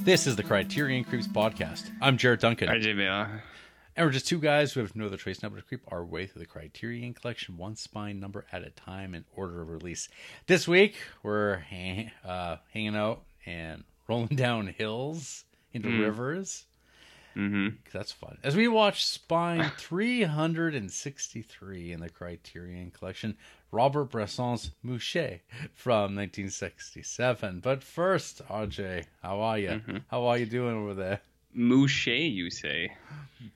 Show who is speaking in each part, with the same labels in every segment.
Speaker 1: This is the Criterion Creeps podcast. I'm Jared Duncan,
Speaker 2: I did, yeah.
Speaker 1: and we're just two guys who have no other trace number to creep our way through the Criterion Collection, one spine number at a time in order of release. This week, we're hang, uh, hanging out and rolling down hills into rivers.
Speaker 2: Mm-hmm.
Speaker 1: 'Cause That's fun. As we watch Spine 363 in the Criterion Collection, Robert Bresson's Mouchet from 1967. But first, RJ, how are you? How are you doing over there?
Speaker 2: Mouchet, you say?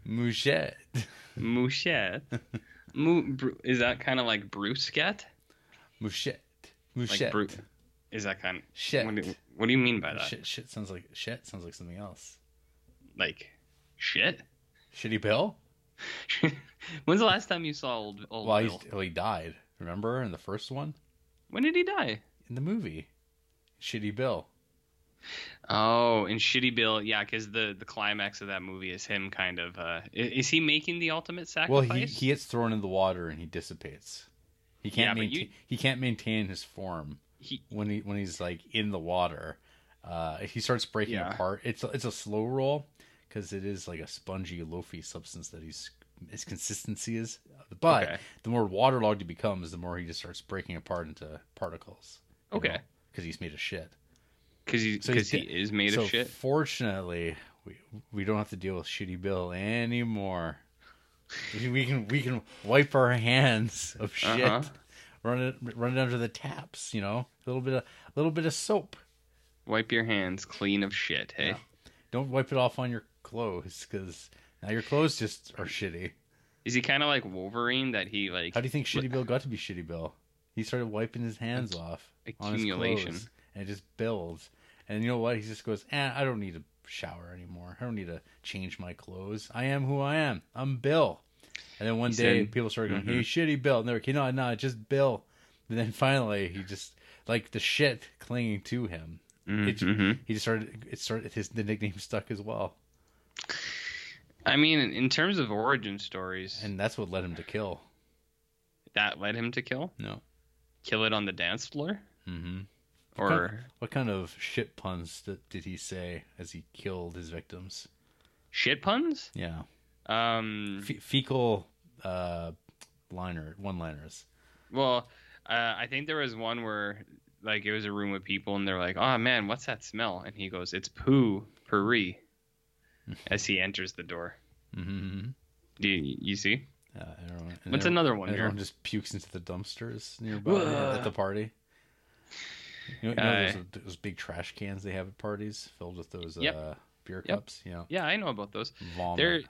Speaker 1: Mouchet.
Speaker 2: Mouchet. Mou- Bru- is that kind of like bruschette?
Speaker 1: Mouchet.
Speaker 2: Like
Speaker 1: Mouchet.
Speaker 2: bru- Is that kind
Speaker 1: Shit.
Speaker 2: What, do, what do you mean by that?
Speaker 1: shit, shit sounds like shit sounds like something else.
Speaker 2: Like shit?
Speaker 1: Shitty Bill?
Speaker 2: When's the last time you saw old, old
Speaker 1: Well,
Speaker 2: Bill?
Speaker 1: he's, well, he died. Remember in the first one?
Speaker 2: When did he die?
Speaker 1: In the movie. Shitty Bill.
Speaker 2: Oh, and Shitty Bill, yeah, because the, the climax of that movie is him kind of. Uh, i- is he making the ultimate
Speaker 1: Well,
Speaker 2: sacrifice?
Speaker 1: he, he gets thrown in the water and he dissipates. He
Speaker 2: Yeah,
Speaker 1: can't
Speaker 2: but
Speaker 1: maintain
Speaker 2: you-
Speaker 1: he can't maintain his form
Speaker 2: He-
Speaker 1: when he when he's like in the water. Uh, he starts breaking
Speaker 2: Yeah.
Speaker 1: apart. It's a, it's a slow roll because it is like a spongy, loafy substance that he's his consistency is. But
Speaker 2: Okay.
Speaker 1: the more waterlogged he becomes, the more he just starts breaking apart into particles.
Speaker 2: Okay.
Speaker 1: because he's made of shit.
Speaker 2: Because he,
Speaker 1: So he's
Speaker 2: cause he
Speaker 1: de-
Speaker 2: is made
Speaker 1: so
Speaker 2: of shit.
Speaker 1: Fortunately, we we don't have to deal with shitty Bill anymore. We we can we can wipe our hands of shit,
Speaker 2: Uh-huh.
Speaker 1: run it run it under the taps. You know, a little bit of little bit of soap.
Speaker 2: Wipe your hands clean of shit, hey?
Speaker 1: Yeah. Don't wipe it off on your clothes because now your clothes just are shitty.
Speaker 2: Is he kind of like Wolverine that he like
Speaker 1: How do you think Shitty Bill got to be Shitty Bill? He started wiping his hands off on his
Speaker 2: accumulation.
Speaker 1: clothes, and it just builds. And you know what? He just goes, eh, I don't need to shower anymore. I don't need to change my clothes. I am who I am. I'm Bill. And then one
Speaker 2: He
Speaker 1: day,
Speaker 2: said-
Speaker 1: people started going,
Speaker 2: Mhm.
Speaker 1: hey, Shitty Bill. And they're like, no, no, just Bill. And then finally, he just, like the shit clinging to him. It,
Speaker 2: Mhm.
Speaker 1: He just started, it started, his the nickname stuck as well.
Speaker 2: I mean, in- in terms of origin stories,
Speaker 1: And that's what led him to kill.
Speaker 2: that led him to kill,
Speaker 1: No.
Speaker 2: kill it on the dance floor,
Speaker 1: hmm
Speaker 2: or
Speaker 1: What kind of shit puns th- did he say as he killed his victims?
Speaker 2: shit puns.
Speaker 1: Yeah,
Speaker 2: Um,
Speaker 1: Fe- fecal uh, liner one liners.
Speaker 2: well, uh, I think there was one where like it was a room with people, and they're like, "Oh man, what's that smell?" And he goes, "It's poo pourri," as he enters the door.
Speaker 1: Mm-hmm.
Speaker 2: Do you, you see?
Speaker 1: Uh, everyone, and
Speaker 2: What's
Speaker 1: everyone-
Speaker 2: another one?
Speaker 1: Everyone
Speaker 2: Joe?
Speaker 1: just pukes into the dumpsters nearby
Speaker 2: Whoa.
Speaker 1: at the party. You know, you know
Speaker 2: Aye.
Speaker 1: those, those big trash cans they have at parties filled with those
Speaker 2: Yep.
Speaker 1: uh, beer
Speaker 2: Yep.
Speaker 1: cups. You know,
Speaker 2: Yeah, I know about those.
Speaker 1: vomit.
Speaker 2: There,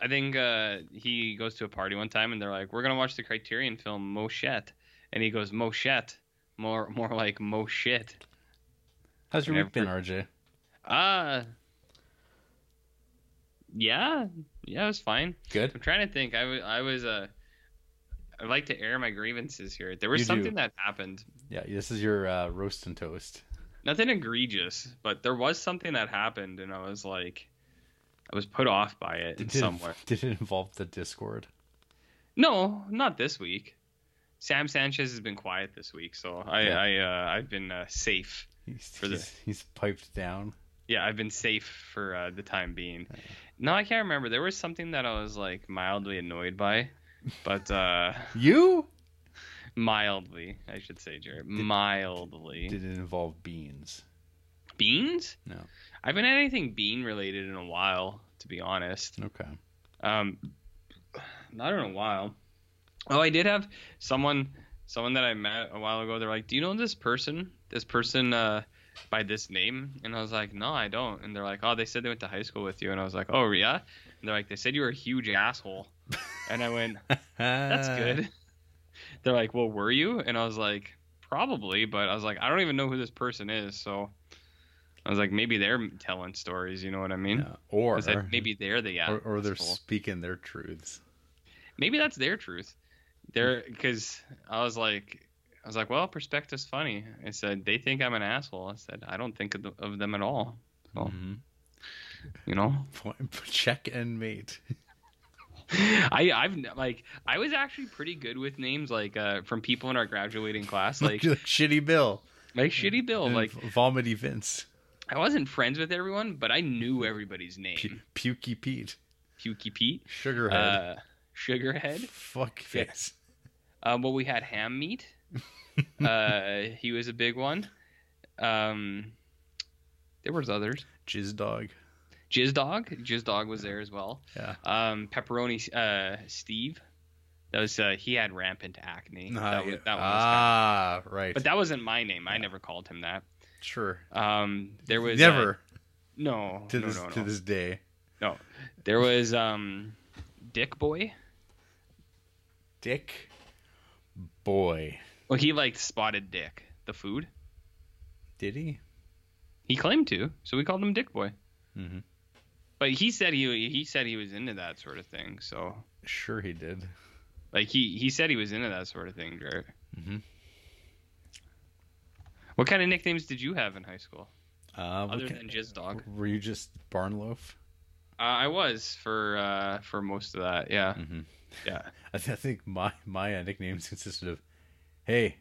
Speaker 2: I think uh, he goes to a party one time, and they're like, "We're gonna watch the Criterion film Moshette," and he goes, "Moshette," more more like "Mo shit."
Speaker 1: How's your week been,
Speaker 2: Whenever-
Speaker 1: RJ?
Speaker 2: Uh yeah, yeah, it was fine.
Speaker 1: Good.
Speaker 2: I'm trying to think. I wa- I was uh, I like to air my grievances here. There was
Speaker 1: You do.
Speaker 2: something that happened,
Speaker 1: Yeah, this is your uh, roast and toast.
Speaker 2: nothing egregious, but there was something that happened, and I was like, I was put off by it in
Speaker 1: Did
Speaker 2: some way.
Speaker 1: it, did it involve the Discord?
Speaker 2: No, not this week. Sam Sanchez has been quiet this week, so I,
Speaker 1: Yeah.
Speaker 2: I uh, I've been uh, safe.
Speaker 1: He's,
Speaker 2: For the-
Speaker 1: he's, he's piped down.
Speaker 2: Yeah, I've been safe for uh, the time being. No, I can't remember. There was something that I was like mildly annoyed by, but uh,
Speaker 1: You?
Speaker 2: mildly, I should say, Jared. Mildly.
Speaker 1: Did it involve beans?
Speaker 2: Beans?
Speaker 1: No.
Speaker 2: I haven't had anything bean related in a while, to be honest.
Speaker 1: Okay.
Speaker 2: Um, not in a while. Oh, I did have someone, someone that I met a while ago. They're like, "Do you know this person? This person uh, by this name?" And I was like, "No, I don't." And they're like, "Oh, they said they went to high school with you." And I was like, "Oh, yeah." And they're like, "They said you were a huge asshole." And I went, "That's good." They're like, "Well, were you?" And I was like, "Probably," but I was like, "I don't even know who this person is." So I was like, "Maybe they're telling stories." You know what I mean?
Speaker 1: Yeah. Or,
Speaker 2: I said, maybe they're the
Speaker 1: or or they're
Speaker 2: asshole."
Speaker 1: speaking their truths.
Speaker 2: maybe that's their truth. They're because I was like, I was like, well, perspective's funny. I said they think I'm an asshole. I said I don't think of, the, of them at all. Well.
Speaker 1: Mhm.
Speaker 2: You know,
Speaker 1: Point- Check and mate.
Speaker 2: I I've n- like I was actually pretty good with names like uh from people in our graduating class like
Speaker 1: Shitty Bill.
Speaker 2: Oh, like Shitty Bill
Speaker 1: and
Speaker 2: like
Speaker 1: Vomity Vince.
Speaker 2: I wasn't friends with everyone, but I knew everybody's name.
Speaker 1: Pu- Pukey Pete,
Speaker 2: Pukey Pete,
Speaker 1: Sugarhead,
Speaker 2: uh, Sugarhead.
Speaker 1: fuck face.
Speaker 2: Um, well, we had ham meat. uh, he was a big one. Um, there was others.
Speaker 1: Jizz dog.
Speaker 2: Jizz Dog. Jizz Dog was there as well.
Speaker 1: Yeah.
Speaker 2: Um, Pepperoni uh, Steve. That was uh, he had rampant acne. that was, that one was kinda-
Speaker 1: ah, right.
Speaker 2: but that wasn't my name. I
Speaker 1: Yeah.
Speaker 2: never called him that.
Speaker 1: sure.
Speaker 2: Um, there was uh,
Speaker 1: never
Speaker 2: no
Speaker 1: to
Speaker 2: no,
Speaker 1: this
Speaker 2: no, no.
Speaker 1: to this day.
Speaker 2: There was um, Dick Boy.
Speaker 1: Dick boy.
Speaker 2: Well, he like spotted Dick the food.
Speaker 1: Did he?
Speaker 2: He claimed to, so we called him Dick Boy.
Speaker 1: Mhm.
Speaker 2: But he said he he said he was into that sort of thing. So
Speaker 1: Sure, he did.
Speaker 2: like he he said he was into that sort of thing, Jarrett.
Speaker 1: Mhm.
Speaker 2: What kind of nicknames did you have in high school
Speaker 1: Uh,
Speaker 2: other
Speaker 1: okay.
Speaker 2: than Jizz Dog?
Speaker 1: were you just barn loaf?
Speaker 2: Uh, I was for uh, for most of that. Yeah,
Speaker 1: Mhm.
Speaker 2: yeah.
Speaker 1: I, th- I think my my uh, nicknames consisted of, hey.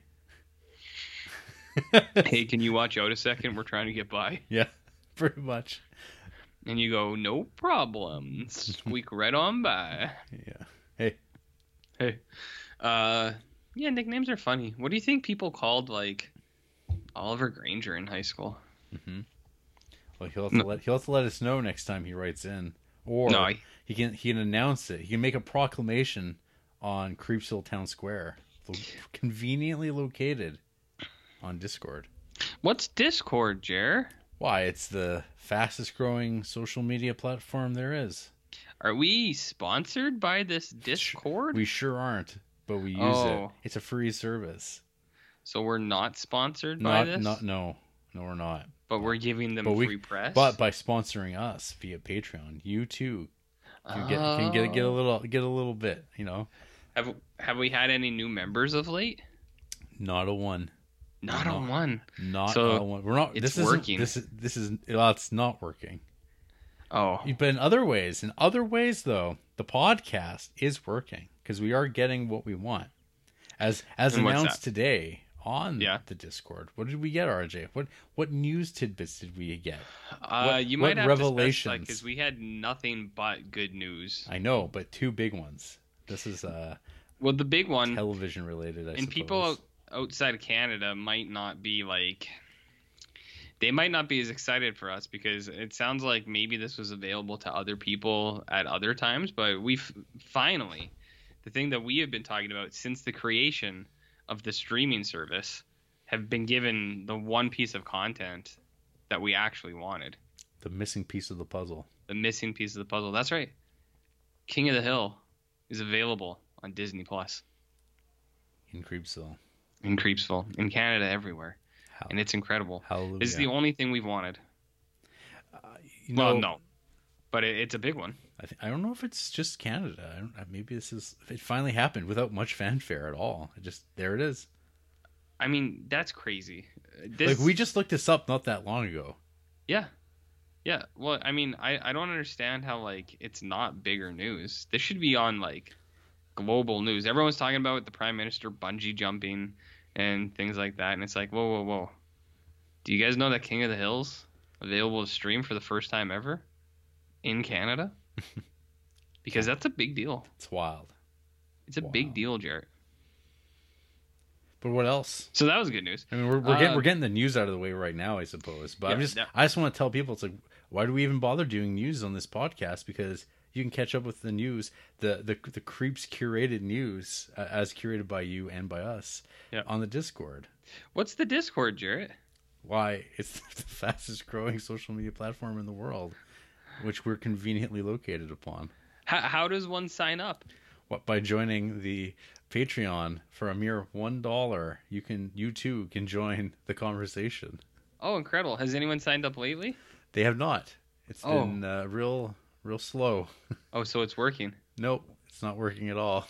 Speaker 2: hey, can you watch out a second? We're trying to get by.
Speaker 1: yeah, pretty much.
Speaker 2: And you go, no problem. Squeak right on by.
Speaker 1: Yeah.
Speaker 2: Uh, yeah, nicknames are funny. What do you think people called like Oliver Granger in high school?
Speaker 1: Well, he'll have to let he'll have to let us know next time he writes in, or
Speaker 2: No, I-
Speaker 1: he can he can announce it. He can make a proclamation on Creepsville Town Square, lo- conveniently located on Discord.
Speaker 2: What's Discord, Jer?
Speaker 1: Why? It's the fastest growing social media platform there is.
Speaker 2: Are we sponsored by this Discord?
Speaker 1: We sure aren't, but we use it.
Speaker 2: Oh.
Speaker 1: It's a free service.
Speaker 2: So we're not sponsored by
Speaker 1: Not
Speaker 2: this,
Speaker 1: not no no we're not.
Speaker 2: but we're giving them
Speaker 1: But we-
Speaker 2: free press.
Speaker 1: But by sponsoring us via Patreon, you too can get can get get a
Speaker 2: Oh.
Speaker 1: little get a little bit. You know,
Speaker 2: Have have we had any new members of late?
Speaker 1: not a one.
Speaker 2: Not
Speaker 1: No.
Speaker 2: a one.
Speaker 1: Not
Speaker 2: So,
Speaker 1: a one. We're not.
Speaker 2: it's
Speaker 1: this is
Speaker 2: working.
Speaker 1: This is this is. Well, it's not working.
Speaker 2: Oh,
Speaker 1: But in other ways, in other ways though, the podcast is working because we are getting what we want. As as
Speaker 2: And what's
Speaker 1: announced
Speaker 2: that?
Speaker 1: today on
Speaker 2: Yeah.
Speaker 1: the Discord, what did we get, RJ? What what news tidbits did we get?
Speaker 2: uh,
Speaker 1: what-
Speaker 2: you
Speaker 1: what
Speaker 2: might have to
Speaker 1: revelations?
Speaker 2: because we had nothing but good news.
Speaker 1: I know, but two big ones. This is uh
Speaker 2: Well, the big one,
Speaker 1: television related. I
Speaker 2: and people
Speaker 1: suppose.
Speaker 2: out- outside of Canada might not be like they might not be as excited for us because it sounds like maybe this was available to other people at other times, but we've finally the thing that we have been talking about since the creation of the streaming service have been given the one piece of content that we actually wanted,
Speaker 1: the missing piece of the puzzle.
Speaker 2: the missing piece of the puzzle. That's right. King of the Hill is available on Disney Plus
Speaker 1: in Creepsville.
Speaker 2: in Creepsville, in Canada, everywhere,
Speaker 1: How,
Speaker 2: and it's incredible.
Speaker 1: hallelujah.
Speaker 2: This is the only thing we've wanted.
Speaker 1: You
Speaker 2: well,
Speaker 1: know,
Speaker 2: no, but it, it's a big one.
Speaker 1: I, th- I don't know if it's just Canada. I don't, uh, maybe this is it finally happened without much fanfare at all. It just there it is.
Speaker 2: I mean, that's crazy. This,
Speaker 1: Like we just looked this up not that long ago.
Speaker 2: yeah, yeah. Well, I mean, I I don't understand how like it's not bigger news. This should be on like global news. Everyone's talking about the prime minister bungee jumping and things like that, and it's like, whoa, whoa, whoa. Do you guys know that King of the Hills available to stream for the first time ever in Canada? because that's a big deal.
Speaker 1: It's wild.
Speaker 2: It's a
Speaker 1: Wow.
Speaker 2: big deal, Jarrett.
Speaker 1: But what else?
Speaker 2: So that was good news.
Speaker 1: I mean, we're, we're getting
Speaker 2: Uh,
Speaker 1: we're getting the news out of the way right now, I suppose. But I'm
Speaker 2: Yeah,
Speaker 1: just
Speaker 2: that-
Speaker 1: I just want to tell people it's like why do we even bother doing news on this podcast because you can catch up with the news, the the the creeps curated news uh, as curated by you and by us
Speaker 2: Yeah.
Speaker 1: on the Discord.
Speaker 2: What's the Discord, Jarrett?
Speaker 1: why it's the fastest growing social media platform in the world, which we're conveniently located upon.
Speaker 2: How, how does one sign up?
Speaker 1: What by joining the Patreon for a mere one dollar, you can you too can join the conversation.
Speaker 2: Oh, incredible! Has anyone signed up lately?
Speaker 1: They have not. It's
Speaker 2: Oh.
Speaker 1: been uh, real real slow.
Speaker 2: Oh, so it's working.
Speaker 1: Nope, it's not working at all.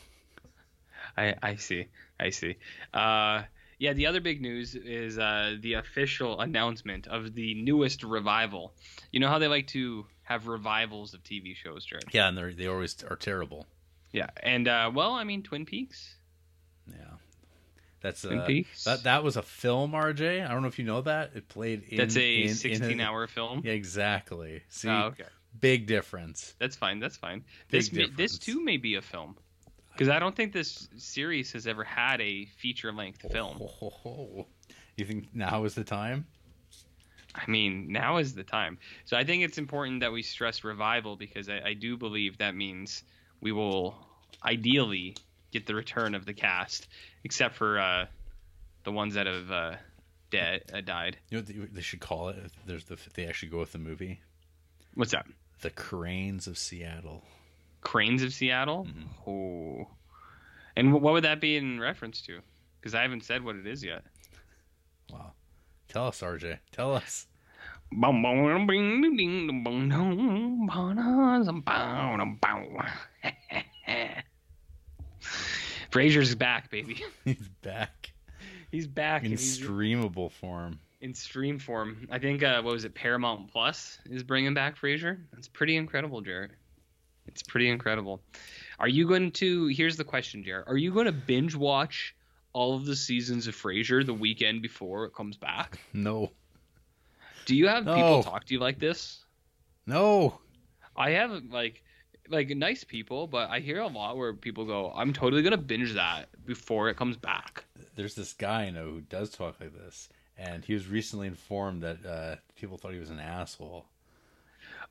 Speaker 2: I I see. I see. Uh, yeah. The other big news is uh, the official announcement of the newest revival. You know how they like to have revivals of TV shows, Jared.
Speaker 1: Yeah, and they they always are terrible.
Speaker 2: Yeah, and uh, well, I mean Twin Peaks.
Speaker 1: Yeah. That's
Speaker 2: Twin
Speaker 1: uh,
Speaker 2: Peaks?
Speaker 1: that that was a film, RJ. I don't know if you know that. It played in
Speaker 2: That's
Speaker 1: in-
Speaker 2: a
Speaker 1: in
Speaker 2: 16-hour film.
Speaker 1: Yeah, exactly. See,
Speaker 2: Oh, okay.
Speaker 1: big difference.
Speaker 2: That's fine. That's fine.
Speaker 1: Big
Speaker 2: This may, this
Speaker 1: difference.
Speaker 2: too may be a film, because I don't think this series has ever had a feature length film.
Speaker 1: Ho, ho, ho. You think now is the time?
Speaker 2: I mean, now is the time. So I think it's important that we stress revival because I, I do believe that means we will ideally get the return of the cast, except for uh, the ones that have uh, dead uh, died.
Speaker 1: You know what they- they should call it? There's the they actually go with the movie,
Speaker 2: What's that?
Speaker 1: the Cranes of Seattle.
Speaker 2: Cranes of Seattle.
Speaker 1: Mhm.
Speaker 2: Oh, and wh- what would that be in reference to? Because I haven't said what it is yet.
Speaker 1: Wow, tell us, RJ. Tell us.
Speaker 2: Bum, bum, dum, bing, ding, ding, dum, bum, dum, ba-da, zum, bow, dum, bow. Frasier's back, baby.
Speaker 1: He's back
Speaker 2: He's back
Speaker 1: in
Speaker 2: and he's
Speaker 1: streamable form.
Speaker 2: in stream form. I think uh, what was it? Paramount Plus is bringing back Frasier. That's pretty incredible, Jarrett. It's pretty incredible. Are you going to? Here's the question, Jarrett. Are you going to binge watch all of the seasons of Frasier the weekend before it comes back?
Speaker 1: No,
Speaker 2: Do you have
Speaker 1: No.
Speaker 2: people talk to you like this?
Speaker 1: no.
Speaker 2: I have like like nice people, but I hear a lot where people go, "I'm totally gonna binge that before it comes back."
Speaker 1: There's this guy I know who does talk like this, and he was recently informed that uh, people thought he was an asshole.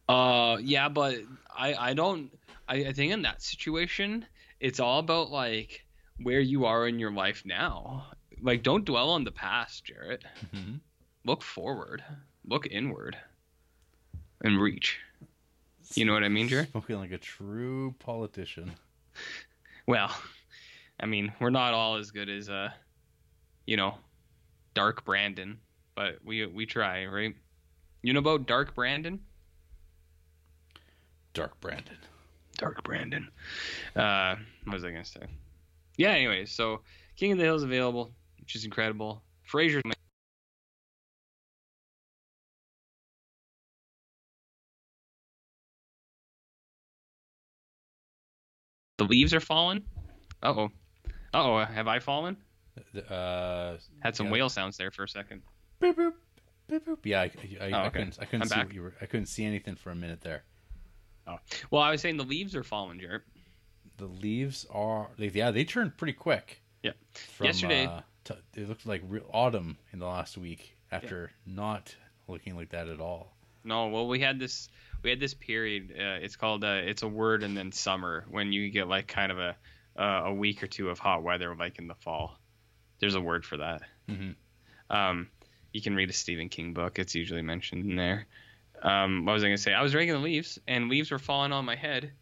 Speaker 2: Uh, yeah, but I I don't I, I think in that situation it's all about like where you are in your life now. Like, don't dwell on the past, Jarrett.
Speaker 1: Mhm.
Speaker 2: Look forward. Look inward. And reach. You know what I mean, Jarrett?
Speaker 1: Spoken like a true politician.
Speaker 2: Well, I mean, we're not all as good as uh, you know, Dark Brandon, but we we try, right? You know about Dark Brandon?
Speaker 1: Dark Brandon.
Speaker 2: Dark Brandon. Uh, what was I gonna say? Yeah. Anyways, so King of the Hill is available, which is incredible. Frasier. The leaves are falling. Uh oh. Uh oh. Have I fallen?
Speaker 1: Uh,
Speaker 2: Had some
Speaker 1: Yeah.
Speaker 2: whale sounds there for a second.
Speaker 1: boop, boop, boop, boop. Yeah, I, I, I
Speaker 2: Oh, okay.
Speaker 1: couldn't. I couldn't
Speaker 2: I'm
Speaker 1: see
Speaker 2: back.
Speaker 1: what you were. I couldn't see anything for a minute there.
Speaker 2: Well, I was saying the leaves are falling, Jared.
Speaker 1: The leaves are. They, yeah, they turned pretty quick.
Speaker 2: Yeah.
Speaker 1: From,
Speaker 2: Yesterday-
Speaker 1: uh, to, it looked like real autumn in the last week after not looking like that at all.
Speaker 2: No, well, we had this we had this period. Uh, it's called uh, it's a word and then summer when you get like kind of a uh, a week or two of hot weather like in the fall. There's a word for that.
Speaker 1: Mhm.
Speaker 2: Um, you can read a Stephen King book. It's usually mentioned in there. Um, what was I gonna say? I was raking the leaves and leaves were falling on my head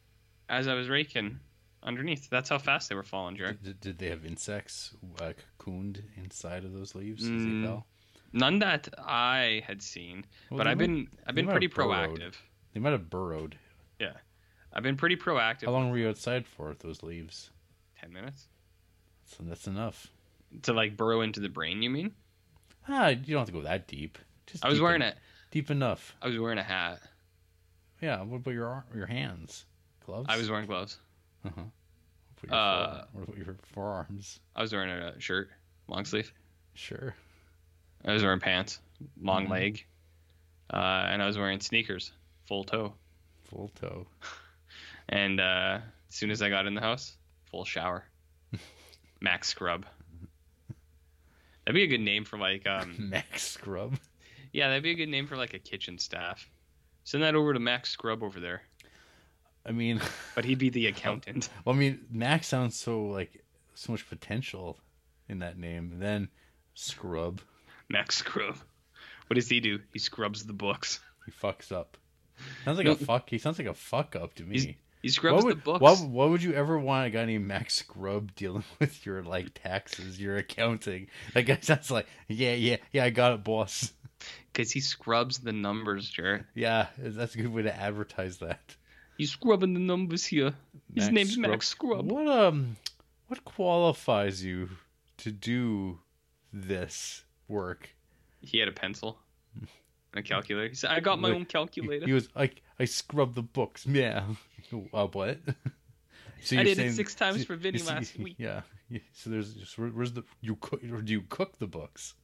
Speaker 2: as I was raking underneath. That's how fast they were falling, Jared.
Speaker 1: Did, did they have insects uh, cocooned inside of those leaves as
Speaker 2: Mm.
Speaker 1: they fell?
Speaker 2: None that I had seen,
Speaker 1: Well,
Speaker 2: but
Speaker 1: they
Speaker 2: I've
Speaker 1: might-
Speaker 2: been I've been
Speaker 1: might have
Speaker 2: pretty
Speaker 1: burrowed.
Speaker 2: proactive.
Speaker 1: They might have burrowed.
Speaker 2: I've been pretty proactive.
Speaker 1: How long were you outside for with those leaves?
Speaker 2: Ten minutes
Speaker 1: So that's enough.
Speaker 2: to like burrow into the brain. You mean?
Speaker 1: Ah, you don't have to go that deep. Just
Speaker 2: I was
Speaker 1: deep
Speaker 2: wearing
Speaker 1: en-
Speaker 2: a
Speaker 1: Deep enough.
Speaker 2: I was wearing a hat.
Speaker 1: Yeah. What about your arm, your hands? Gloves.
Speaker 2: I was wearing gloves.
Speaker 1: Uh-huh. What about your,
Speaker 2: Uh,
Speaker 1: forearm- what about your forearms?
Speaker 2: I was wearing a shirt, long sleeve.
Speaker 1: Sure.
Speaker 2: I was wearing pants, long
Speaker 1: Mhm.
Speaker 2: leg, uh, and I was wearing sneakers, full toe.
Speaker 1: Full toe.
Speaker 2: And uh, as soon as I got in the house, full shower, max scrub. That'd be a good name for like um
Speaker 1: Max scrub.
Speaker 2: yeah that'd be a good name for like a kitchen staff. Send that over to Max Scrub over there,
Speaker 1: I mean,
Speaker 2: but he'd be the accountant.
Speaker 1: well, I mean, Max sounds so like so much potential in that name. And then scrub,
Speaker 2: Max Scrub. What does he do? He scrubs the books.
Speaker 1: he fucks up. Sounds like
Speaker 2: No.
Speaker 1: a fuck. He sounds like a fuck up to
Speaker 2: He's-
Speaker 1: me.
Speaker 2: He
Speaker 1: What
Speaker 2: scrubs the
Speaker 1: would,
Speaker 2: books.
Speaker 1: what, what would you ever want a guy named Max Scrub dealing with your like taxes, your accounting? That guy sounds like, yeah, yeah, yeah, I got it, boss.
Speaker 2: Because he scrubs the numbers, Jared.
Speaker 1: Yeah, that's a good way to advertise that.
Speaker 2: He's scrubbing the numbers here.
Speaker 1: Max
Speaker 2: His name's
Speaker 1: Scrub.
Speaker 2: Max Scrub.
Speaker 1: What um, what qualifies you to do this work?
Speaker 2: He had a pencil and a calculator. He said, I got my
Speaker 1: Wait,
Speaker 2: own
Speaker 1: He,
Speaker 2: calculator.
Speaker 1: he was like, I scrubbed the books. Yeah. uh, what? Oh, So
Speaker 2: I
Speaker 1: you're
Speaker 2: did it
Speaker 1: saying-
Speaker 2: six times
Speaker 1: so-
Speaker 2: for Vinny
Speaker 1: so you-
Speaker 2: last week.
Speaker 1: Yeah. You- So there's just, where- where's the you cook or do you cook the books?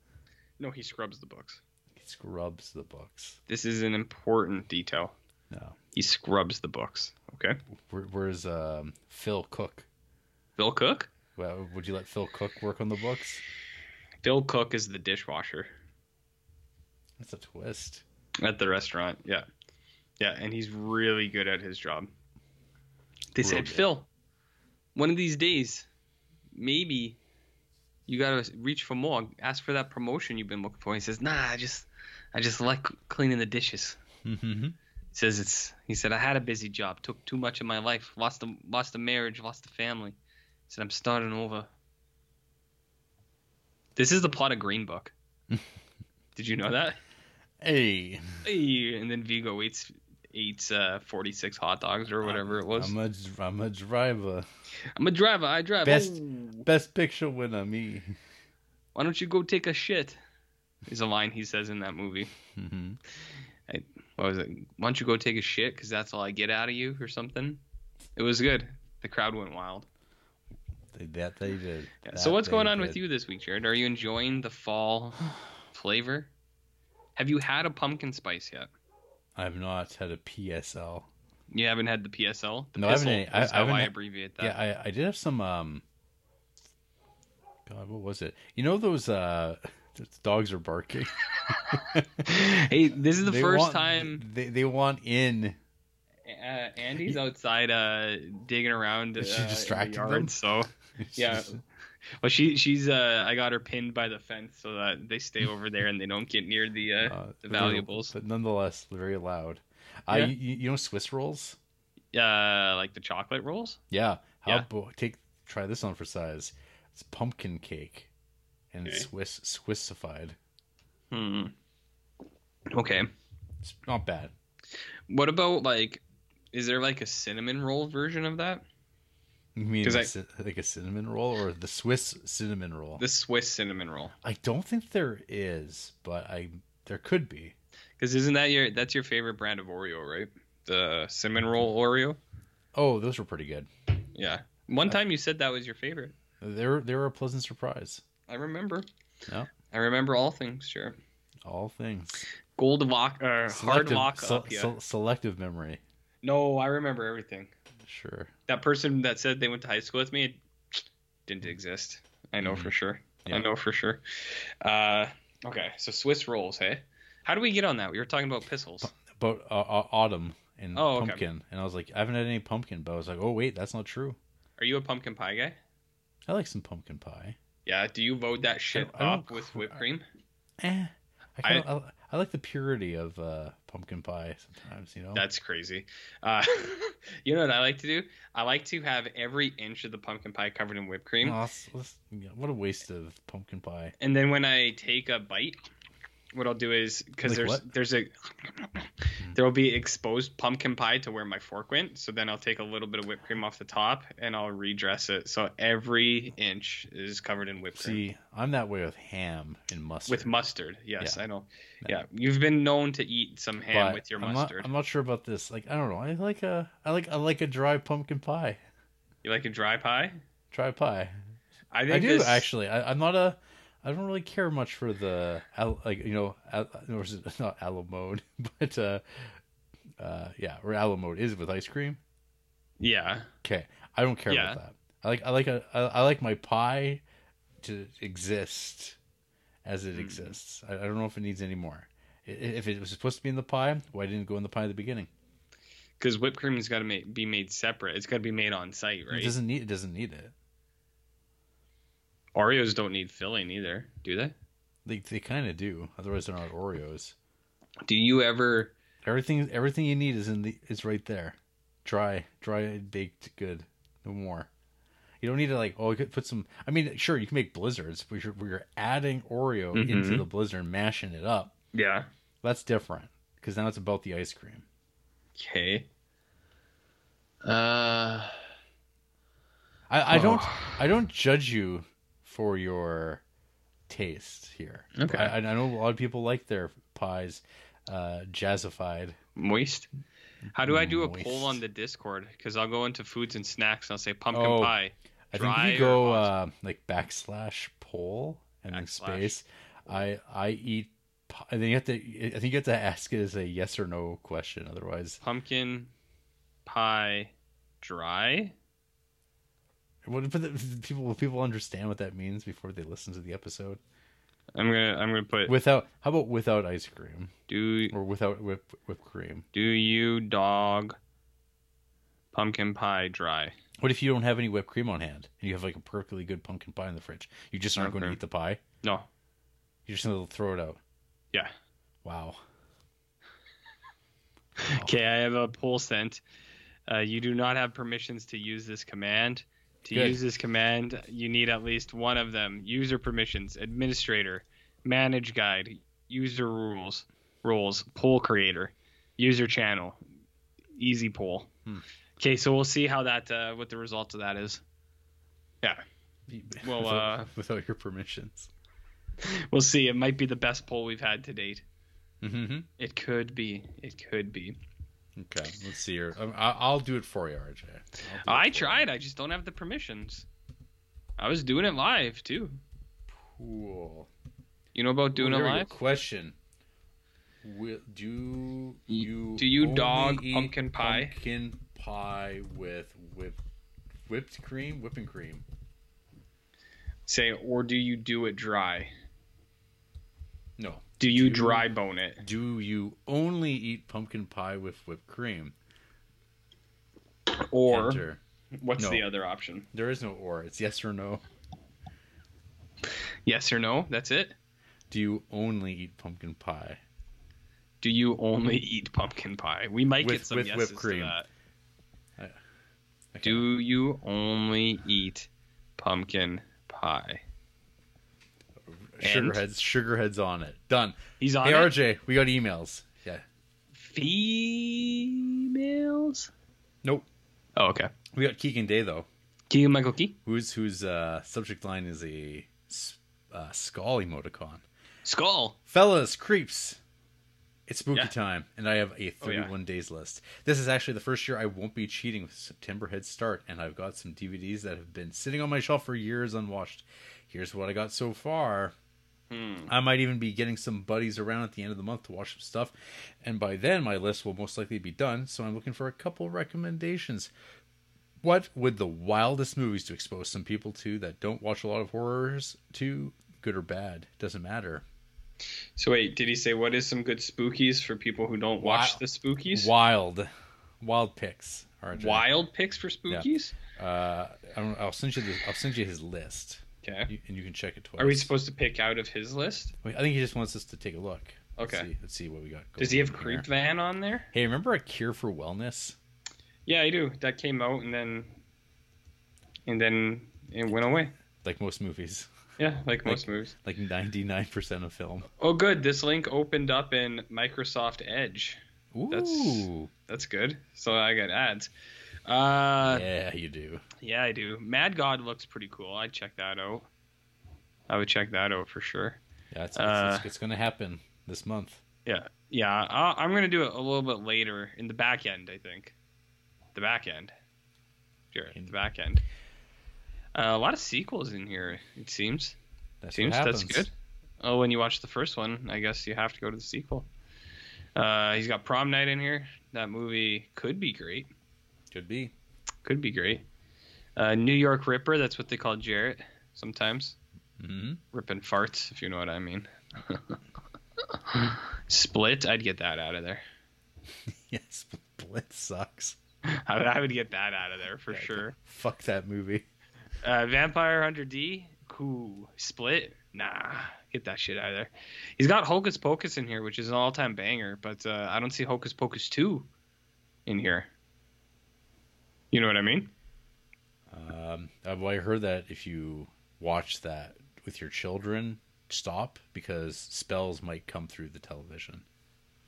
Speaker 2: No, he scrubs the books.
Speaker 1: He scrubs the books.
Speaker 2: This is an important detail.
Speaker 1: No.
Speaker 2: He scrubs the books. Okay.
Speaker 1: Where, where's um, Phil Cook?
Speaker 2: Phil Cook?
Speaker 1: Well, would you let Phil Cook work on the books?
Speaker 2: Phil Cook is the dishwasher
Speaker 1: That's a twist.
Speaker 2: at the restaurant. Yeah. Yeah, and he's really good at his job. They
Speaker 1: Real
Speaker 2: said,
Speaker 1: good.
Speaker 2: Phil, one of these days, maybe you gotta reach for more. Ask for that promotion you've been looking for. He says, Nah, I just I just like cleaning the dishes.
Speaker 1: Mm-hmm.
Speaker 2: He says it's he said I had a busy job, took too much of my life, lost the lost the marriage, lost the family. He said I'm starting over. This is the plot of Green Book. Did you know that?
Speaker 1: Hey,
Speaker 2: Hey, and then Vigo eats eats uh, 46 hot dogs or whatever it was.
Speaker 1: I'm
Speaker 2: I'm a,
Speaker 1: a, I'm a driver.
Speaker 2: driver. I drive.
Speaker 1: Best-
Speaker 2: Oh,
Speaker 1: Best picture winner, me.
Speaker 2: why don't you go take a shit? Is a line he says in that movie.
Speaker 1: Mm-hmm.
Speaker 2: What was it? Why don't you go take a shit? Because that's all I get out of you, or something. It was good. The crowd went wild.
Speaker 1: They, that they did.
Speaker 2: Yeah,
Speaker 1: That
Speaker 2: so what's
Speaker 1: they
Speaker 2: going on
Speaker 1: did.
Speaker 2: with you this week, Jared? Are you enjoying the fall flavor? Have you had a pumpkin spice yet?
Speaker 1: I've not had a PSL.
Speaker 2: You haven't had the PSL. The
Speaker 1: No, I haven't
Speaker 2: pistol
Speaker 1: any- I-
Speaker 2: is
Speaker 1: I
Speaker 2: how
Speaker 1: haven't
Speaker 2: I
Speaker 1: had-
Speaker 2: abbreviate
Speaker 1: Yeah,
Speaker 2: that.
Speaker 1: I, I did have some. um God, what was it? You know those uh those dogs are barking.
Speaker 2: hey, this is the
Speaker 1: They
Speaker 2: first
Speaker 1: want-
Speaker 2: time
Speaker 1: they they want in.
Speaker 2: uh, Andy's outside uh, digging around. Uh,
Speaker 1: Is she
Speaker 2: in the
Speaker 1: distracting
Speaker 2: yard,
Speaker 1: them?
Speaker 2: So, Yeah. well, she she's uh, I got her pinned by the fence so that they stay over there and they don't get near the. Uh,
Speaker 1: Uh,
Speaker 2: The valuables.
Speaker 1: but nonetheless, very loud. Uh,
Speaker 2: Yeah.
Speaker 1: you, you you know Swiss rolls? Oh.
Speaker 2: uh like the chocolate rolls.
Speaker 1: Yeah. How
Speaker 2: Yeah.
Speaker 1: bo- take try this on for size? It's pumpkin cake, and it's
Speaker 2: Okay.
Speaker 1: Swiss Swissified.
Speaker 2: Hmm. Okay.
Speaker 1: It's not bad.
Speaker 2: What about like, is there like a cinnamon roll version of that?
Speaker 1: You mean
Speaker 2: 'Cause
Speaker 1: a
Speaker 2: I-
Speaker 1: cin- like a cinnamon roll or the Swiss cinnamon roll?
Speaker 2: The Swiss cinnamon roll,
Speaker 1: I don't think there is, but I there could be.
Speaker 2: because isn't that your that's your favorite brand of Oreo, right? The cinnamon roll Oreo.
Speaker 1: Oh, those were pretty good.
Speaker 2: Yeah. One time you said that was your favorite.
Speaker 1: They were they were a pleasant surprise.
Speaker 2: I remember.
Speaker 1: Yeah.
Speaker 2: I remember all things, sure.
Speaker 1: All things
Speaker 2: Gold lock, uh, hard lock
Speaker 1: se-
Speaker 2: up. Yeah.
Speaker 1: se- selective memory.
Speaker 2: no, I remember everything.
Speaker 1: Sure.
Speaker 2: That person that said they went to high school with me it didn't exist. I know
Speaker 1: Mhm.
Speaker 2: for sure.
Speaker 1: Yeah.
Speaker 2: I know for sure. Uh, okay, so Swiss rolls, hey. How do we get on that? We were talking about pistols.
Speaker 1: About uh, au- autumn and
Speaker 2: Oh, okay.
Speaker 1: pumpkin, and I was like, I haven't had any pumpkin, but I was like, oh wait, that's not true.
Speaker 2: Are you a pumpkin pie guy?
Speaker 1: I like some pumpkin pie.
Speaker 2: Yeah, do you vote that shit
Speaker 1: I don't
Speaker 2: up with
Speaker 1: cr-
Speaker 2: whipped cream?
Speaker 1: Eh, I, kinda, I I like the purity of uh, pumpkin pie sometimes. You know.
Speaker 2: That's crazy. Uh, you know what I like to do? I like to have every inch of the pumpkin pie covered in whipped cream.
Speaker 1: Aw, s- let's- Oh, yeah, what a waste of pumpkin pie.
Speaker 2: And then when I take a bite, what I'll do is because
Speaker 1: Like
Speaker 2: there's
Speaker 1: what? Mm.
Speaker 2: there's a there'll be exposed pumpkin pie to where my fork went. So then I'll take a little bit of whipped cream off the top and I'll redress it. So every inch is covered in whipped cream
Speaker 1: See, I'm that way with ham and mustard.
Speaker 2: with mustard. Yes, I know.
Speaker 1: Yeah.
Speaker 2: Yeah, you've been known to eat some ham
Speaker 1: but
Speaker 2: with your
Speaker 1: I'm
Speaker 2: mustard.
Speaker 1: Not, I'm not sure about this. Like I don't know. I like a I like I like a dry pumpkin pie.
Speaker 2: You like a dry pie?
Speaker 1: Dry pie. I,
Speaker 2: think
Speaker 1: do
Speaker 2: this-
Speaker 1: actually. I, I'm not a. I don't really care much for the al- like you know al- or is it not aloe mode but uh uh yeah or aloe mode is it with ice cream.
Speaker 2: Yeah.
Speaker 1: Okay, I don't care
Speaker 2: Yeah.
Speaker 1: about that. I like I like a I, I like my pie to exist as it
Speaker 2: Mm.
Speaker 1: exists. I, I don't know if it needs any more. I- i- If it was supposed to be in the pie, why didn't it go in the pie at the beginning?
Speaker 2: Because whipped cream's got to make, be made separate. It's got to be made on site,
Speaker 1: It
Speaker 2: right?
Speaker 1: doesn't need it doesn't need it.
Speaker 2: Oreos don't need filling either, do they?
Speaker 1: They they kind of do. Otherwise, they're not Oreos.
Speaker 2: Do you ever?
Speaker 1: Everything everything you need is in the is right there. Dry, dry and baked good. No more. You don't need to like oh, you could put some. I mean, sure, you can make blizzards, but you're, you're adding Oreo into
Speaker 2: Mhm.
Speaker 1: the blizzard and mashing it up.
Speaker 2: Yeah.
Speaker 1: That's different because now it's about the ice cream.
Speaker 2: Okay. Uh.
Speaker 1: I, I don't
Speaker 2: Oh.
Speaker 1: I don't judge you for your taste here.
Speaker 2: Okay.
Speaker 1: I, I know a lot of people like their pies uh, jazzified.
Speaker 2: Moist. How do I do a
Speaker 1: Moist.
Speaker 2: poll on the Discord? Because I'll go into foods and snacks and I'll say pumpkin
Speaker 1: Oh.
Speaker 2: pie.
Speaker 1: I think
Speaker 2: Dry or
Speaker 1: you go uh,
Speaker 2: hot?
Speaker 1: like backslash poll and then
Speaker 2: Backslash
Speaker 1: space. I I eat. pi- And then you have to. I think you have to ask it as a yes or no question. Otherwise,
Speaker 2: Pumpkin pie dry?
Speaker 1: what but the- people will people understand what that means before they listen to the episode?
Speaker 2: I'm gonna I'm gonna put
Speaker 1: Without how about without ice cream
Speaker 2: do
Speaker 1: or without whip whipped cream?
Speaker 2: do you dog pumpkin pie dry?
Speaker 1: What if you don't have any whipped cream on hand and you have like a perfectly good pumpkin pie in the fridge? You just aren't going to
Speaker 2: Okay.
Speaker 1: eat the pie.
Speaker 2: No.
Speaker 1: You're just going to throw it out.
Speaker 2: Yeah.
Speaker 1: Wow.
Speaker 2: Okay, I have a poll sent. Uh, you do not have permissions to use this command. To
Speaker 1: Good.
Speaker 2: use this command, you need at least one of them: user permissions, administrator, manage guide, user rules, roles, poll creator, user channel. Easy poll.
Speaker 1: Hmm.
Speaker 2: Okay, so we'll see how that uh, what the result of that is. Yeah, Well,
Speaker 1: without,
Speaker 2: uh,
Speaker 1: without your permissions.
Speaker 2: we'll see. It might be the best poll we've had to date.
Speaker 1: Mm-hmm.
Speaker 2: It could be. It could be.
Speaker 1: Okay, let's see here. Um, I- I'll do it for you, RJ. I'll do
Speaker 2: I
Speaker 1: it for you.
Speaker 2: tried. I just don't have the permissions. I was doing it live too.
Speaker 1: Cool.
Speaker 2: You know about doing
Speaker 1: Ooh,
Speaker 2: it
Speaker 1: Oh, here we go.
Speaker 2: live?
Speaker 1: Question. Will, do you
Speaker 2: do you
Speaker 1: only
Speaker 2: dog
Speaker 1: eat
Speaker 2: pumpkin pie?
Speaker 1: Pumpkin pie with whipped whipped cream, whipping cream.
Speaker 2: Say, or do you do it dry?
Speaker 1: No.
Speaker 2: Do you
Speaker 1: Do-
Speaker 2: dry bone it?
Speaker 1: Do you only eat pumpkin pie with whipped cream?
Speaker 2: Or
Speaker 1: Enter.
Speaker 2: what's
Speaker 1: No.
Speaker 2: the other option?
Speaker 1: there is no or. It's yes or no.
Speaker 2: Yes or no? That's it.
Speaker 1: Do you only eat pumpkin pie?
Speaker 2: Do you only eat pumpkin pie? We might
Speaker 1: With-
Speaker 2: get some
Speaker 1: with whipped
Speaker 2: yeses
Speaker 1: cream.
Speaker 2: to that.
Speaker 1: Okay.
Speaker 2: Do you only eat pumpkin pie? and-
Speaker 1: sugarheads sugarheads on it. Done.
Speaker 2: He's on
Speaker 1: Hey
Speaker 2: it.
Speaker 1: RJ, we got emails. Yeah.
Speaker 2: females.
Speaker 1: Nope.
Speaker 2: Oh, okay.
Speaker 1: We got Keegan Day though,
Speaker 2: Keegan Michael Key.
Speaker 1: whose whose uh, subject line is a s- uh, skull emoticon.
Speaker 2: Skull.
Speaker 1: Fellas, creeps. It's spooky
Speaker 2: Yeah.
Speaker 1: time, and I have a
Speaker 2: Oh, yeah.
Speaker 1: 31 days list. This is actually the first year I won't be cheating with September head start, and I've got some DVDs that have been sitting on my shelf for years unwatched. Here's what I got so far.
Speaker 2: Hmm.
Speaker 1: I might even be getting some buddies around at the end of the month to watch some stuff, and by then my list will most likely be done, so I'm looking for a couple recommendations. What would the wildest movies to expose some people to that don't watch a lot of horrors to, good or bad? Doesn't matter.
Speaker 2: So wait, did he say what is some good spookies for people who don't watch
Speaker 1: Wow.
Speaker 2: the spookies?
Speaker 1: Wild, wild picks. RJ.
Speaker 2: Wild picks for spookies?
Speaker 1: Uh, I don't, I'll send you. The, I'll send you his list,
Speaker 2: Okay.
Speaker 1: you, and you can check it twice.
Speaker 2: Are we supposed to pick out of his list?
Speaker 1: Wait, I think he just wants us to take a look.
Speaker 2: Okay.
Speaker 1: Let's see, let's see what we got.
Speaker 2: Does he
Speaker 1: going
Speaker 2: have
Speaker 1: on here.
Speaker 2: Creep Van on there?
Speaker 1: Hey, remember a cure for wellness?
Speaker 2: Yeah, I do. That came out and then and then it went away.
Speaker 1: Like most movies,
Speaker 2: Yeah, like most movies.
Speaker 1: like ninety nine percent of film.
Speaker 2: Oh good, this link opened up in Microsoft Edge.
Speaker 1: Ooh,
Speaker 2: That's- That's good. So I got ads. Uh
Speaker 1: yeah, you do.
Speaker 2: yeah, I do. Mad God looks pretty cool. I'd check that out. I would check that out for sure.
Speaker 1: Yeah, it's,
Speaker 2: Uh,
Speaker 1: it's, it's, going to happen this month.
Speaker 2: Yeah, I, I'm gonna do it a little bit later in the back end. I think, the back end. Sure,
Speaker 1: In-
Speaker 2: the back end. Uh, a lot of sequels in here. It seems.
Speaker 1: That's
Speaker 2: seems
Speaker 1: what happens.
Speaker 2: that's good. Oh, when you watch the first one, I guess you have to go to the sequel. Uh, he's got prom night in here. That movie could be great.
Speaker 1: Could be.
Speaker 2: Could be great. Uh, New York Ripper. That's what they call Jarrett sometimes.
Speaker 1: hmm
Speaker 2: Ripping farts, if you know what I mean. Split. I'd get that out of there.
Speaker 1: Yes, Blitz sucks.
Speaker 2: I would, I would get that out of there for
Speaker 1: Yeah,
Speaker 2: sure.
Speaker 1: Fuck that movie.
Speaker 2: Uh, Vampire Hunter D, cool. Split, nah, get that shit out of there. He's got Hocus Pocus in here, which is an all-time banger, but uh, I don't see Hocus Pocus two in here. You know what I mean?
Speaker 1: Um, uh, well, I heard that if you watch that with your children, stop because spells might come through the television.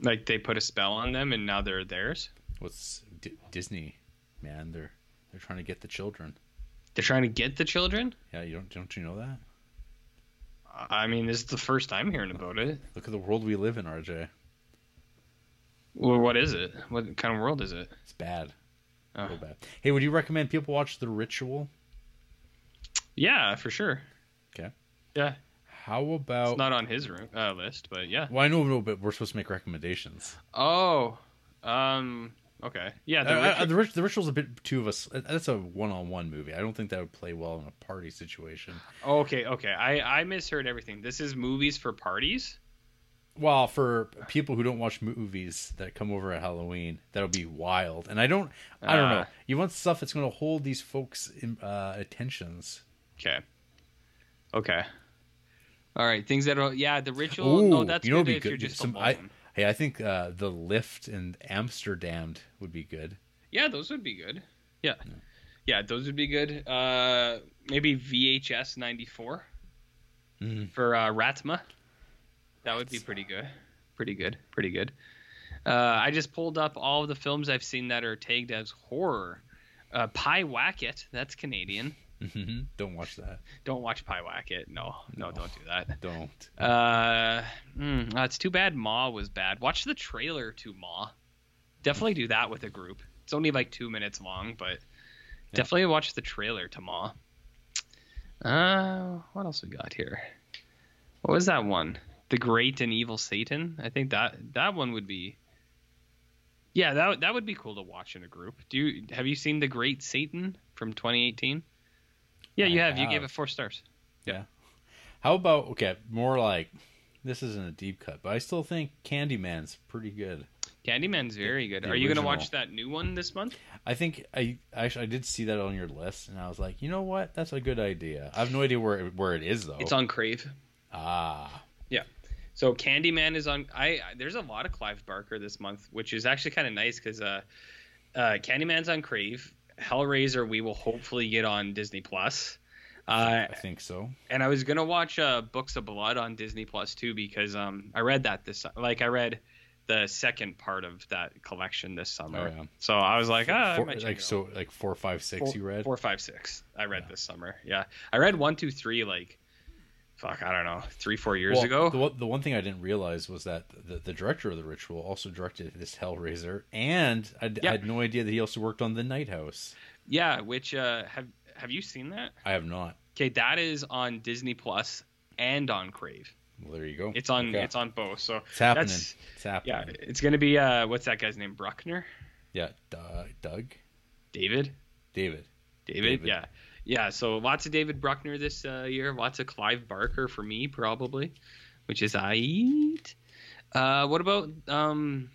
Speaker 2: Like they put a spell on them and now they're theirs.
Speaker 1: What's D- Disney, man? They're they're trying to get the children.
Speaker 2: They're trying to get the children.
Speaker 1: Yeah, you don't don't you know that?
Speaker 2: I mean, this is the first I'm hearing about it.
Speaker 1: Look at the world we live in, RJ.
Speaker 2: Well, what is it? What kind of world is it?
Speaker 1: It's bad.
Speaker 2: Oh.
Speaker 1: Real bad. Hey, would you recommend people watch The Ritual?
Speaker 2: Yeah, for sure.
Speaker 1: Okay. Oh.
Speaker 2: Yeah,
Speaker 1: How about?
Speaker 2: it's not on his room, uh, list, but yeah.
Speaker 1: well, I know, no, but we're supposed to make recommendations.
Speaker 2: Oh, um, okay. Yeah, the
Speaker 1: Uh, uh,
Speaker 2: Richard-
Speaker 1: the, Rit- the Ritual's a bit too of us. That's a one-on-one movie. I don't think that would play well in a party situation.
Speaker 2: Okay, okay. I I misheard everything. This is movies for parties.
Speaker 1: Well, for people who don't watch movies that come over at Halloween, that'll be wild. And I don't, I don't know.
Speaker 2: Ah.
Speaker 1: You want stuff that's going to hold these folks' in, uh, attentions.
Speaker 2: Okay. Okay. All right. Things that are yeah. The ritual. no, that's
Speaker 1: you know,
Speaker 2: good
Speaker 1: what'd
Speaker 2: if you're just
Speaker 1: Some- I,
Speaker 2: alone.
Speaker 1: hey, I think uh, the Lift and Amsterdam would be good.
Speaker 2: Yeah, those would be good. Yeah. Yeah, those would be good. Uh, maybe VHS 94
Speaker 1: Mm.
Speaker 2: for uh, Ratma. That would be pretty good. Pretty good. Pretty good. Uh, I just pulled up all of the films I've seen that are tagged as horror. Uh, Pie Wacket, that's Canadian. Mm-hmm.
Speaker 1: Mhm. don't watch that.
Speaker 2: Don't watch Pie Wacket. No, no, don't do that.
Speaker 1: Don't.
Speaker 2: Uh, mm, uh, it's too bad Ma was bad. Watch the trailer to Ma. Definitely do that with a group. It's only like two minutes long, but definitely watch the trailer to Ma. Uh, what else we got here? What was that one? The Great and Evil Satan. I think that that one would be. Yeah, that would- that would be cool to watch in a group. Do you have you seen The Great Satan from 2018? Yeah,
Speaker 1: I
Speaker 2: you have. You
Speaker 1: have.
Speaker 2: gave it four stars.
Speaker 1: How about okay? More like this isn't a deep cut, but I still think Candyman's pretty good.
Speaker 2: Candyman's very good.
Speaker 1: the
Speaker 2: Are you going to
Speaker 1: original.
Speaker 2: watch that new one this month?
Speaker 1: I think I actually I did see that on your list, and I was like, you know what? That's a good idea. I have no idea where it, where it is though.
Speaker 2: It's on Crave.
Speaker 1: ah.
Speaker 2: So Candyman is on. I I- there's a lot of Clive Barker this month, which is actually kind of nice because uh, uh, Candyman's on Crave. Hellraiser we will hopefully get on Disney Plus. Uh,
Speaker 1: I think so.
Speaker 2: and I was gonna watch uh, Books of Blood on Disney Plus too because um I read that this like I read the second part of that collection this summer.
Speaker 1: Oh, yeah.
Speaker 2: So I was like, ah, I
Speaker 1: Four-
Speaker 2: might check
Speaker 1: like
Speaker 2: it out."
Speaker 1: so, like four, five, six.
Speaker 2: four,
Speaker 1: you read?
Speaker 2: four, five, six. I read this summer. Yeah, I read one, two, three. Like, fuck, I don't know, three, four years
Speaker 1: Well,
Speaker 2: ago.
Speaker 1: The, one- the one thing I didn't realize was that the, the director of the ritual also directed this Hellraiser, and I, d- I
Speaker 2: Yeah.
Speaker 1: had no idea that he also worked on the Night House.
Speaker 2: Yeah, which uh, have have you seen that?
Speaker 1: I have not.
Speaker 2: Okay, that is on Disney Plus and on Crave.
Speaker 1: Well, there you go.
Speaker 2: It's on
Speaker 1: Okay.
Speaker 2: it's on both. So
Speaker 1: It's happening.
Speaker 2: that's-
Speaker 1: It's
Speaker 2: yeah,
Speaker 1: happening.
Speaker 2: it's gonna be uh, what's that guy's name? Bruckner,
Speaker 1: Yeah. Du- Doug,
Speaker 2: David,
Speaker 1: David.
Speaker 2: David,
Speaker 1: David.
Speaker 2: yeah, yeah. So lots of David Bruckner this uh, year. Lots of Clive Barker for me probably, which is I eat. Uh, what about um,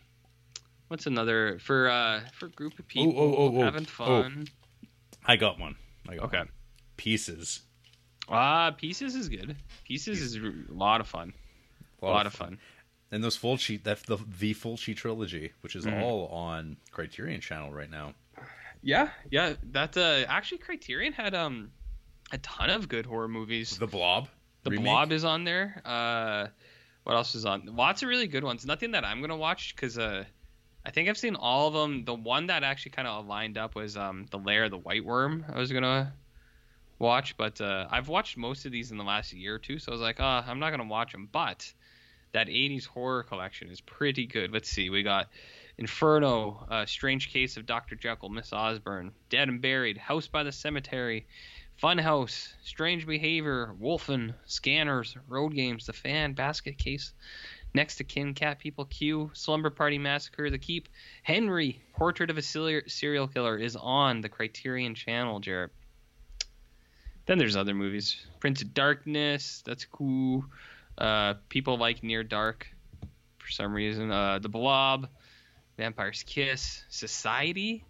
Speaker 2: what's another for uh for a group of people
Speaker 1: oh, oh, oh,
Speaker 2: having
Speaker 1: oh.
Speaker 2: fun?
Speaker 1: I got one. I got
Speaker 2: Okay.
Speaker 1: one. Pieces.
Speaker 2: Ah, pieces is good. Pieces is a lot of fun. A lot of fun.
Speaker 1: And those Fulci, that's the the Fulci trilogy, which is
Speaker 2: Mhm.
Speaker 1: all on Criterion Channel right now.
Speaker 2: Yeah, yeah. That uh, actually Criterion had um a ton of good horror movies.
Speaker 1: The Blob.
Speaker 2: The
Speaker 1: remake?
Speaker 2: Blob is on there. Uh, what else is on? Lots of really good ones. Nothing that I'm gonna watch because uh, I think I've seen all of them. The one that actually kind of lined up was um the Lair of the White Worm. I was gonna watch, but uh, I've watched most of these in the last year or two, so I was like, uh, I'm not gonna watch them. But that 80s horror collection is pretty good. Let's see, we got Inferno, uh, Strange Case of Dr. Jekyll, Miss Osborne, Dead and Buried, House by the Cemetery, Funhouse, Strange Behavior, Wolfen, Scanners, Road Games, The Fan, Basket Case, Next to Kin, Cat People Q, Slumber Party Massacre, The Keep, Henry, Portrait of a Celi- Serial Killer is on the Criterion Channel, Jarrett. Then there's other movies. Prince of Darkness, that's cool. Uh, people like Near Dark for some reason. Uh, the Blob, Vampire's Kiss, Society.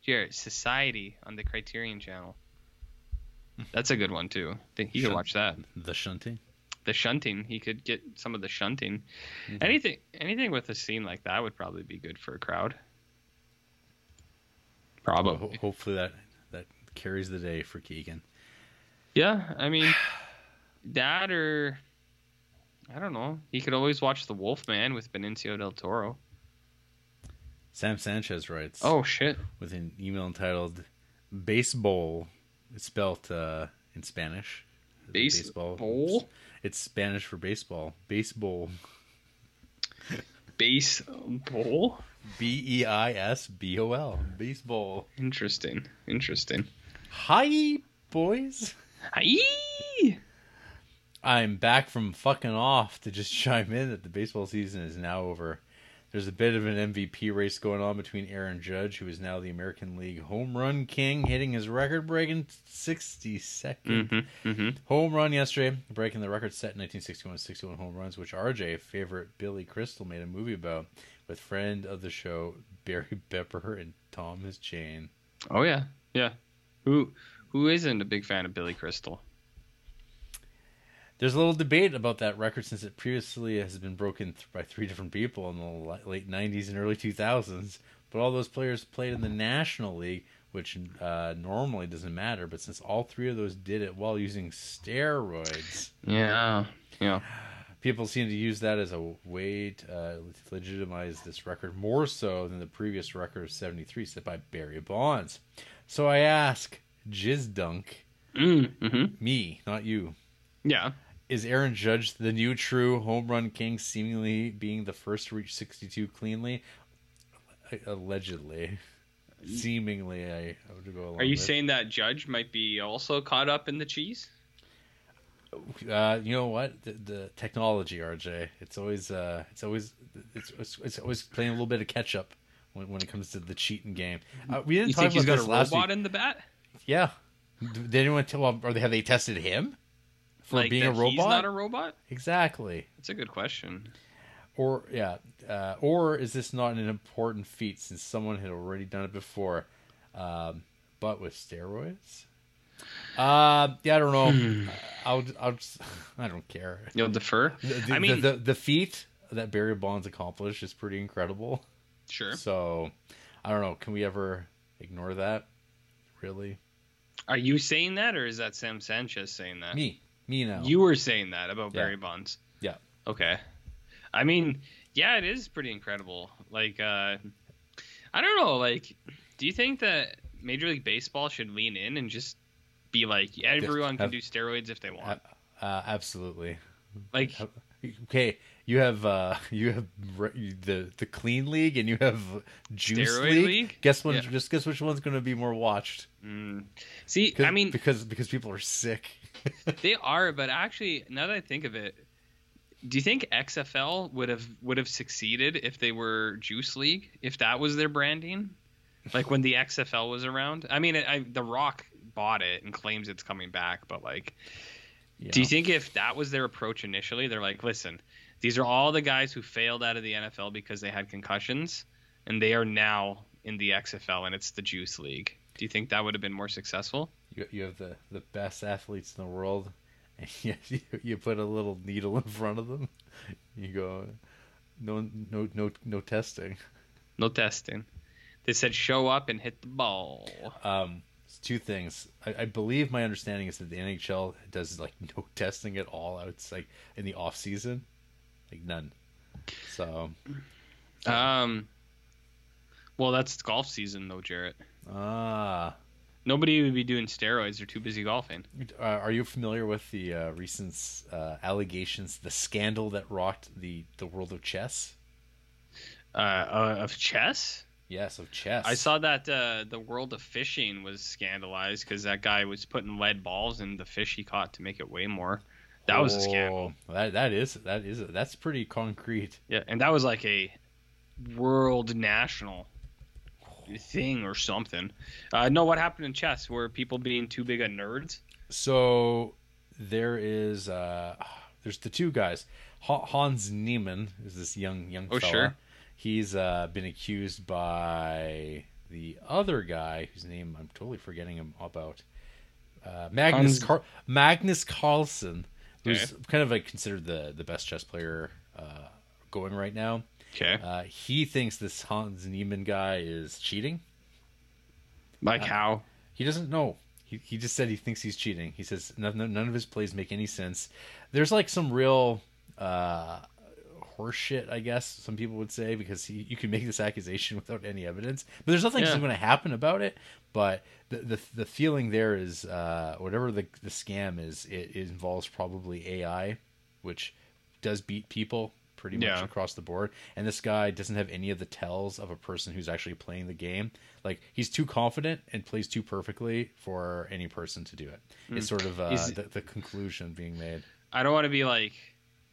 Speaker 2: Jared, Society on the Criterion Channel. That's a good one too. Think he could
Speaker 1: Shun-
Speaker 2: watch that.
Speaker 1: The Shunting.
Speaker 2: The shunting, he could get some of the shunting. Anything, anything with a scene like that would probably be good for a crowd.
Speaker 1: Well,
Speaker 2: Probably.
Speaker 1: ho- hopefully that that carries the day for Keegan.
Speaker 2: Yeah, I mean, that or I don't know. He could always watch The Wolfman with Benicio del Toro.
Speaker 1: Sam Sanchez writes
Speaker 2: Oh shit!
Speaker 1: with an email entitled Baseball. It's spelt uh, in Spanish.
Speaker 2: Baseball?
Speaker 1: It's Spanish for baseball. Baseball.
Speaker 2: Base bowl.
Speaker 1: B E I S B O L. Baseball.
Speaker 2: Interesting. Interesting.
Speaker 1: Hi, boys.
Speaker 2: Aye.
Speaker 1: I'm back from fucking off to just chime in that the baseball season is now over. There's a bit of an MVP race going on between Aaron Judge, who is now the American League home run king, hitting his record breaking 62nd
Speaker 2: Mm-hmm. Mm-hmm.
Speaker 1: home run yesterday, breaking the record set in 1961 61 home runs, which RJ, favorite Billy Crystal, made a movie about with friend of the show Barry Pepper and Thomas Jane.
Speaker 2: Oh yeah. Yeah. Who who isn't a big fan of Billy Crystal?
Speaker 1: There's a little debate about that record since it previously has been broken th- by three different people in the li- late 90s and early 2000s. But all those players played in the National League, which uh, normally doesn't matter. But since all three of those did it while using steroids,
Speaker 2: Yeah. Yeah.
Speaker 1: people seem to use that as a way to uh, legitimize this record more so than the previous record of 73 set by Barry Bonds. So I ask, Jizz Dunk,
Speaker 2: Mm-hmm.
Speaker 1: me, not you,
Speaker 2: Yeah.
Speaker 1: is Aaron Judge the new true home run king, seemingly being the first to reach 62 cleanly? Allegedly. Seemingly, I, I would go along
Speaker 2: Are you
Speaker 1: with.
Speaker 2: saying that Judge might be also caught up in the cheese?
Speaker 1: Uh, you know what? The, the technology, RJ. It's always, uh, it's always, it's, it's, it's always playing a little bit of catch up when, when it comes to the cheating game. Uh, we didn't
Speaker 2: You
Speaker 1: talk
Speaker 2: think
Speaker 1: about
Speaker 2: he's got
Speaker 1: this
Speaker 2: a
Speaker 1: last
Speaker 2: robot
Speaker 1: week.
Speaker 2: in the bat?
Speaker 1: Yeah. Did anyone tell? Well, are they have they tested him for
Speaker 2: Like
Speaker 1: being
Speaker 2: that
Speaker 1: a robot?
Speaker 2: He's not a robot.
Speaker 1: Exactly.
Speaker 2: That's a good question.
Speaker 1: Or yeah. Uh, or is this not an important feat since someone had already done it before, um, but with steroids? Uh, yeah, I don't
Speaker 2: Hmm.
Speaker 1: know. I'll, I'll, just, I don't care.
Speaker 2: You'll defer.
Speaker 1: The,
Speaker 2: I mean,
Speaker 1: the, the, the feat that Barry Bonds accomplished is pretty incredible.
Speaker 2: sure.
Speaker 1: So, I don't know. Can we ever ignore that? Really?
Speaker 2: Are you saying that, or is that Sam Sanchez saying that?
Speaker 1: Me, me now.
Speaker 2: You were saying that about
Speaker 1: Yeah.
Speaker 2: Barry Bonds.
Speaker 1: Yeah.
Speaker 2: Okay. I mean, yeah, it is pretty incredible. Like, uh, I don't know. Like, do you think that Major League Baseball should lean in and just be like, yeah, everyone
Speaker 1: have-
Speaker 2: can do steroids if they
Speaker 1: Uh,
Speaker 2: want?
Speaker 1: uh, absolutely.
Speaker 2: Like,
Speaker 1: have- Okay, you have uh, you have re- you- the the clean league and you have juice
Speaker 2: Steroid
Speaker 1: league.
Speaker 2: league?
Speaker 1: Guess one.
Speaker 2: Yeah.
Speaker 1: Just guess which one's going to be more watched.
Speaker 2: mm, see,
Speaker 1: 'Cause-
Speaker 2: I mean,
Speaker 1: because because people are sick.
Speaker 2: They are, but actually, now that I think of it, do you think XFL would have would have succeeded if they were Juice League, if that was their branding, like when the XFL was around? I mean, I, The Rock bought it and claims it's coming back, but like, do you
Speaker 1: Yeah.
Speaker 2: think if that was their approach initially, they're like, listen, these are all the guys who failed out of the NFL because they had concussions, and they are now in the XFL and it's the Juice League. Do you think that would have been more successful?
Speaker 1: you, you have the, the best athletes in the world, and you, you, you put a little needle in front of them. You go, no, no, no, no testing.
Speaker 2: No testing. They said show up and hit the ball.
Speaker 1: Um, it's two things. I, I believe my understanding is that the NHL does like no testing at all. I would say in the off season, like none. So,
Speaker 2: Um. Well, that's golf season though, Jarrett.
Speaker 1: ah,
Speaker 2: Nobody would be doing steroids. They're too busy golfing.
Speaker 1: uh, are you familiar with the uh, recent uh, allegations, the scandal that rocked the the world of chess?
Speaker 2: Uh, uh of chess.
Speaker 1: Yes, of chess.
Speaker 2: I saw that uh, the world of fishing was scandalized because that guy was putting lead balls in the fish he caught to make it weigh more. That was a scandal.
Speaker 1: Oh, That that is that is that's pretty concrete.
Speaker 2: Yeah, and that was like a world national thing or something. Uh, no, what happened in chess? Were people being too big of nerds?
Speaker 1: So there is uh there's the two guys. Ha- Hans Niemann is this young young
Speaker 2: Oh,
Speaker 1: fella.
Speaker 2: sure.
Speaker 1: He's uh been accused by the other guy whose name I'm totally forgetting him about. Uh, Magnus
Speaker 2: Hans-
Speaker 1: Car- Magnus Carlsen, who's kind of like considered the the best chess player uh, going right now.
Speaker 2: Okay.
Speaker 1: Uh, he thinks this Hans Niemann guy is cheating.
Speaker 2: Like how?
Speaker 1: He doesn't know. He, he just said he thinks he's cheating. He says none, none none of his plays make any sense. There's like some real uh, horseshit, I guess some people would say, because he, you can make this accusation without any evidence. But there's nothing
Speaker 2: Yeah.
Speaker 1: that's going to happen about it. But the the, the feeling there is uh, whatever the the scam is, it, it involves probably AI, which does beat people pretty much
Speaker 2: Yeah.
Speaker 1: across the board. And this guy doesn't have any of the tells of a person who's actually playing the game. Like he's too confident and plays too perfectly for any person to do it. It's sort of uh,
Speaker 2: Hmm. Is-
Speaker 1: the, the conclusion being made.
Speaker 2: I don't want to be like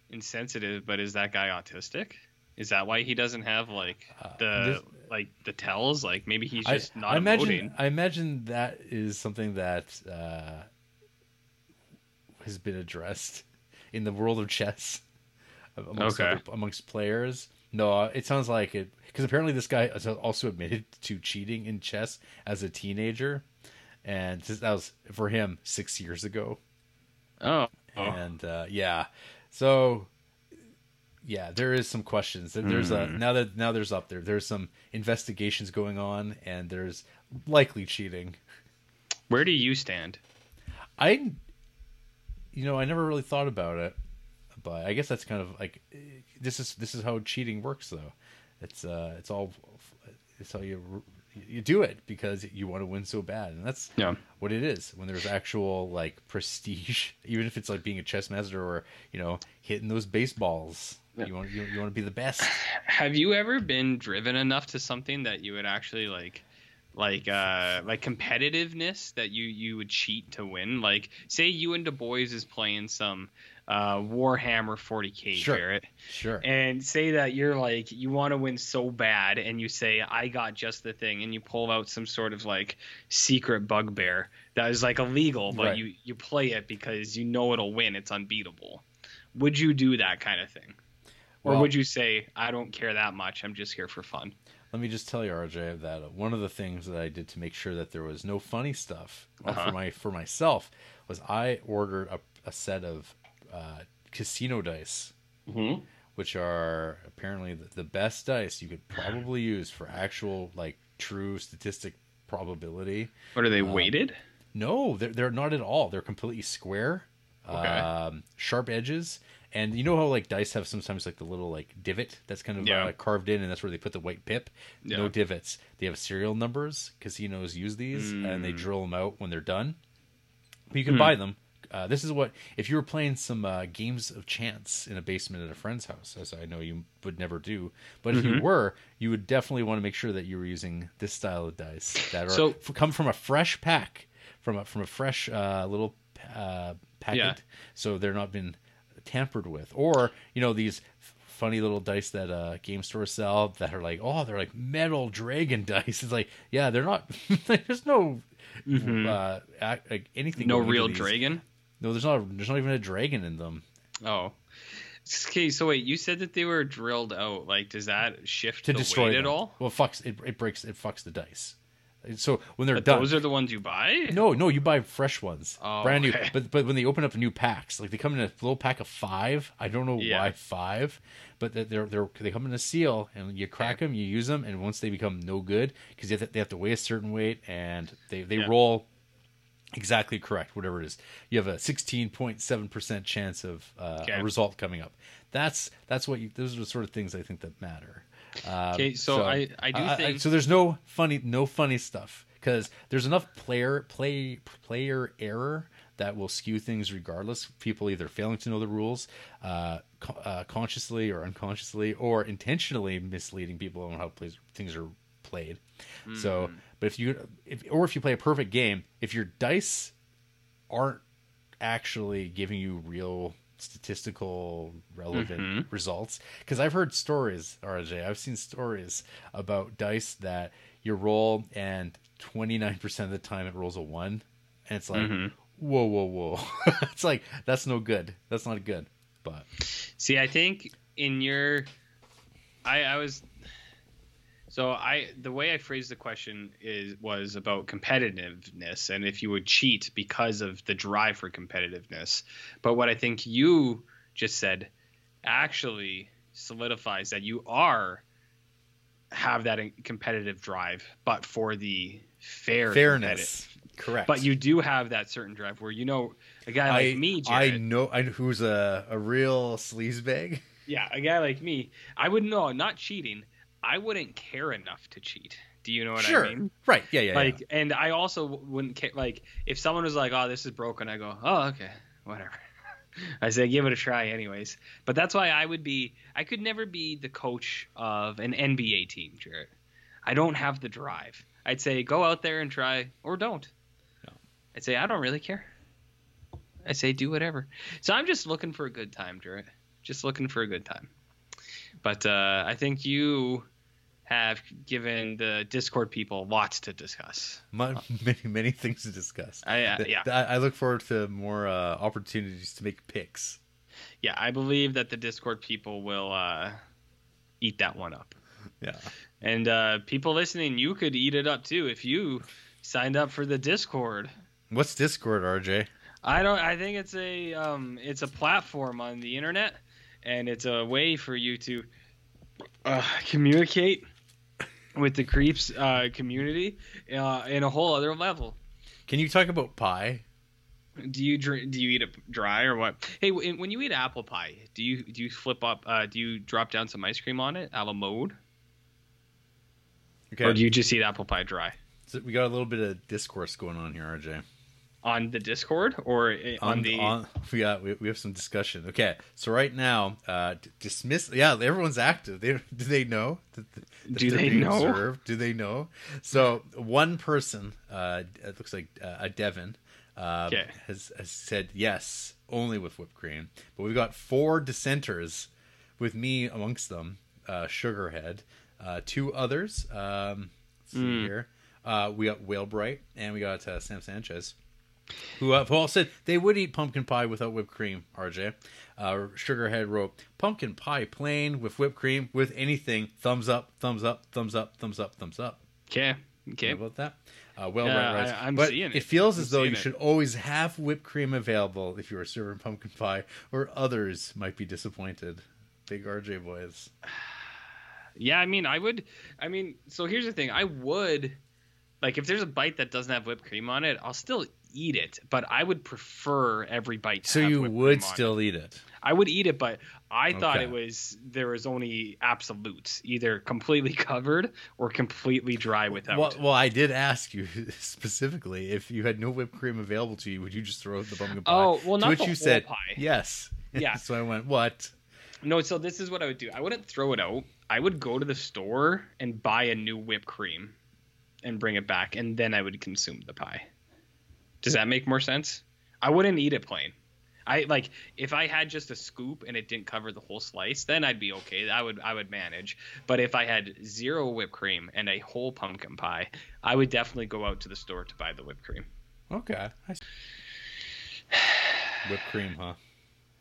Speaker 2: insensitive, but is that guy autistic? Is that why he doesn't have like
Speaker 1: Uh,
Speaker 2: the
Speaker 1: this-
Speaker 2: like the tells? Like maybe he's just not
Speaker 1: I imagine.
Speaker 2: emoting.
Speaker 1: I imagine that is something that uh, has been addressed in the world of chess amongst,
Speaker 2: Okay.
Speaker 1: other- amongst players. No, uh, it sounds like it because apparently this guy has also admitted to cheating in chess as a teenager, and this- that was for him six years ago.
Speaker 2: Oh, oh.
Speaker 1: And uh, yeah, so yeah, there is some questions. There- There's a now that now there's up there. There's some investigations going on, and there's likely cheating.
Speaker 2: where do you stand?
Speaker 1: I, you know, I never really thought about it, but I guess that's kind of like eh, this is this is how cheating works, though. It's uh, it's all it's how you you do it because you want to win so bad, and that's
Speaker 2: Yeah.
Speaker 1: what it is when there's actual like prestige, even if it's like being a chess master or you know hitting those baseballs. You want you, you want to be the best.
Speaker 2: Have you ever been driven enough to something that you would actually like like uh like competitiveness that you you would cheat to win? Like say you and Du Bois is playing some uh Warhammer 40K
Speaker 1: Sure.
Speaker 2: Barrett
Speaker 1: Sure.
Speaker 2: and say that you're like you want to win so bad and you say I got just the thing and you pull out some sort of like secret bugbear that is like illegal but
Speaker 1: Right.
Speaker 2: you you play it because you know it'll win it's unbeatable would you do that kind of thing or
Speaker 1: Well-
Speaker 2: would you say I don't care that much I'm just here for fun
Speaker 1: Let me just tell you, RJ, that one of the things that I did to make sure that there was no funny stuff uh,
Speaker 2: Uh-huh.
Speaker 1: for my for myself was I ordered a, a set of uh, casino dice,
Speaker 2: Mhm.
Speaker 1: which are apparently the, the best dice you could probably use for actual like true statistic probability.
Speaker 2: what
Speaker 1: Uh,
Speaker 2: are they weighted
Speaker 1: No, they're, they're not at all. They're completely square,
Speaker 2: Okay.
Speaker 1: um, sharp edges. And you know how like dice have sometimes like the little like divot that's kind of
Speaker 2: Yeah.
Speaker 1: uh, carved in, and that's where they put the white pip. No
Speaker 2: Yeah.
Speaker 1: divots. They have serial numbers. Casinos use these, and
Speaker 2: Mm.
Speaker 1: they drill them out when they're done. But
Speaker 2: Hmm.
Speaker 1: you can buy them. Uh, this is what if you were playing some uh, games of chance in a basement at a friend's house, as I know you would never do. But if
Speaker 2: Mm-hmm.
Speaker 1: you were, you would definitely want to make sure that you were using this style of dice that are
Speaker 2: So-
Speaker 1: f- come from a fresh pack, from a from a fresh uh, little uh, packet,
Speaker 2: Yeah.
Speaker 1: so they're not been tampered with, or you know these f- funny little dice that uh, game stores sell that are like, oh, they're like metal dragon dice. It's like, yeah, they're not. there's no uh, ac- like anything.
Speaker 2: Mm-hmm. no
Speaker 1: going into
Speaker 2: real
Speaker 1: these.
Speaker 2: dragon
Speaker 1: No, there's not. There's not even a dragon in them.
Speaker 2: oh okay so wait you said that they were drilled out like does that shift
Speaker 1: to
Speaker 2: the
Speaker 1: destroy
Speaker 2: weight
Speaker 1: them.
Speaker 2: at all
Speaker 1: Well, it fucks. It, it breaks. It fucks the dice. And So when they're
Speaker 2: but
Speaker 1: done,
Speaker 2: those are the ones you buy
Speaker 1: no, no, you buy fresh ones,
Speaker 2: Oh,
Speaker 1: brand new.
Speaker 2: okay.
Speaker 1: But but when they open up new packs, like they come in a little pack of five. I don't know
Speaker 2: Yeah.
Speaker 1: why five, but they- they're they're they come in a seal, and you crack them, you use them, and once they become no good, because they, have to- they have to weigh a certain weight, and they they
Speaker 2: Yeah.
Speaker 1: roll exactly correct, whatever it is. You have a sixteen point seven percent chance of uh,
Speaker 2: Okay.
Speaker 1: a result coming up. That's that's what you. Those are the sort of things I think that matter. Um, uh,
Speaker 2: Okay, so I- I do think-
Speaker 1: so. There's no funny, no funny stuff because there's enough player play player error that will skew things regardless. People either failing to know the rules, uh, co- uh, consciously or unconsciously, or intentionally misleading people on how plays, things are played.
Speaker 2: Hmm.
Speaker 1: So, but if you if or if you play a perfect game, if your dice aren't actually giving you real statistical relevant
Speaker 2: Mm-hmm.
Speaker 1: results because i've heard stories rj i've seen stories about dice that you roll and 29% of the time it rolls a one and it's
Speaker 2: Mm-hmm.
Speaker 1: like whoa whoa whoa it's like that's no good that's not good but
Speaker 2: See, I think in your, I I was, so I the way I phrased the question is was about competitiveness and if you would cheat because of the drive for competitiveness. But what I think you just said actually solidifies that you are have that in- competitive drive, but for the fair competitive-
Speaker 1: fairness correct
Speaker 2: But you do have that certain drive where you know a guy like
Speaker 1: I,
Speaker 2: me,
Speaker 1: I
Speaker 2: Jared,
Speaker 1: know I, who's a, a real sleazebag
Speaker 2: Yeah, a guy like me, I would know not cheating. I wouldn't care enough to cheat. Do you know what
Speaker 1: sure
Speaker 2: I mean?
Speaker 1: right yeah yeah
Speaker 2: Like, and I also wouldn't care. Like, if someone was like, "Oh, this is broken," I go, "Oh, okay, whatever." I said give it a try anyways. But that's why I would be I could never be the coach of an NBA team, Jarrett. I don't have the drive. I'd say go out there and try or don't.
Speaker 1: No.
Speaker 2: I'd say I don't really care. I say do whatever. So I'm just looking for a good time, Jarrett. Just looking for a good time. But uh, I think you have given the Discord people lots to discuss.
Speaker 1: My, many many things to discuss.
Speaker 2: I, uh,
Speaker 1: Th-
Speaker 2: yeah.
Speaker 1: th- I look forward to more uh, opportunities to make picks.
Speaker 2: yeah, I believe that the Discord people will uh, eat that one up.
Speaker 1: Yeah.
Speaker 2: And uh, people listening, you could eat it up too if you signed up for the Discord.
Speaker 1: What's Discord, RJ?
Speaker 2: I don't. I think it's a um, it's a platform on the internet, and it's a way for you to uh, communicate with the creeps uh, community uh, in a whole other level.
Speaker 1: Can you talk about pie?
Speaker 2: Do you dr- do you eat it dry or what? Hey, w- when you eat apple pie, do you do you flip up? Uh, do you drop down some ice cream on it, a la mode,
Speaker 1: Okay.
Speaker 2: or do you just eat apple pie dry
Speaker 1: So we got a little bit of discourse going on here, RJ.
Speaker 2: on the Discord or i- on, the?
Speaker 1: we got we, we have some discussion. Okay, so right now, uh, d- dismiss. Yeah, everyone's active. They do they know? That, th- that
Speaker 2: Do
Speaker 1: they're
Speaker 2: they
Speaker 1: being
Speaker 2: know?
Speaker 1: observed? Do they know? So one person, uh, it looks like uh, a Devon, uh,
Speaker 2: Okay.
Speaker 1: has, has said yes only with whipped cream, but we've got four dissenters, with me amongst them, uh, Sugarhead, uh, two others. Um, let's see
Speaker 2: Mm.
Speaker 1: here. Uh, we got Whalebright and we got uh, Sam Sanchez who, uh, who all said they would eat pumpkin pie without whipped cream. RJ, uh, Sugarhead wrote pumpkin pie plain with whipped cream with anything. Thumbs up, thumbs up, thumbs up, thumbs up, thumbs up.
Speaker 2: Okay,
Speaker 1: How
Speaker 2: okay.
Speaker 1: about that? Uh, well,
Speaker 2: Yeah,
Speaker 1: right, right.
Speaker 2: I- I'm
Speaker 1: but
Speaker 2: seeing
Speaker 1: it.
Speaker 2: it.
Speaker 1: feels as
Speaker 2: I'm
Speaker 1: though
Speaker 2: seeing
Speaker 1: you
Speaker 2: it.
Speaker 1: should always have whipped cream available if you are serving pumpkin pie, or others might be disappointed. Big RJ boys.
Speaker 2: Yeah, I mean, I would. I mean, so here's the thing. I would, like, if there's a bite that doesn't have whipped cream on it, I'll still eat it, but I would prefer every bite. To
Speaker 1: So
Speaker 2: have
Speaker 1: you
Speaker 2: whipped
Speaker 1: would
Speaker 2: cream on it.
Speaker 1: still eat it.
Speaker 2: I would eat it, but I thought
Speaker 1: Okay.
Speaker 2: it was there was only absolutes, either completely covered or completely dry without.
Speaker 1: Well, well, I did ask you specifically if you had no whipped cream available to you, would you just throw out the pumpkin pie?
Speaker 2: Oh, well,
Speaker 1: To
Speaker 2: not
Speaker 1: which
Speaker 2: the
Speaker 1: you
Speaker 2: whole
Speaker 1: said
Speaker 2: pie.
Speaker 1: yes.
Speaker 2: Yeah.
Speaker 1: so I went what?
Speaker 2: No, so this is what I would do. I wouldn't throw it out. I would go to the store and buy a new whipped cream, and bring it back, and then I would consume the pie. Does that make more sense? I wouldn't eat it plain. I like if I had just a scoop and it didn't cover the whole slice, then I'd be okay. I would I would manage. But if I had zero whipped cream and a whole pumpkin pie, I would definitely go out to the store to buy the whipped cream.
Speaker 1: Okay. I s- whipped cream, huh?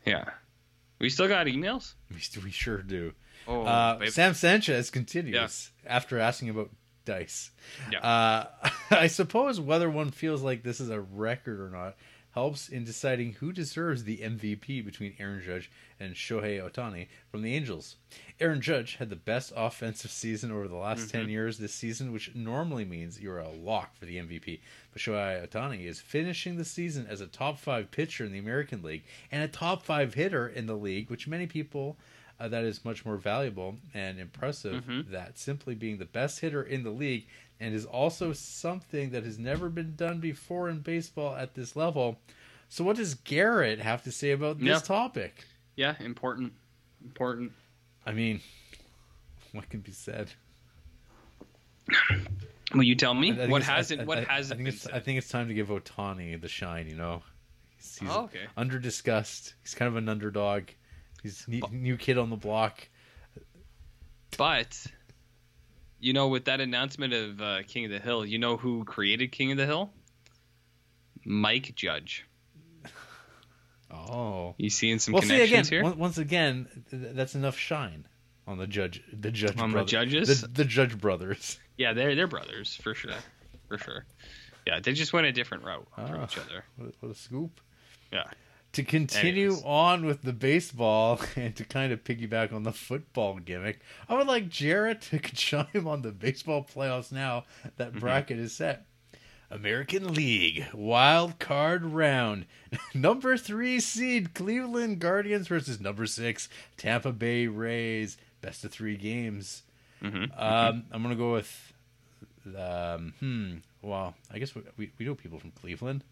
Speaker 2: Yeah. We still got emails?
Speaker 1: We, st- we sure do.
Speaker 2: Oh,
Speaker 1: uh,
Speaker 2: babe.
Speaker 1: Sam Sanchez continues after asking about dice.
Speaker 2: Yeah.
Speaker 1: Uh, I suppose whether one feels like this is a record or not helps in deciding who deserves the MVP between Aaron Judge and Shohei Otani from the Angels. Aaron Judge had the best offensive season over the last 10 years this season, which normally means you're a lock for the MVP. But Shohei Otani is finishing the season as a top five pitcher in the American League and a top five hitter in the league, which many people uh, that is much more valuable and impressive
Speaker 2: Mm-hmm.
Speaker 1: that simply being the best hitter in the league and is also something that has never been done before in baseball at this level. So what does Garrett have to say about this
Speaker 2: Yeah.
Speaker 1: topic?
Speaker 2: yeah, important. Important.
Speaker 1: I mean, what can be said?
Speaker 2: Will you tell me
Speaker 1: I think
Speaker 2: what
Speaker 1: it's- I-
Speaker 2: hasn't
Speaker 1: I-
Speaker 2: what
Speaker 1: I- I
Speaker 2: hasn't
Speaker 1: think
Speaker 2: been
Speaker 1: it's,
Speaker 2: said?
Speaker 1: I think it's time to give Otani the shine, you know. He's, he's
Speaker 2: Oh, okay.
Speaker 1: under discussed. He's kind of an underdog. He's ne- new kid on the block.
Speaker 2: But you know, with that announcement of uh, King of the Hill, you know who created King of the Hill? Mike Judge.
Speaker 1: Oh.
Speaker 2: You seeing some
Speaker 1: well, see again.
Speaker 2: connections here?
Speaker 1: on- Once again, th- that's enough shine on the judge. The judge.
Speaker 2: On the
Speaker 1: brother-
Speaker 2: judges?
Speaker 1: The, the judge brothers.
Speaker 2: Yeah, they're they're brothers for sure, for sure. Yeah, they just went a different route from
Speaker 1: Ah.
Speaker 2: each other.
Speaker 1: What, what a scoop.
Speaker 2: Yeah.
Speaker 1: To continue
Speaker 2: Anyways.
Speaker 1: on with the baseball and to kind of piggyback on the football gimmick, I would like Jarrett to chime on the baseball playoffs now that
Speaker 2: Mm-hmm.
Speaker 1: bracket is set. American League wild card round. number three seed Cleveland Guardians versus number six Tampa Bay Rays. Best of three games.
Speaker 2: Mhm.
Speaker 1: Um, I'm gonna go with. Um, hmm. Well, I guess we, we we know people from Cleveland.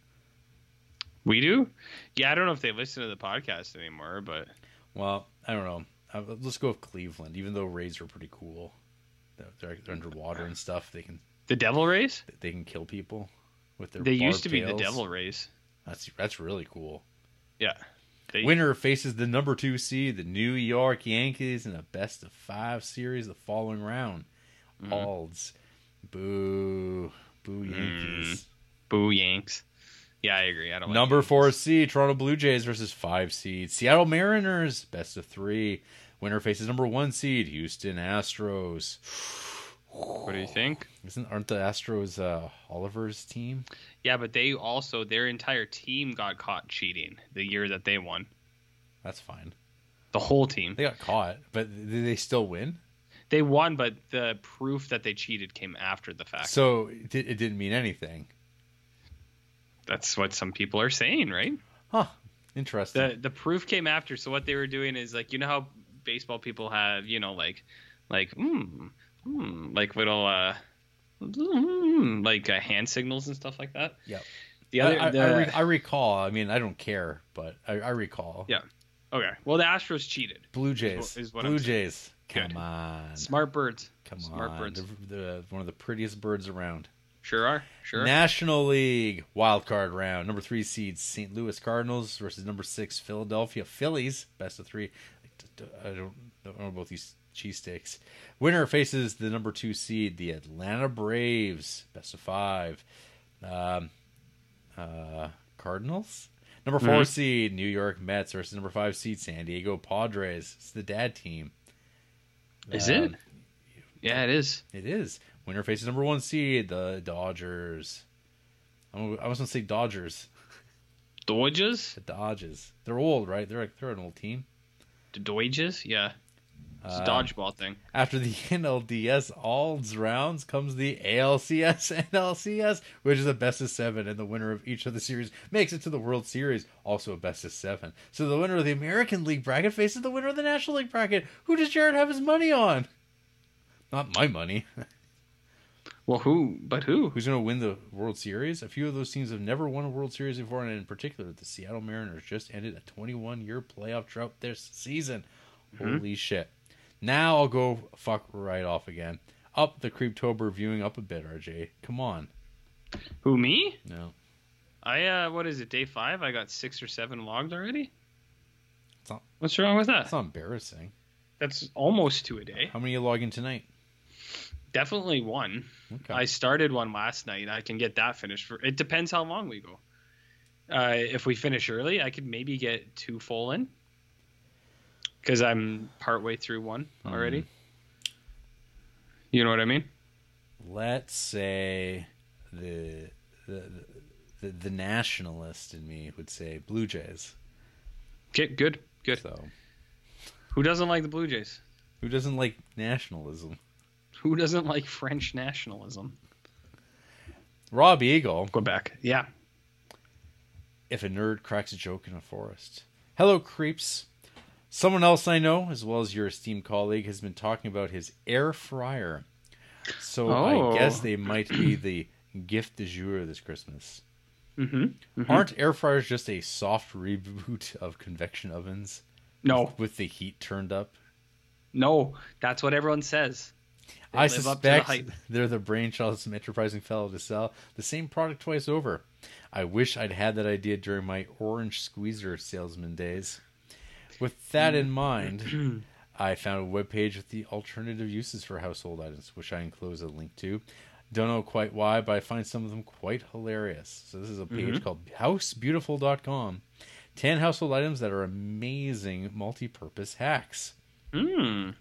Speaker 2: We do? Yeah, I don't know if they listen to the podcast anymore, but
Speaker 1: Well, I don't know. Uh, let's go with Cleveland. Even though Rays are pretty cool, they're, they're they're underwater and stuff. They can
Speaker 2: the Devil Rays?
Speaker 1: they can kill people with their.
Speaker 2: They used
Speaker 1: barbed
Speaker 2: to be the
Speaker 1: tails.
Speaker 2: Devil Rays.
Speaker 1: That's that's really cool.
Speaker 2: Yeah. They-
Speaker 1: Winner faces the number two seed, the New York Yankees, in a best of five series the following round.
Speaker 2: Mhm.
Speaker 1: Alds, boo, boo
Speaker 2: Mm,
Speaker 1: Yankees.
Speaker 2: Boo Yanks. Yeah, I agree. I don't like
Speaker 1: number
Speaker 2: Yanks.
Speaker 1: four seed, Toronto Blue Jays versus five seed, Seattle Mariners, best of three. Winner faces number one seed, Houston Astros.
Speaker 2: What do you think?
Speaker 1: Isn't aren't the Astros uh, Oliver's team?
Speaker 2: Yeah, but they also their entire team got caught cheating the year that they won.
Speaker 1: That's fine.
Speaker 2: The whole team.
Speaker 1: They got caught, but did they still win?
Speaker 2: They won, but the proof that they cheated came after the fact.
Speaker 1: So it, did, it didn't mean anything,
Speaker 2: That's what some people are saying, right?
Speaker 1: huh? Interesting.
Speaker 2: the the proof came after. So what they were doing is like you know how baseball people have you know like like mm, mm, like little uh mm, like uh, hand signals and stuff like that.
Speaker 1: Yep.
Speaker 2: The other
Speaker 1: I, I-
Speaker 2: the,
Speaker 1: I, re- I recall. I mean, I don't care, but I, I recall.
Speaker 2: Yeah. okay. Well, the Astros cheated.
Speaker 1: Blue Jays.
Speaker 2: is what
Speaker 1: Blue
Speaker 2: I'm saying.
Speaker 1: Jays. Come
Speaker 2: Good.
Speaker 1: on.
Speaker 2: Smart birds.
Speaker 1: Come
Speaker 2: smart
Speaker 1: on.
Speaker 2: birds.
Speaker 1: They're, they're one of the prettiest birds around.
Speaker 2: Sure are. Sure. are.
Speaker 1: National League wild card round. Number three seed St. Louis Cardinals versus number six Philadelphia Phillies. Best of three. I don't, I don't know about these cheesesteaks. Winner faces the number two seed, the Atlanta Braves. Best of five. Um, uh, Cardinals. Number 4
Speaker 2: Mhm.
Speaker 1: seed New York Mets versus number five seed San Diego Padres. It's the dad team.
Speaker 2: is
Speaker 1: Um,
Speaker 2: it? Yeah, it is.
Speaker 1: it is. Winner faces number one seed, the Dodgers. I'm, I was gonna say Dodgers.
Speaker 2: The Dodgers.
Speaker 1: The Dodgers. They're old, right? They're they're an old team.
Speaker 2: The Dodgers. Yeah. It's a
Speaker 1: Uh,
Speaker 2: dodgeball thing.
Speaker 1: After the NLDS alls rounds comes the ALCS NLCS, which is a best of seven, and the winner of each of the series makes it to the World Series, also a best of seven. So the winner of the American League bracket faces the winner of the National League bracket. Who does Jared have his money on? Not my money.
Speaker 2: Well, who? But who?
Speaker 1: who's going to win the World Series. A few of those teams have never won a World Series before, and in particular, the Seattle Mariners just ended a 21 year playoff drought this season.
Speaker 2: Mm-hmm.
Speaker 1: Holy shit. Now I'll go fuck right off again. Up the Creeptober viewing up a bit, RJ. Come on.
Speaker 2: Who? Me?
Speaker 1: No.
Speaker 2: I uh, what is it? Day five? I got six or seven logged already.
Speaker 1: It's not-
Speaker 2: What's wrong with that?
Speaker 1: That's not embarrassing.
Speaker 2: That's almost two a day.
Speaker 1: How many you logging tonight?
Speaker 2: Definitely one.
Speaker 1: Okay.
Speaker 2: I started one last night. I can get that finished for. It depends how long we go. Uh, if we finish early, I could maybe get two full in. Because I'm partway through one already. You know what I mean?
Speaker 1: Let's say the, the, the, the nationalist in me would say Blue Jays.
Speaker 2: Okay, good, good.
Speaker 1: So,
Speaker 2: Who doesn't like the Blue Jays?
Speaker 1: who doesn't like nationalism?
Speaker 2: Who doesn't like French nationalism?
Speaker 1: Rob Eagle
Speaker 2: Quebec. Yeah.
Speaker 1: if a nerd cracks a joke in a forest. Hello, creeps. Someone else I know, as well as your esteemed colleague, has been talking about his air fryer. So
Speaker 2: Oh.
Speaker 1: I guess they might be the gift du jour this Christmas.
Speaker 2: Mm-hmm.
Speaker 1: Aren't air fryers just a soft reboot of convection ovens
Speaker 2: No,
Speaker 1: with the heat turned up?
Speaker 2: no. That's what everyone says. They
Speaker 1: I
Speaker 2: live up to the
Speaker 1: suspect
Speaker 2: hype.
Speaker 1: they're the brainchild of some enterprising fellow to sell the same product twice over. I wish I'd had that idea during my orange squeezer salesman days. With that in mind, I found a webpage with the alternative uses for household items, which I enclose a link to. Don't know quite why, but I find some of them quite hilarious. So this is a
Speaker 2: Mm-hmm.
Speaker 1: page called housebeautiful.com. 10 household items that are amazing multi-purpose hacks.
Speaker 2: Mm.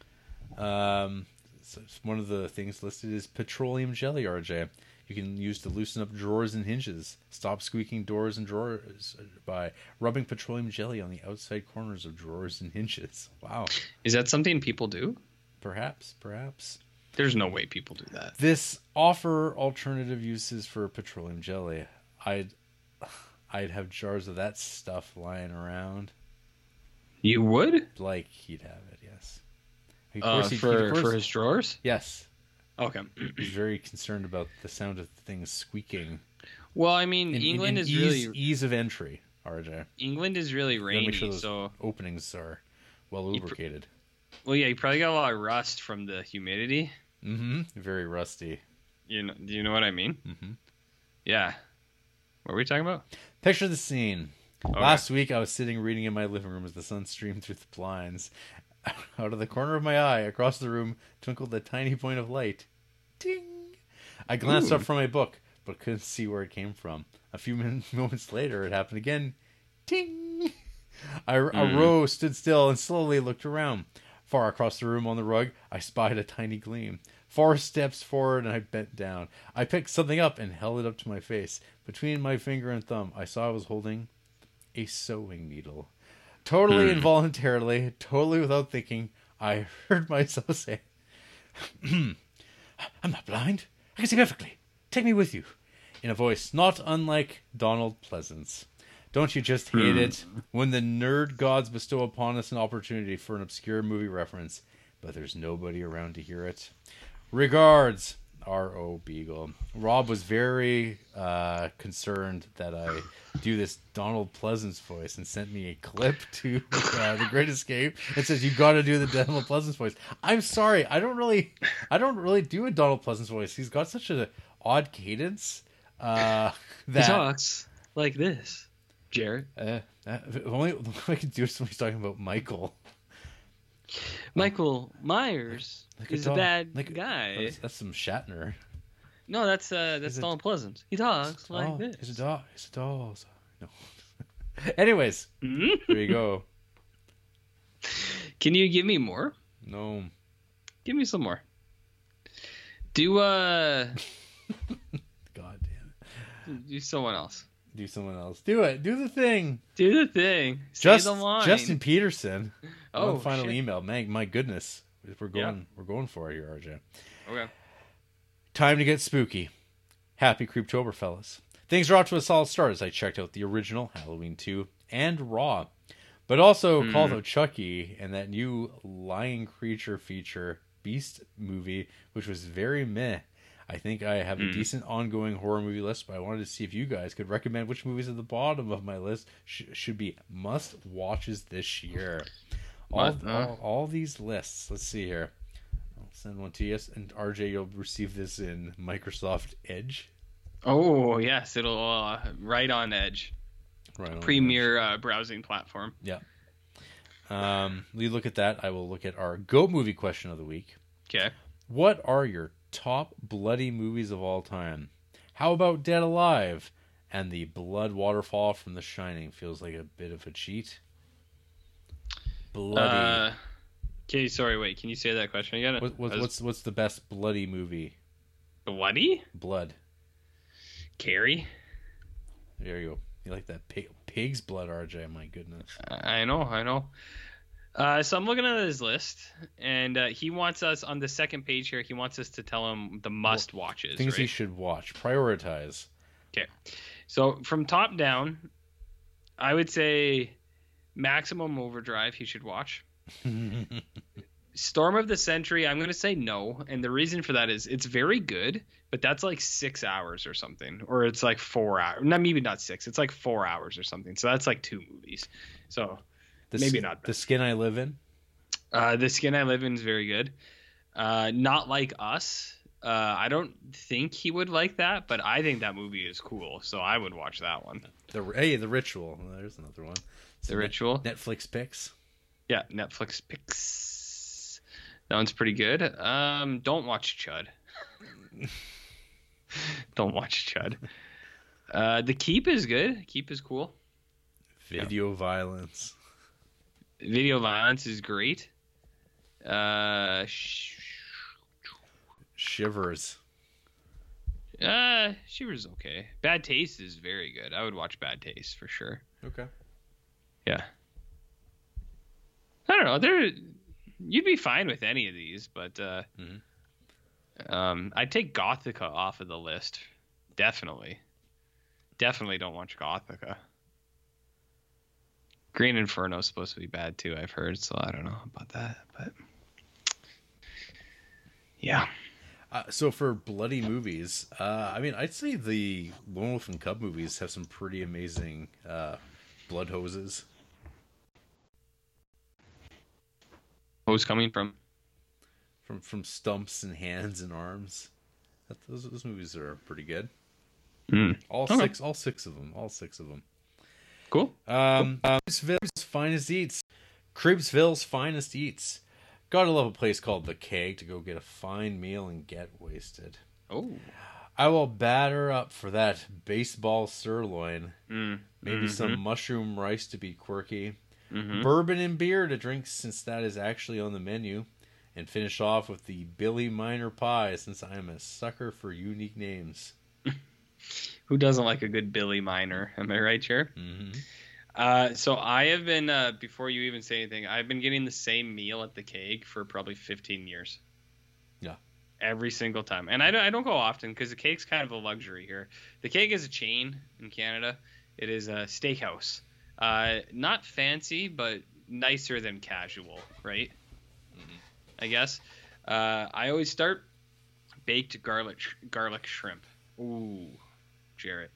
Speaker 1: Um, so it's one of the things listed is petroleum jelly, RJ. You can use to loosen up drawers and hinges. Stop squeaking doors and drawers uh, by rubbing petroleum jelly on the outside corners of drawers and hinges. Wow.
Speaker 2: Is that something people do?
Speaker 1: Perhaps, perhaps.
Speaker 2: There's no way people do that.
Speaker 1: This offer alternative uses for petroleum jelly. I'd I'd have jars of that stuff lying around.
Speaker 2: You would?
Speaker 1: Like he'd have it, yes. Of
Speaker 2: Uh,
Speaker 1: course he'd-
Speaker 2: for
Speaker 1: of course-
Speaker 2: for his drawers?
Speaker 1: yes.
Speaker 2: Okay.
Speaker 1: He's very concerned about the sound of things squeaking
Speaker 2: Well, I mean,
Speaker 1: in- in-
Speaker 2: England
Speaker 1: in
Speaker 2: is
Speaker 1: ease,
Speaker 2: really
Speaker 1: ease of entry. RJ.
Speaker 2: England is really
Speaker 1: You gotta
Speaker 2: rainy,
Speaker 1: make sure those
Speaker 2: so
Speaker 1: openings are well
Speaker 2: You pr-
Speaker 1: lubricated.
Speaker 2: well, yeah, you probably got a lot of rust from the humidity.
Speaker 1: mm-hmm. Very rusty.
Speaker 2: You know, do you know what I mean?
Speaker 1: Mm-hmm.
Speaker 2: Yeah. What were we talking about?
Speaker 1: Picture the scene.
Speaker 2: Okay.
Speaker 1: Last week, I was sitting reading in my living room as the sun streamed through the blinds. Out of the corner of my eye, across the room, twinkled a tiny point of light. Ding! I glanced
Speaker 2: Ooh.
Speaker 1: up from my book, but couldn't see where it came from. A few min- moments later, it happened again. Ding! I, I
Speaker 2: Hmm.
Speaker 1: rose, stood still, and slowly looked around. Far across the room on the rug, I spied a tiny gleam. Four steps forward, and I bent down. I picked something up and held it up to my face. Between my finger and thumb, I saw I was holding a sewing needle. Totally
Speaker 2: Hmm.
Speaker 1: involuntarily, totally without thinking, I heard myself say, I'm not blind. I can see perfectly. Take me with you. In a voice not unlike Donald Pleasance. Don't you just hate it when the nerd gods bestow upon us an opportunity for an obscure movie reference, but there's nobody around to hear it? Regards, R.O. Beagle. Rob was very uh, concerned that I do this Donald Pleasance voice and sent me a clip to uh, The Great Escape. It says, You gotta do the Donald Pleasance voice. I'm sorry, I don't really. I don't really do a Donald Pleasance voice. He's got such an odd cadence. Uh, that
Speaker 2: talks like this, Jared.
Speaker 1: uh, uh, if only if only I could do is when he's talking about Michael.
Speaker 2: Michael Myers
Speaker 1: Like a
Speaker 2: is a,
Speaker 1: dog-
Speaker 2: bad
Speaker 1: like a-
Speaker 2: guy.
Speaker 1: That's, that's some Shatner.
Speaker 2: no, that's uh, that's
Speaker 1: He's a-
Speaker 2: Donald Pleasant. He talks like
Speaker 1: oh,
Speaker 2: this.
Speaker 1: It's a dog. It's a dog. No. Anyways,
Speaker 2: Mhm.
Speaker 1: there you go.
Speaker 2: Can you give me more?
Speaker 1: No.
Speaker 2: Give me some more. Do uh,
Speaker 1: God damn
Speaker 2: do someone else.
Speaker 1: it. Do someone else. Do it. Do the thing.
Speaker 2: Do the thing. Say
Speaker 1: Just,
Speaker 2: the line.
Speaker 1: Justin Peterson. One
Speaker 2: oh,
Speaker 1: final
Speaker 2: shit.
Speaker 1: email. Man, my goodness. We're
Speaker 2: Yeah.
Speaker 1: going we're going for it here, RJ.
Speaker 2: Okay.
Speaker 1: Time to get spooky. Happy Creeptober, fellas. Things are off to a solid start as I checked out the original Halloween 2 and Raw, but also
Speaker 2: Hmm.
Speaker 1: Call of Chucky and that new lion creature feature Beast movie, which was very meh. I think I have a
Speaker 2: Hmm.
Speaker 1: decent ongoing horror movie list, but I wanted to see if you guys could recommend which movies at the bottom of my list sh- should be must watches this year. All,
Speaker 2: Must- huh?
Speaker 1: all, all these lists. Let's see here. I'll send one to you. Yes, And RJ, you'll receive this in Microsoft Edge.
Speaker 2: Oh yes, it'll uh, right on edge.
Speaker 1: Right on.
Speaker 2: Premier uh, browsing platform.
Speaker 1: Um, we look at that. I will look at our GOAT movie question of the week.
Speaker 2: Okay.
Speaker 1: What are your top bloody movies of all time? How about Dead Alive? And the blood waterfall from The Shining feels like a bit of a cheat. Bloody.
Speaker 2: Uh, okay, sorry, wait. Can you say that question again?
Speaker 1: what, what,
Speaker 2: I was-
Speaker 1: what's what's the best bloody movie?
Speaker 2: bloody?
Speaker 1: Blood.
Speaker 2: Carrie?
Speaker 1: There you go. You like that pig, pig's blood, RJ? My goodness.
Speaker 2: I I know, I know. Uh, so I'm looking at his list, and uh, he wants us on the second page here. He wants us to tell him the must watches.
Speaker 1: Things
Speaker 2: right?
Speaker 1: you should watch. Prioritize.
Speaker 2: So from top down, I would say Maximum Overdrive. He should watch. Storm of the Century, I'm going to say no. And the reason for that is it's very good, but that's like six hours or something. Or it's like four hours. Not maybe not six. It's like four hours or something. So that's like two movies. So
Speaker 1: The
Speaker 2: Maybe
Speaker 1: s-
Speaker 2: not.
Speaker 1: The skin I live in.
Speaker 2: uh, The Skin I Live In is very good. Uh, not Like Us. Uh, I don't think he would like that, but I think that movie is cool. So I would watch that one.
Speaker 1: The hey, the ritual. There's another one. It's
Speaker 2: The
Speaker 1: a Net-
Speaker 2: Ritual.
Speaker 1: Netflix picks.
Speaker 2: Yeah, Netflix picks. That one's pretty good. Um, don't watch Chud. don't watch Chud. Uh, the Keep is good. Keep is cool.
Speaker 1: Video violence.
Speaker 2: Video Violence is great. Uh, sh-
Speaker 1: Shivers.
Speaker 2: uh, Shiver's okay. Bad Taste is very good. I would watch Bad Taste for sure.
Speaker 1: Okay.
Speaker 2: Yeah. I don't know. There, you'd be fine with any of these, but uh,
Speaker 1: Mhm.
Speaker 2: um, I'd take Gothica off of the list. Definitely. Definitely don't watch Gothica. Green Inferno is supposed to be bad too. I've heard, so I don't know about that, but yeah.
Speaker 1: Uh, so for bloody movies, uh, I mean, I'd say the Lone Wolf and Cub movies have some pretty amazing uh, blood hoses.
Speaker 2: Hose coming from?
Speaker 1: From from stumps and hands and arms. That, those those movies are pretty good.
Speaker 2: Mm.
Speaker 1: All
Speaker 2: Okay.
Speaker 1: six, all six of them, all six of them.
Speaker 2: Cool.
Speaker 1: Um, Creepsville's finest eats. Creepsville's finest eats. Gotta love a place called the Keg to go get a fine meal and get wasted.
Speaker 2: Oh.
Speaker 1: I will batter up for that baseball sirloin.
Speaker 2: Mm.
Speaker 1: Maybe
Speaker 2: Mhm.
Speaker 1: some mushroom rice to be quirky.
Speaker 2: Mhm.
Speaker 1: Bourbon and beer to drink since that is actually on the menu. And finish off with the Billy Minor Pie since I am a sucker for unique names.
Speaker 2: Who doesn't like a good Billy Miner? Am I right, Chair?
Speaker 1: Mm-hmm.
Speaker 2: Uh, so I have been uh, before you even say anything. I've been getting the same meal at the keg for probably 15 years.
Speaker 1: Yeah.
Speaker 2: Every single time, and I don't, I don't go often because the cake's kind of a luxury here. The keg is a chain in Canada. It is a steakhouse. Uh, not fancy, but nicer than casual, right? I guess. Uh, I always start baked garlic garlic shrimp. Ooh, Jarrett.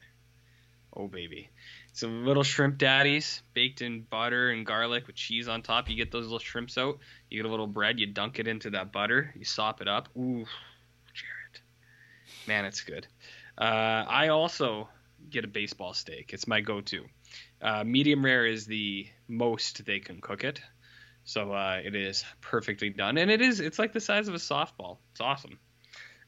Speaker 2: Oh baby some little shrimp daddies baked in butter and garlic with cheese on top. You get those little shrimps out. You get a little bread. You dunk it into that butter. You sop it up. Ooh, Jared, man, it's good. Uh, I also get a baseball steak. It's my go-to. Uh, medium rare is the most they can cook it, so uh, it is perfectly done, and it is. It's like the size of a softball. It's awesome.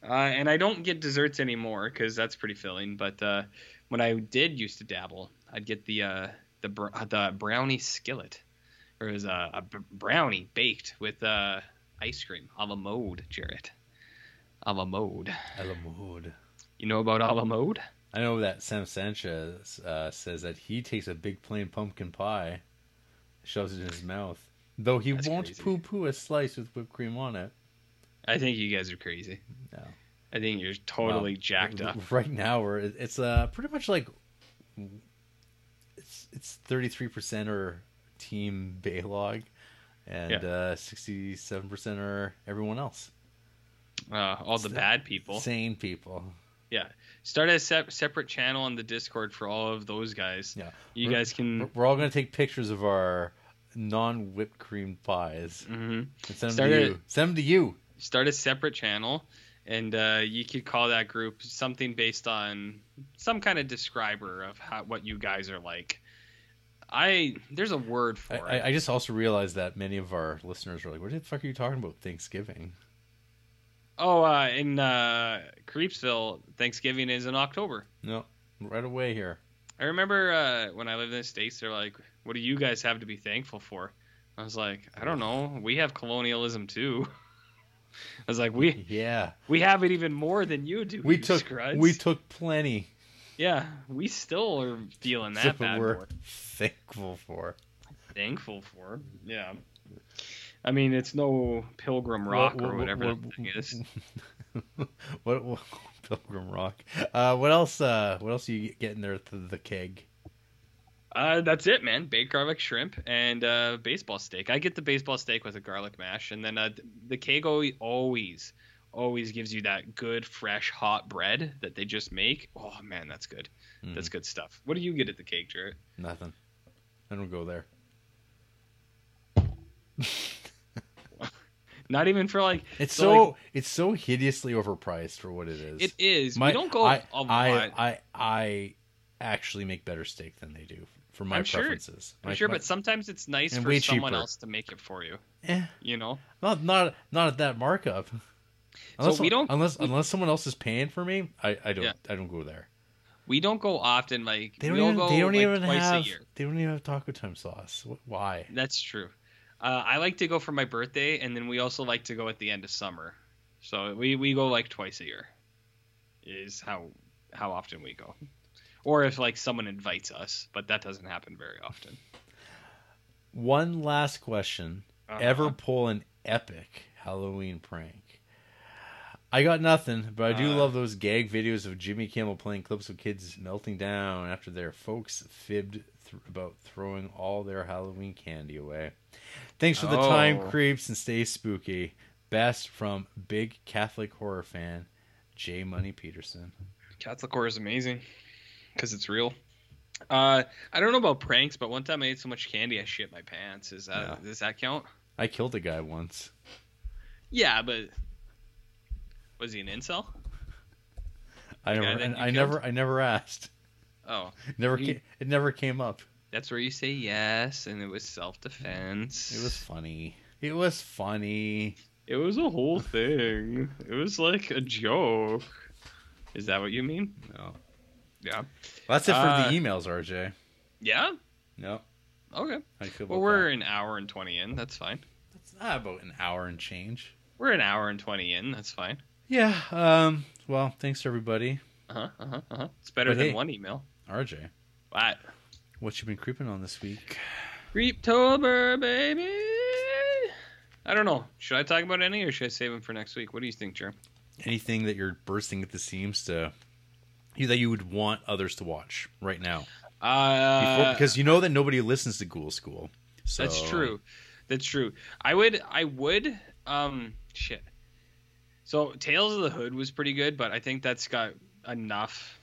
Speaker 2: Uh, and I don't get desserts anymore because that's pretty filling. But uh, when I did used to dabble, I'd get the uh, the br- uh, the brownie skillet, or it was uh, a b- brownie baked with uh, ice cream a la mode, Jarrett. A la mode.
Speaker 1: I love mood.
Speaker 2: You know about a la mode?
Speaker 1: I know that Sam Sanchez uh, says that he takes a big plain pumpkin pie, shoves it in his mouth, though he
Speaker 2: That's
Speaker 1: won't
Speaker 2: crazy.
Speaker 1: poo poo a slice with whipped cream on it.
Speaker 2: I think you guys are crazy.
Speaker 1: No.
Speaker 2: I think you're totally
Speaker 1: Well,
Speaker 2: jacked up.
Speaker 1: Right now, we're it's uh, pretty much like it's it's thirty three percent are Team Baylog,
Speaker 2: Yeah.
Speaker 1: and sixty seven percent are everyone else,
Speaker 2: Uh, all the bad people.
Speaker 1: sane people.
Speaker 2: Yeah. Start a sep- separate channel on the Discord for all of those guys.
Speaker 1: Yeah.
Speaker 2: You
Speaker 1: We're-
Speaker 2: guys can.
Speaker 1: We're all gonna take pictures of our non whipped cream pies
Speaker 2: Mhm.
Speaker 1: and send them
Speaker 2: Start
Speaker 1: to
Speaker 2: a-
Speaker 1: you. Send them to you.
Speaker 2: start a separate channel and uh, you could call that group something based on some kind of describer of how, what you guys are like i there's a word for
Speaker 1: I,
Speaker 2: it
Speaker 1: I- I just also realized that many of our listeners are like, "What the fuck are you talking about Thanksgiving?"
Speaker 2: oh uh, in uh, creepsville thanksgiving is in october
Speaker 1: No, right away here.
Speaker 2: i remember uh, when i lived in the states they're like what do you guys have to be thankful for i was like i don't know we have colonialism too i was like we
Speaker 1: Yeah,
Speaker 2: we have it even more than you do
Speaker 1: we
Speaker 2: you
Speaker 1: took
Speaker 2: scruds.
Speaker 1: we took plenty.
Speaker 2: yeah we still are feeling that
Speaker 1: That's what
Speaker 2: bad
Speaker 1: we're
Speaker 2: boy.
Speaker 1: thankful for.
Speaker 2: thankful for. Yeah. I mean, it's no Pilgrim Rock
Speaker 1: What- what-
Speaker 2: or whatever
Speaker 1: what-
Speaker 2: that thing is.
Speaker 1: what, what Pilgrim Rock? Uh, what else? Uh, what else you get in there? at The, the keg.
Speaker 2: Uh, that's it, man. Baked garlic shrimp and uh, baseball steak. I get the baseball steak with a garlic mash, and then uh, the kego always, always gives you that good, fresh, hot bread that they just make. Oh man, that's good.
Speaker 1: Mm-hmm.
Speaker 2: That's good stuff. What do you get at the cake, Jarrett?
Speaker 1: Nothing. I don't go there.
Speaker 2: Not even for like
Speaker 1: It's
Speaker 2: So,
Speaker 1: so it's so hideously overpriced for what it is.
Speaker 2: it is.
Speaker 1: My-
Speaker 2: we don't go
Speaker 1: I,
Speaker 2: a lot.
Speaker 1: I, I I actually make better steak than they do for my
Speaker 2: I'm sure.
Speaker 1: preferences.
Speaker 2: I'm
Speaker 1: My-
Speaker 2: sure,
Speaker 1: my-
Speaker 2: but sometimes it's nice
Speaker 1: And
Speaker 2: for
Speaker 1: way
Speaker 2: someone
Speaker 1: cheaper.
Speaker 2: else to make it for you.
Speaker 1: Eh.
Speaker 2: You know.
Speaker 1: Not not not at that markup. Unless,
Speaker 2: we don't-
Speaker 1: unless unless someone else is paying for me, I, I don't
Speaker 2: Yeah.
Speaker 1: I don't go there.
Speaker 2: We don't go often. Like
Speaker 1: They
Speaker 2: we
Speaker 1: don't even,
Speaker 2: all go
Speaker 1: they don't
Speaker 2: like
Speaker 1: even
Speaker 2: twice
Speaker 1: have
Speaker 2: a year.
Speaker 1: they don't even have taco time sauce. Wh- Why?
Speaker 2: That's true. Uh, I like to go for my birthday, and then we also like to go at the end of summer. So we, we go like twice a year, is how how often we go, or if like someone invites us, but that doesn't happen very often.
Speaker 1: One last question.
Speaker 2: Uh-huh.
Speaker 1: Ever pull an epic Halloween prank? I got nothing, but I do
Speaker 2: Uh.
Speaker 1: love those gag videos of Jimmy Kimmel playing clips of kids melting down after their folks fibbed th- about throwing all their Halloween candy away. Thanks for the time,
Speaker 2: Oh.
Speaker 1: creeps, and stay spooky. Best from big Catholic horror fan, J. Money Peterson.
Speaker 2: Catholic horror is amazing because it's real. Uh, I don't know about pranks, but one time I ate so much candy I shit my pants. Is that
Speaker 1: Yeah.
Speaker 2: does that count?
Speaker 1: I killed a guy once.
Speaker 2: Yeah, but was he an incel?
Speaker 1: I
Speaker 2: The guy
Speaker 1: never,
Speaker 2: that you
Speaker 1: I, I
Speaker 2: killed?
Speaker 1: never, I never asked.
Speaker 2: Oh,
Speaker 1: Never,
Speaker 2: You-
Speaker 1: ca- it never came up.
Speaker 2: that's where you say yes, and it was self defense.
Speaker 1: It was funny. It was funny.
Speaker 2: It was a whole thing. It was like a joke. Is that what you mean?
Speaker 1: No,
Speaker 2: Yeah.
Speaker 1: that's it for
Speaker 2: Uh,
Speaker 1: the emails, RJ.
Speaker 2: Yeah.
Speaker 1: No,
Speaker 2: Okay.
Speaker 1: I feel
Speaker 2: Well,
Speaker 1: about
Speaker 2: we're
Speaker 1: that.
Speaker 2: an hour and twenty in. That's fine.
Speaker 1: That's not about an hour and change.
Speaker 2: We're an hour and twenty in. That's fine.
Speaker 1: Yeah. Um. Well, thanks everybody.
Speaker 2: Uh huh. Uh huh. Uh-huh. It's better
Speaker 1: But
Speaker 2: than
Speaker 1: hey.
Speaker 2: one email.
Speaker 1: RJ,
Speaker 2: What?
Speaker 1: what you been creeping on this week?
Speaker 2: Creeptober, baby. I don't know. Should I talk about any, or should I save them for next week? What do you think, Jer?
Speaker 1: Anything that you're bursting at the seams to, you that you would want others to watch right now?
Speaker 2: Uh,
Speaker 1: Before- because you know that nobody listens to Ghoul School. So
Speaker 2: That's true. That's true. I would I would um shit. So Tales of the Hood was pretty good, but I think that's got enough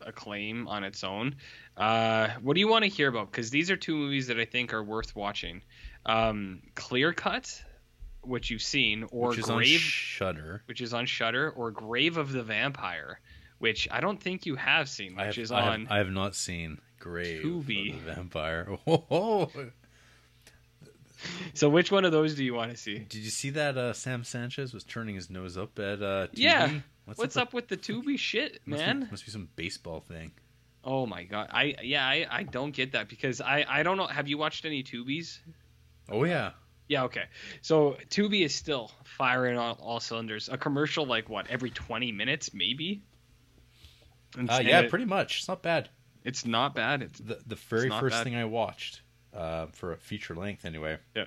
Speaker 2: acclaim on its own. Uh what do you want to hear about? Cuz these are two movies that I think are worth watching. Um Clear Cut, which you've seen, or
Speaker 1: Which is on
Speaker 2: Grave
Speaker 1: Shutter.
Speaker 2: which is on Shudder, or Grave of the Vampire, which I don't think you have seen, which
Speaker 1: I have,
Speaker 2: is
Speaker 1: I have-
Speaker 2: on
Speaker 1: I have not seen Grave
Speaker 2: Tubi.
Speaker 1: of the Vampire. Oh,
Speaker 2: So which one of those do you want to see?
Speaker 1: did you see that? Uh, Sam Sanchez was turning his nose up at uh, Tubi?
Speaker 2: Yeah. What's
Speaker 1: with-
Speaker 2: up with the Tubi shit,
Speaker 1: must
Speaker 2: man?
Speaker 1: Be, must be some baseball thing.
Speaker 2: Oh my god. I yeah, I, I don't get that because I I don't know. Have you watched any Tubies?
Speaker 1: Oh yeah,
Speaker 2: Yeah, okay. So Tubi is still firing on all cylinders. A commercial like what every 20 minutes maybe. And-
Speaker 1: uh,
Speaker 2: and
Speaker 1: yeah,
Speaker 2: it-
Speaker 1: pretty much. It's not bad.
Speaker 2: it's not bad. It's
Speaker 1: The the very
Speaker 2: It's not
Speaker 1: first
Speaker 2: bad.
Speaker 1: thing I watched, uh, for a feature length anyway,
Speaker 2: Yeah.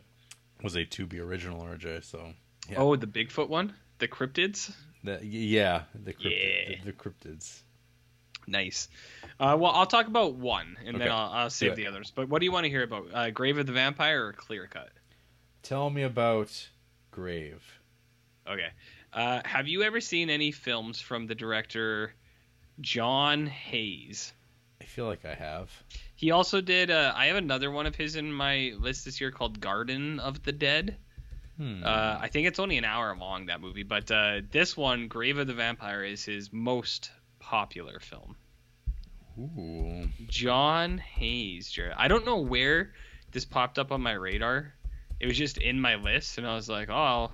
Speaker 1: was a Tubi original RJ. So Yeah.
Speaker 2: Oh, the Bigfoot one, the cryptids.
Speaker 1: the, y- yeah, the cryptid,
Speaker 2: Yeah.
Speaker 1: The, the cryptids.
Speaker 2: Nice. Uh, well, I'll talk about one and
Speaker 1: Okay.
Speaker 2: then I'll, I'll
Speaker 1: it.
Speaker 2: save the others. But what do you want to hear about? Uh, Grave of the Vampire or Clear Cut?
Speaker 1: Tell me about Grave.
Speaker 2: Okay. Uh, have you ever seen any films from the director John Hayes?
Speaker 1: I feel like I have.
Speaker 2: He also did. Uh, I have another one of his in my list this year called Garden of the Dead.
Speaker 1: Hmm.
Speaker 2: Uh, I think it's only an hour long that movie, but uh, this one, Grave of the Vampire, is his most popular film.
Speaker 1: Ooh.
Speaker 2: John Hayes. Jared. I don't know where this popped up on my radar. It was just in my list, and I was like, oh,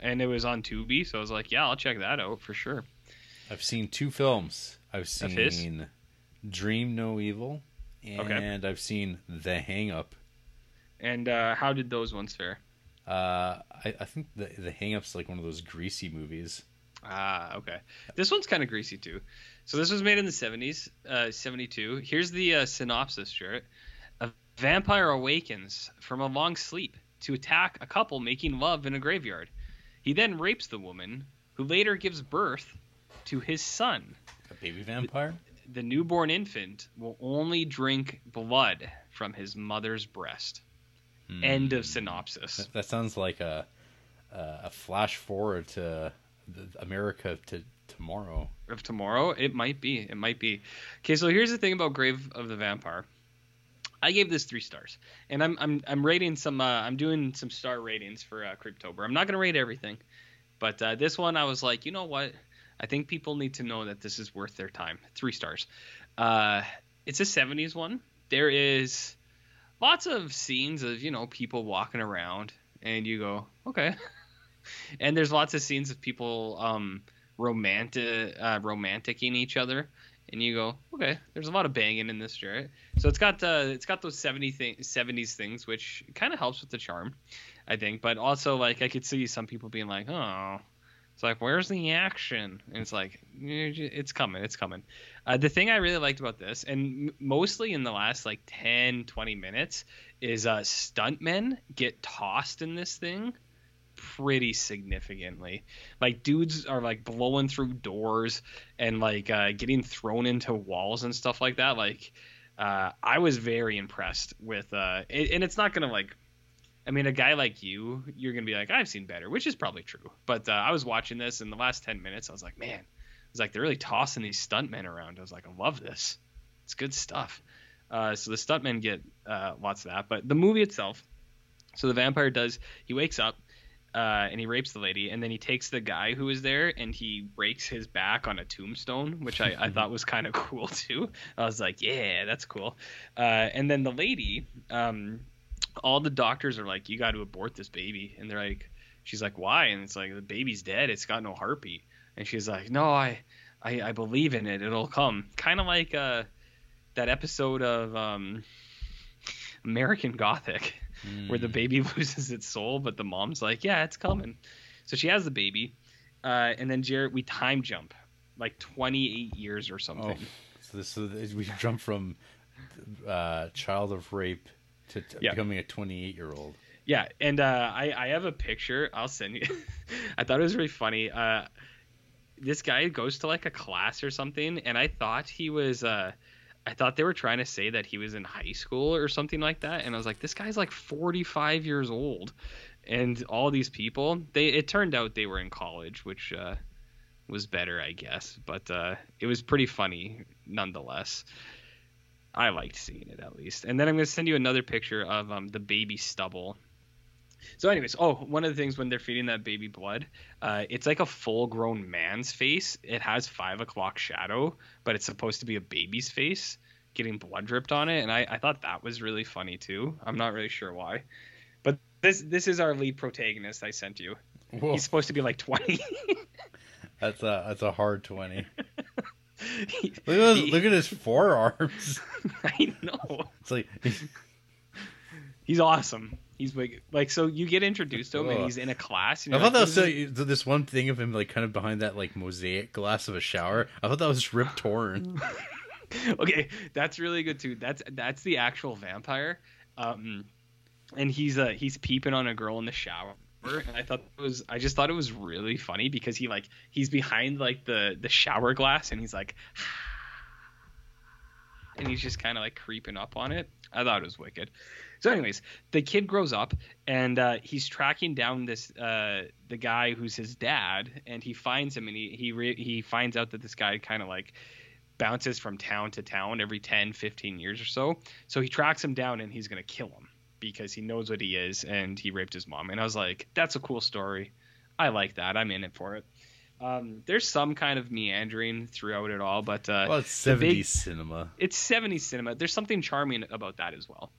Speaker 2: and it was on Tubi, so I was like, yeah, I'll check that out for sure.
Speaker 1: I've seen two films. I've
Speaker 2: Of his?
Speaker 1: seen Dream No Evil and
Speaker 2: Okay.
Speaker 1: I've seen The Hang Up.
Speaker 2: And uh, how did those ones fare?
Speaker 1: Uh, I, I think the the Hang Up's like one of those greasy movies.
Speaker 2: Ah, okay. This one's kind of greasy too. So this was made in the 70s, uh, 72. Here's the uh, synopsis, Jarrett. A vampire awakens from a long sleep to attack a couple making love in a graveyard. He then rapes the woman, who later gives birth to his son.
Speaker 1: A baby vampire.
Speaker 2: The newborn infant will only drink blood from his mother's breast.
Speaker 1: Hmm.
Speaker 2: End of synopsis.
Speaker 1: That, that sounds like a a a flash forward to the, America to tomorrow.
Speaker 2: of tomorrow it might be it might be okay so here's the thing about grave of the vampire i gave this three stars and i'm i'm, I'm rating some uh, i'm doing some star ratings for uh, cryptober i'm not going to rate everything but uh, this one i was like you know what i think people need to know that this is worth their time three stars uh, it's a 70s one there is lots of scenes of you know people walking around and you go okay and there's lots of scenes of people um romantic uh, romanticing each other and you go okay there's a lot of banging in this Jarrett so it's got uh, it's got those 70 thing, 70s things which kind of helps with the charm I think but also like I could see some people being like oh it's like where's the action and it's like "Eh, j- it's coming it's coming uh, the thing I really liked about this and m- mostly in the last like 10 20 minutes is uh stuntmen get tossed in this thing pretty significantly like dudes are like blowing through doors and like uh, getting thrown into walls and stuff like that like uh, i was very impressed with uh it, and it's not gonna like i mean a guy like you you're gonna be like i've seen better which is probably true but uh, i was watching this in the last 10 minutes i was like man it's like they're really tossing these stuntmen around i was like i love this it's good stuff Uh, so the stuntmen get uh, lots of that. But the movie itself, so the vampire does. He wakes up uh, and he rapes the lady, and then he takes the guy who was there and he breaks his back on a tombstone, which I, I thought was kind of cool too. I was like, yeah, that's cool. Uh, and then the lady, um, all the doctors are like, you got to abort this baby, and they're like, she's like, why? And it's like the baby's dead. It's got no heartbeat. And she's like, no, I, I, I believe in it. It'll come. Kind of like uh, that episode of um, American Gothic where
Speaker 1: Hmm.
Speaker 2: the baby loses its soul, but the mom's like, "Yeah, it's coming." So she has the baby, uh, and then Jared, we time jump like 28 years or
Speaker 1: Oh,
Speaker 2: something.
Speaker 1: so this so this- we jumped from uh, child of rape to t-
Speaker 2: Yeah.
Speaker 1: becoming a 28 year old.
Speaker 2: Yeah, and uh, I I have a picture. I'll send you. I thought it was really funny. Uh, this guy goes to like a class or something, and I thought he was. Uh, I thought they were trying to say that he was in high school or something like that, and I was like, this guy's like 45 years old, and all these people. They it turned out they were in college, which uh, was better, I guess. But uh, it was pretty funny nonetheless. I liked seeing it at least. And then I'm gonna send you another picture of um, the baby stubble. So, anyways, oh, one of the things when they're feeding that baby blood, uh, it's like a full-grown man's face. It has five o'clock shadow, but it's supposed to be a baby's face getting blood dripped on it, and I, I thought that was really funny too. I'm not really sure why, but this this is our lead protagonist I sent you.
Speaker 1: Whoa,
Speaker 2: He's supposed to be like 20.
Speaker 1: that's a that's a hard 20. Look
Speaker 2: He-
Speaker 1: at those,
Speaker 2: he-
Speaker 1: look at his forearms.
Speaker 2: I know.
Speaker 1: It's like
Speaker 2: He's awesome. He's like, like so you get introduced to him and
Speaker 1: Ugh.
Speaker 2: he's in a class. And
Speaker 1: I
Speaker 2: you're
Speaker 1: thought that
Speaker 2: like,
Speaker 1: was
Speaker 2: "This
Speaker 1: so,
Speaker 2: is-
Speaker 1: this one thing of him like kind of behind that like mosaic glass of a shower. I thought that was Rip Torn.
Speaker 2: okay, that's really good too. That's that's the actual vampire, um, and he's uh he's peeping on a girl in the shower. And I thought it was I just thought it was really funny because he like he's behind like the the shower glass and he's like, and he's just kind of like creeping up on it. I thought it was wicked. So, anyways, the kid grows up and uh, he's tracking down this uh, the guy who's his dad, and he finds him and he he re- he finds out that this guy kind of like bounces from town to town every 10, 15 years or so. So he tracks him down and he's going to kill him because he knows what he is and he raped his mom. And I was like, that's a cool story. I like that. I'm in it for it. Um, there's some kind of meandering throughout it all, but uh,
Speaker 1: Well, it's
Speaker 2: the big-
Speaker 1: 70s cinema.
Speaker 2: it's 70s cinema. There's something charming about that as well.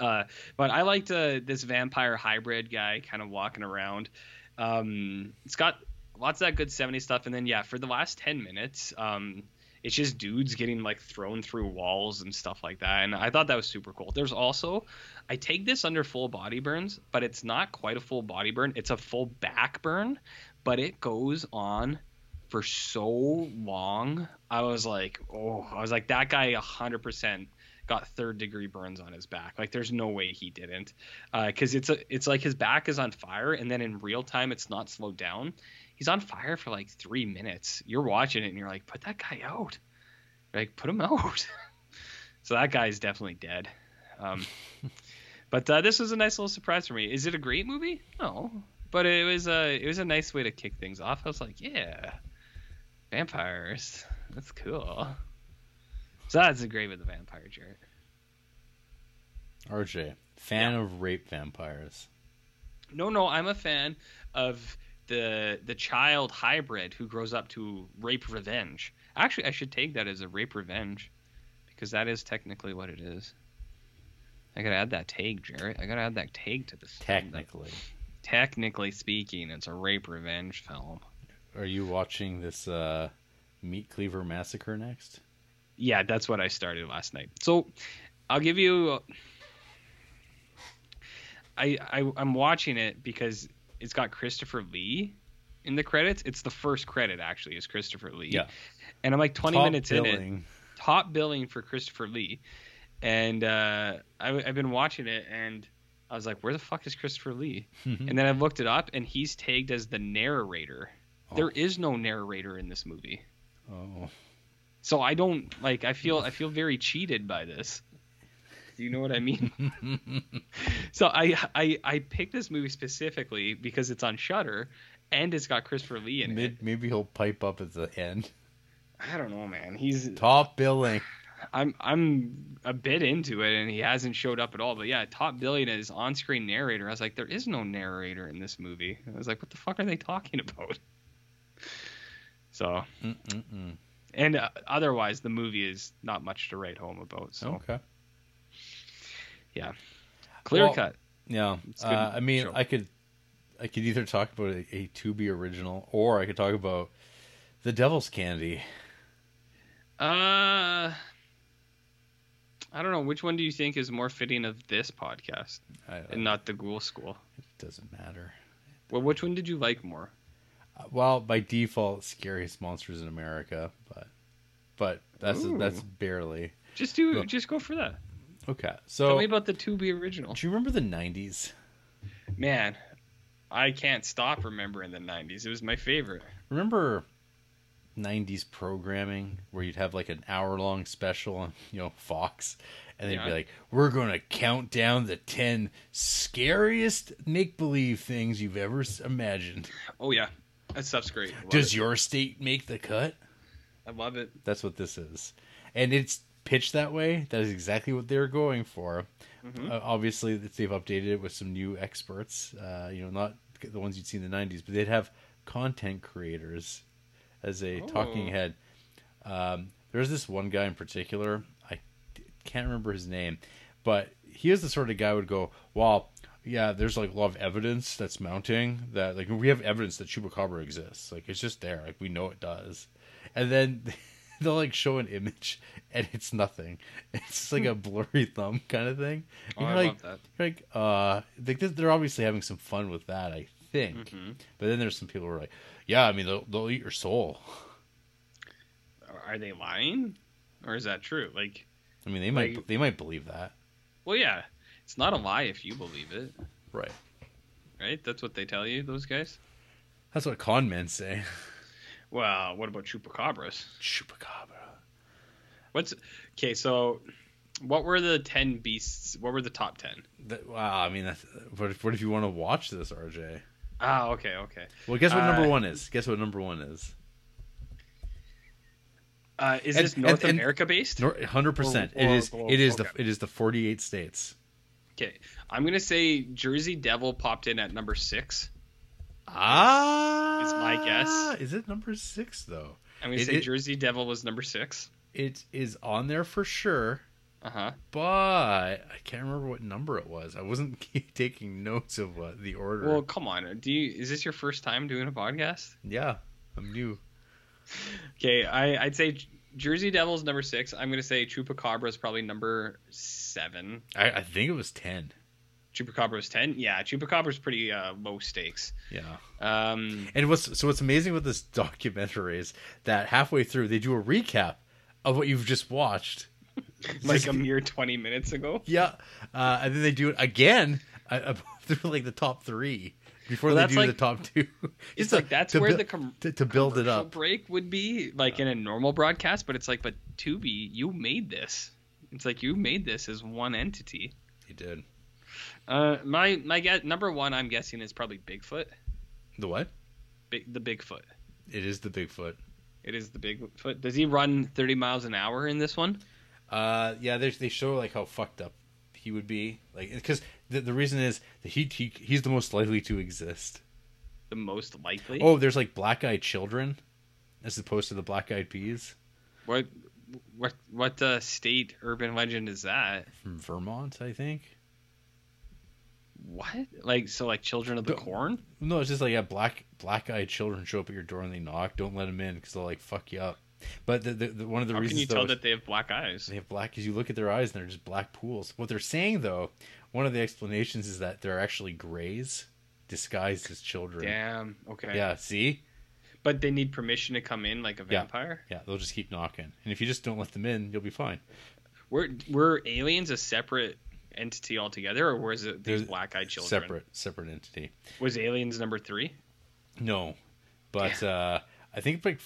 Speaker 2: Uh, but I liked uh, this vampire hybrid guy kind of walking around. Um, it's got lots of that good 70s stuff. And then, yeah, for the last 10 minutes, um, it's just dudes getting like thrown through walls and stuff like that. And I thought that was super cool. There's also, I take this under full body burns, but it's not quite a full body burn. It's a full back burn, but it goes on for so long. I was like, oh, I was like, that guy 100% got third degree burns on his back. Like, there's no way he didn't. Because it's, a, it's like his back is on fire, and then in real time, it's not slowed down. He's on fire for like three minutes. You're watching it, and you're like, put that guy out. Like, put him out. so that guy's definitely dead. Um, but uh, this was a nice little surprise for me. Is it a great movie? No. But it was a it was a nice way to kick things off. I was like, yeah, Vampires. That's cool. So that's a great with the vampire jerk.
Speaker 1: RJ, fan of rape vampires.
Speaker 2: No, no, I'm a fan of the the child hybrid who grows up to rape revenge. Actually, I should take that as a rape revenge because that is technically what it is. I gotta add that tag, Jarrett. I gotta add that tag to this. film.
Speaker 1: Technically,
Speaker 2: Technically speaking, it's a rape revenge film.
Speaker 1: are you watching this uh, Meat Cleaver Massacre next?
Speaker 2: yeah, that's what I started last night. So I'll give you. I, I I'm watching it because it's got Christopher Lee in the credits. It's the first credit actually is Christopher Lee.
Speaker 1: Yeah.
Speaker 2: And I'm like 20
Speaker 1: Top
Speaker 2: minutes in it,
Speaker 1: billing.
Speaker 2: top billing for Christopher Lee, and uh, I, I've been watching it and I was like, where the fuck is Christopher Lee?
Speaker 1: Mhm.
Speaker 2: And then I looked it up and he's tagged as the narrator.
Speaker 1: Oh.
Speaker 2: There is no narrator in this movie.
Speaker 1: Oh,
Speaker 2: So I don't like I feel I feel very cheated by this. Do you know what I mean? so I I I picked this movie specifically because it's on Shutter and it's got Christopher Lee in it.
Speaker 1: Mid- maybe he'll pipe up at the end.
Speaker 2: I don't know, man. He's
Speaker 1: Top billing.
Speaker 2: I'm I'm a bit into it, and he hasn't showed up at all. But yeah, Top Billion is on-screen narrator. I was like, there is no narrator in this movie. I was like, what the fuck are they talking about? So,
Speaker 1: Mm-mm-mm.
Speaker 2: and uh, otherwise, the movie is not much to write home about. So
Speaker 1: Okay.
Speaker 2: clear
Speaker 1: Well,
Speaker 2: cut.
Speaker 1: Yeah.
Speaker 2: It's good
Speaker 1: Uh, I mean,
Speaker 2: show.
Speaker 1: I could, I could either talk about a, a Tubi original, or I could talk about the Devil's Candy.
Speaker 2: Uh, I don't know. Which one do you think is more fitting of this podcast
Speaker 1: I,
Speaker 2: and not the Ghoul School?
Speaker 1: it doesn't matter.
Speaker 2: Well, which one did you like more?
Speaker 1: Uh, Well, by default, scariest monsters in America, but, but that's
Speaker 2: Ooh.
Speaker 1: that's barely
Speaker 2: Just do,
Speaker 1: Look.
Speaker 2: just go for that.
Speaker 1: okay.
Speaker 2: Tell
Speaker 1: So,
Speaker 2: me
Speaker 1: do
Speaker 2: about the Tubi original.
Speaker 1: you remember the '90s?
Speaker 2: Man, I can't stop remembering the '90s. It was my favorite.
Speaker 1: Remember 90s programming where you'd have like an hour long special on, you know, Fox and they'd be
Speaker 2: Yeah.
Speaker 1: like, "We're going to count down the 10 scariest make-believe things you've ever s- imagined.
Speaker 2: Oh yeah, that stuff's great. I love
Speaker 1: Does
Speaker 2: it.
Speaker 1: your state make the cut?"
Speaker 2: I love it.
Speaker 1: That's what this is. And it's pitched that way. That is exactly what they're going for.
Speaker 2: Mhm.
Speaker 1: Uh, obviously, they've updated it with some new experts, uh, you know, not the ones you'd see in the 90s, but they'd have content creators as a talking
Speaker 2: Oh.
Speaker 1: head. Um, there's this one guy in particular. I d- can't remember his name, but he is the sort of guy who would go, well, yeah, there's like a lot of evidence that's mounting that like we have evidence that chupacabra exists. Like it's just there. Like we know it does. And then they'll like show an image and it's nothing. It's just like a blurry thumb kind of thing.
Speaker 2: Hmm.
Speaker 1: And
Speaker 2: Oh, I
Speaker 1: you're like,
Speaker 2: love that.
Speaker 1: you're like, uh, like this, they're obviously having some fun with that, I think.
Speaker 2: Mm-hmm.
Speaker 1: But then there's some people who are like, yeah, I mean, they'll, they'll eat your soul.
Speaker 2: Are they lying, or is that true? Like,
Speaker 1: I mean, they might
Speaker 2: Like-
Speaker 1: they might believe that,
Speaker 2: well, yeah, it's not a lie if you believe it,
Speaker 1: right?
Speaker 2: right? That's what they tell you, those guys.
Speaker 1: That's what con men say.
Speaker 2: Well, what about chupacabras?
Speaker 1: Chupacabra.
Speaker 2: What's okay? So, what were the ten beasts? What were the top ten?
Speaker 1: That, wow, I mean, that's, what, if, what if you want to watch this, RJ?
Speaker 2: Ah, okay, okay.
Speaker 1: Well, guess what number
Speaker 2: Uh,
Speaker 1: one is? Guess what number one is?
Speaker 2: Uh, is
Speaker 1: And-
Speaker 2: this North
Speaker 1: and- and-
Speaker 2: America based?
Speaker 1: Hundred percent.
Speaker 2: Or-
Speaker 1: It
Speaker 2: or
Speaker 1: is.
Speaker 2: global,
Speaker 1: It is the.
Speaker 2: okay.
Speaker 1: It is the forty-eight states.
Speaker 2: okay, I'm gonna say Jersey Devil popped in at number six.
Speaker 1: Ah,
Speaker 2: It's my guess.
Speaker 1: Is it number six though?
Speaker 2: I'm gonna
Speaker 1: It-
Speaker 2: say
Speaker 1: it-
Speaker 2: Jersey Devil was number six.
Speaker 1: It is on there for sure,
Speaker 2: Uh huh.
Speaker 1: but I can't remember what number it was. I wasn't taking notes of what the order.
Speaker 2: Well, come on. Do you is this your first time doing a podcast?
Speaker 1: yeah, I'm new.
Speaker 2: Okay, I I'd say J- Jersey Devil's number six. I'm gonna say Chupacabra's probably number seven.
Speaker 1: I, I think it was ten.
Speaker 2: Chupacabra's ten. Yeah, Chupacabra's pretty uh, low stakes.
Speaker 1: Yeah.
Speaker 2: Um,
Speaker 1: And what's so what's amazing with this documentary is that halfway through they do a recap of what you've just watched.
Speaker 2: like
Speaker 1: Just-
Speaker 2: a mere twenty minutes ago.
Speaker 1: yeah, uh, and then they do it again uh, through like the top three before
Speaker 2: Well,
Speaker 1: they
Speaker 2: that's
Speaker 1: do the
Speaker 2: like-
Speaker 1: top two.
Speaker 2: It's
Speaker 1: to-
Speaker 2: like that's
Speaker 1: to
Speaker 2: where
Speaker 1: bu-
Speaker 2: the com-
Speaker 1: to, to build it
Speaker 2: commercial
Speaker 1: up.
Speaker 2: break would be like in a normal broadcast, but it's like, but Tubi, you made this. It's like you made this as one entity.
Speaker 1: You did
Speaker 2: Uh, my my guess, number one, I'm guessing is probably Bigfoot.
Speaker 1: the what?
Speaker 2: Big the Bigfoot.
Speaker 1: It is the Bigfoot.
Speaker 2: It is the Bigfoot. Does he run 30 miles an hour in this one?
Speaker 1: Uh, yeah, there's they show like how fucked up he would be, like because the, the reason is that he, he he's the most likely to exist.
Speaker 2: The most likely.
Speaker 1: Oh, there's like black eyed children, as opposed to the black eyed peas
Speaker 2: What what what uh, state urban legend is that?
Speaker 1: from Vermont, I think.
Speaker 2: What? Like so like Children of the
Speaker 1: Don't-
Speaker 2: Corn?
Speaker 1: No, it's just like yeah, black black eyed children show up at your door and they knock. Don't let them in because they'll like fuck you up. But the, the, the one of the
Speaker 2: How can
Speaker 1: reasons
Speaker 2: you tell
Speaker 1: though, is
Speaker 2: that they have black eyes?
Speaker 1: they have black is you look at their eyes and they're just black pools. What they're saying though, one of the explanations is that they're actually grays disguised as children.
Speaker 2: Damn. Okay.
Speaker 1: Yeah, see?
Speaker 2: But they need permission to come in like a
Speaker 1: Yeah.
Speaker 2: vampire?
Speaker 1: Yeah, they'll just keep knocking. And if you just don't let them in, you'll be fine.
Speaker 2: Were were aliens a separate entity altogether or was it these
Speaker 1: They're
Speaker 2: black eyed children?
Speaker 1: Separate separate entity.
Speaker 2: Was aliens number 3?
Speaker 1: No, but uh, I think like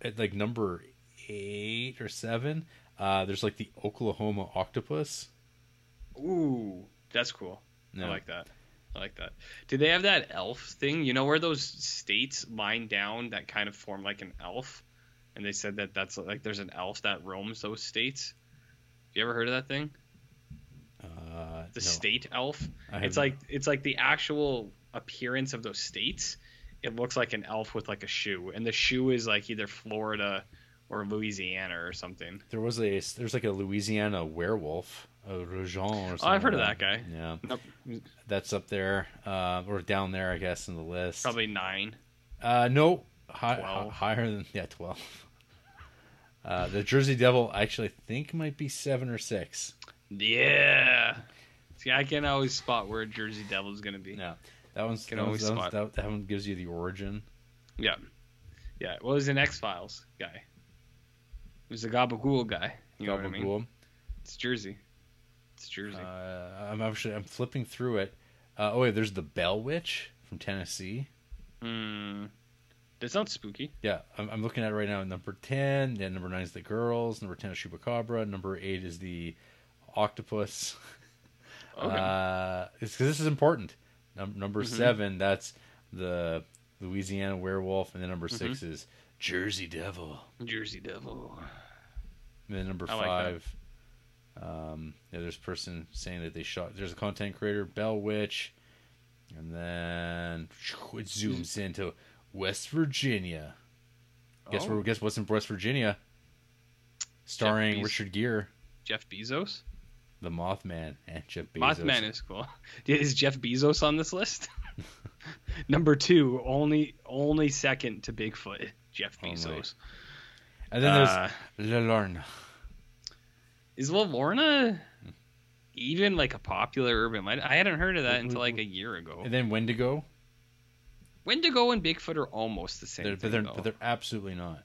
Speaker 1: at like number eight or seven, uh, there's like the Oklahoma octopus.
Speaker 2: Ooh, that's cool.
Speaker 1: No.
Speaker 2: I like that. I like that. Do they have that elf thing? You know where those states line down that kind of form like an elf, and they said that that's like there's an elf that roams those states. You ever heard of that thing?
Speaker 1: Uh,
Speaker 2: The
Speaker 1: no,
Speaker 2: state elf.
Speaker 1: I haven't.
Speaker 2: It's like it's like the actual appearance of those states. It looks like an elf with like a shoe, and the shoe is like either Florida or Louisiana or something.
Speaker 1: there was a there's like a Louisiana werewolf, a Rougeon or something.
Speaker 2: Oh, I've heard of
Speaker 1: like
Speaker 2: that guy.
Speaker 1: Yeah,
Speaker 2: Nope.
Speaker 1: that's up there uh, or down there, I guess, in the list.
Speaker 2: Probably nine.
Speaker 1: Uh, no, hi, hi,
Speaker 2: Twelve.
Speaker 1: higher than yeah, twelve. Uh, the Jersey Devil, I actually think might be seven or six.
Speaker 2: Yeah. See, I can always spot where Jersey Devil's gonna be.
Speaker 1: No, that one's,
Speaker 2: Can
Speaker 1: that, one's,
Speaker 2: always
Speaker 1: that, one's
Speaker 2: spot.
Speaker 1: that, that one gives you the origin.
Speaker 2: Yeah. Yeah. Well, it was an X Files guy. It was a Gabagool guy. You know what I mean?
Speaker 1: Gabagool.
Speaker 2: It's Jersey. It's Jersey.
Speaker 1: Uh, I'm actually I'm flipping through it. Uh, oh wait, there's the Bell Witch from Tennessee.
Speaker 2: Hmm. That sounds spooky.
Speaker 1: Yeah, I'm, I'm looking at it right now. Number ten, then number nine is the girls. Number ten is Chupacabra. Number eight is the octopus.
Speaker 2: Okay.
Speaker 1: Uh, it's because this is important. Num- number
Speaker 2: Mhm.
Speaker 1: seven, that's the Louisiana werewolf, and then number six is Jersey Devil.
Speaker 2: Jersey Devil.
Speaker 1: And then number
Speaker 2: I like that.
Speaker 1: five, um, yeah, there's a person saying that they shot. There's a content creator, Bell Witch, and then it zooms into West Virginia. Guess
Speaker 2: Oh.
Speaker 1: where? Guess what's in West Virginia? Starring
Speaker 2: Bezos.
Speaker 1: Richard Gere,
Speaker 2: Jeff Bezos.
Speaker 1: the Mothman, and Jeff Bezos.
Speaker 2: Mothman is cool. Is Jeff Bezos on this list? Number two, only only second to Bigfoot, Jeff
Speaker 1: Only.
Speaker 2: Bezos.
Speaker 1: and then there's
Speaker 2: Uh,
Speaker 1: Lorna.
Speaker 2: is Lavorna
Speaker 1: Hmm.
Speaker 2: even like a popular urban legend? I hadn't heard of that
Speaker 1: Mm,
Speaker 2: until
Speaker 1: mm,
Speaker 2: like a year ago.
Speaker 1: And then Wendigo.
Speaker 2: Wendigo and Bigfoot are almost the same.
Speaker 1: They're,
Speaker 2: thing,
Speaker 1: but, they're,
Speaker 2: though.
Speaker 1: but they're absolutely not.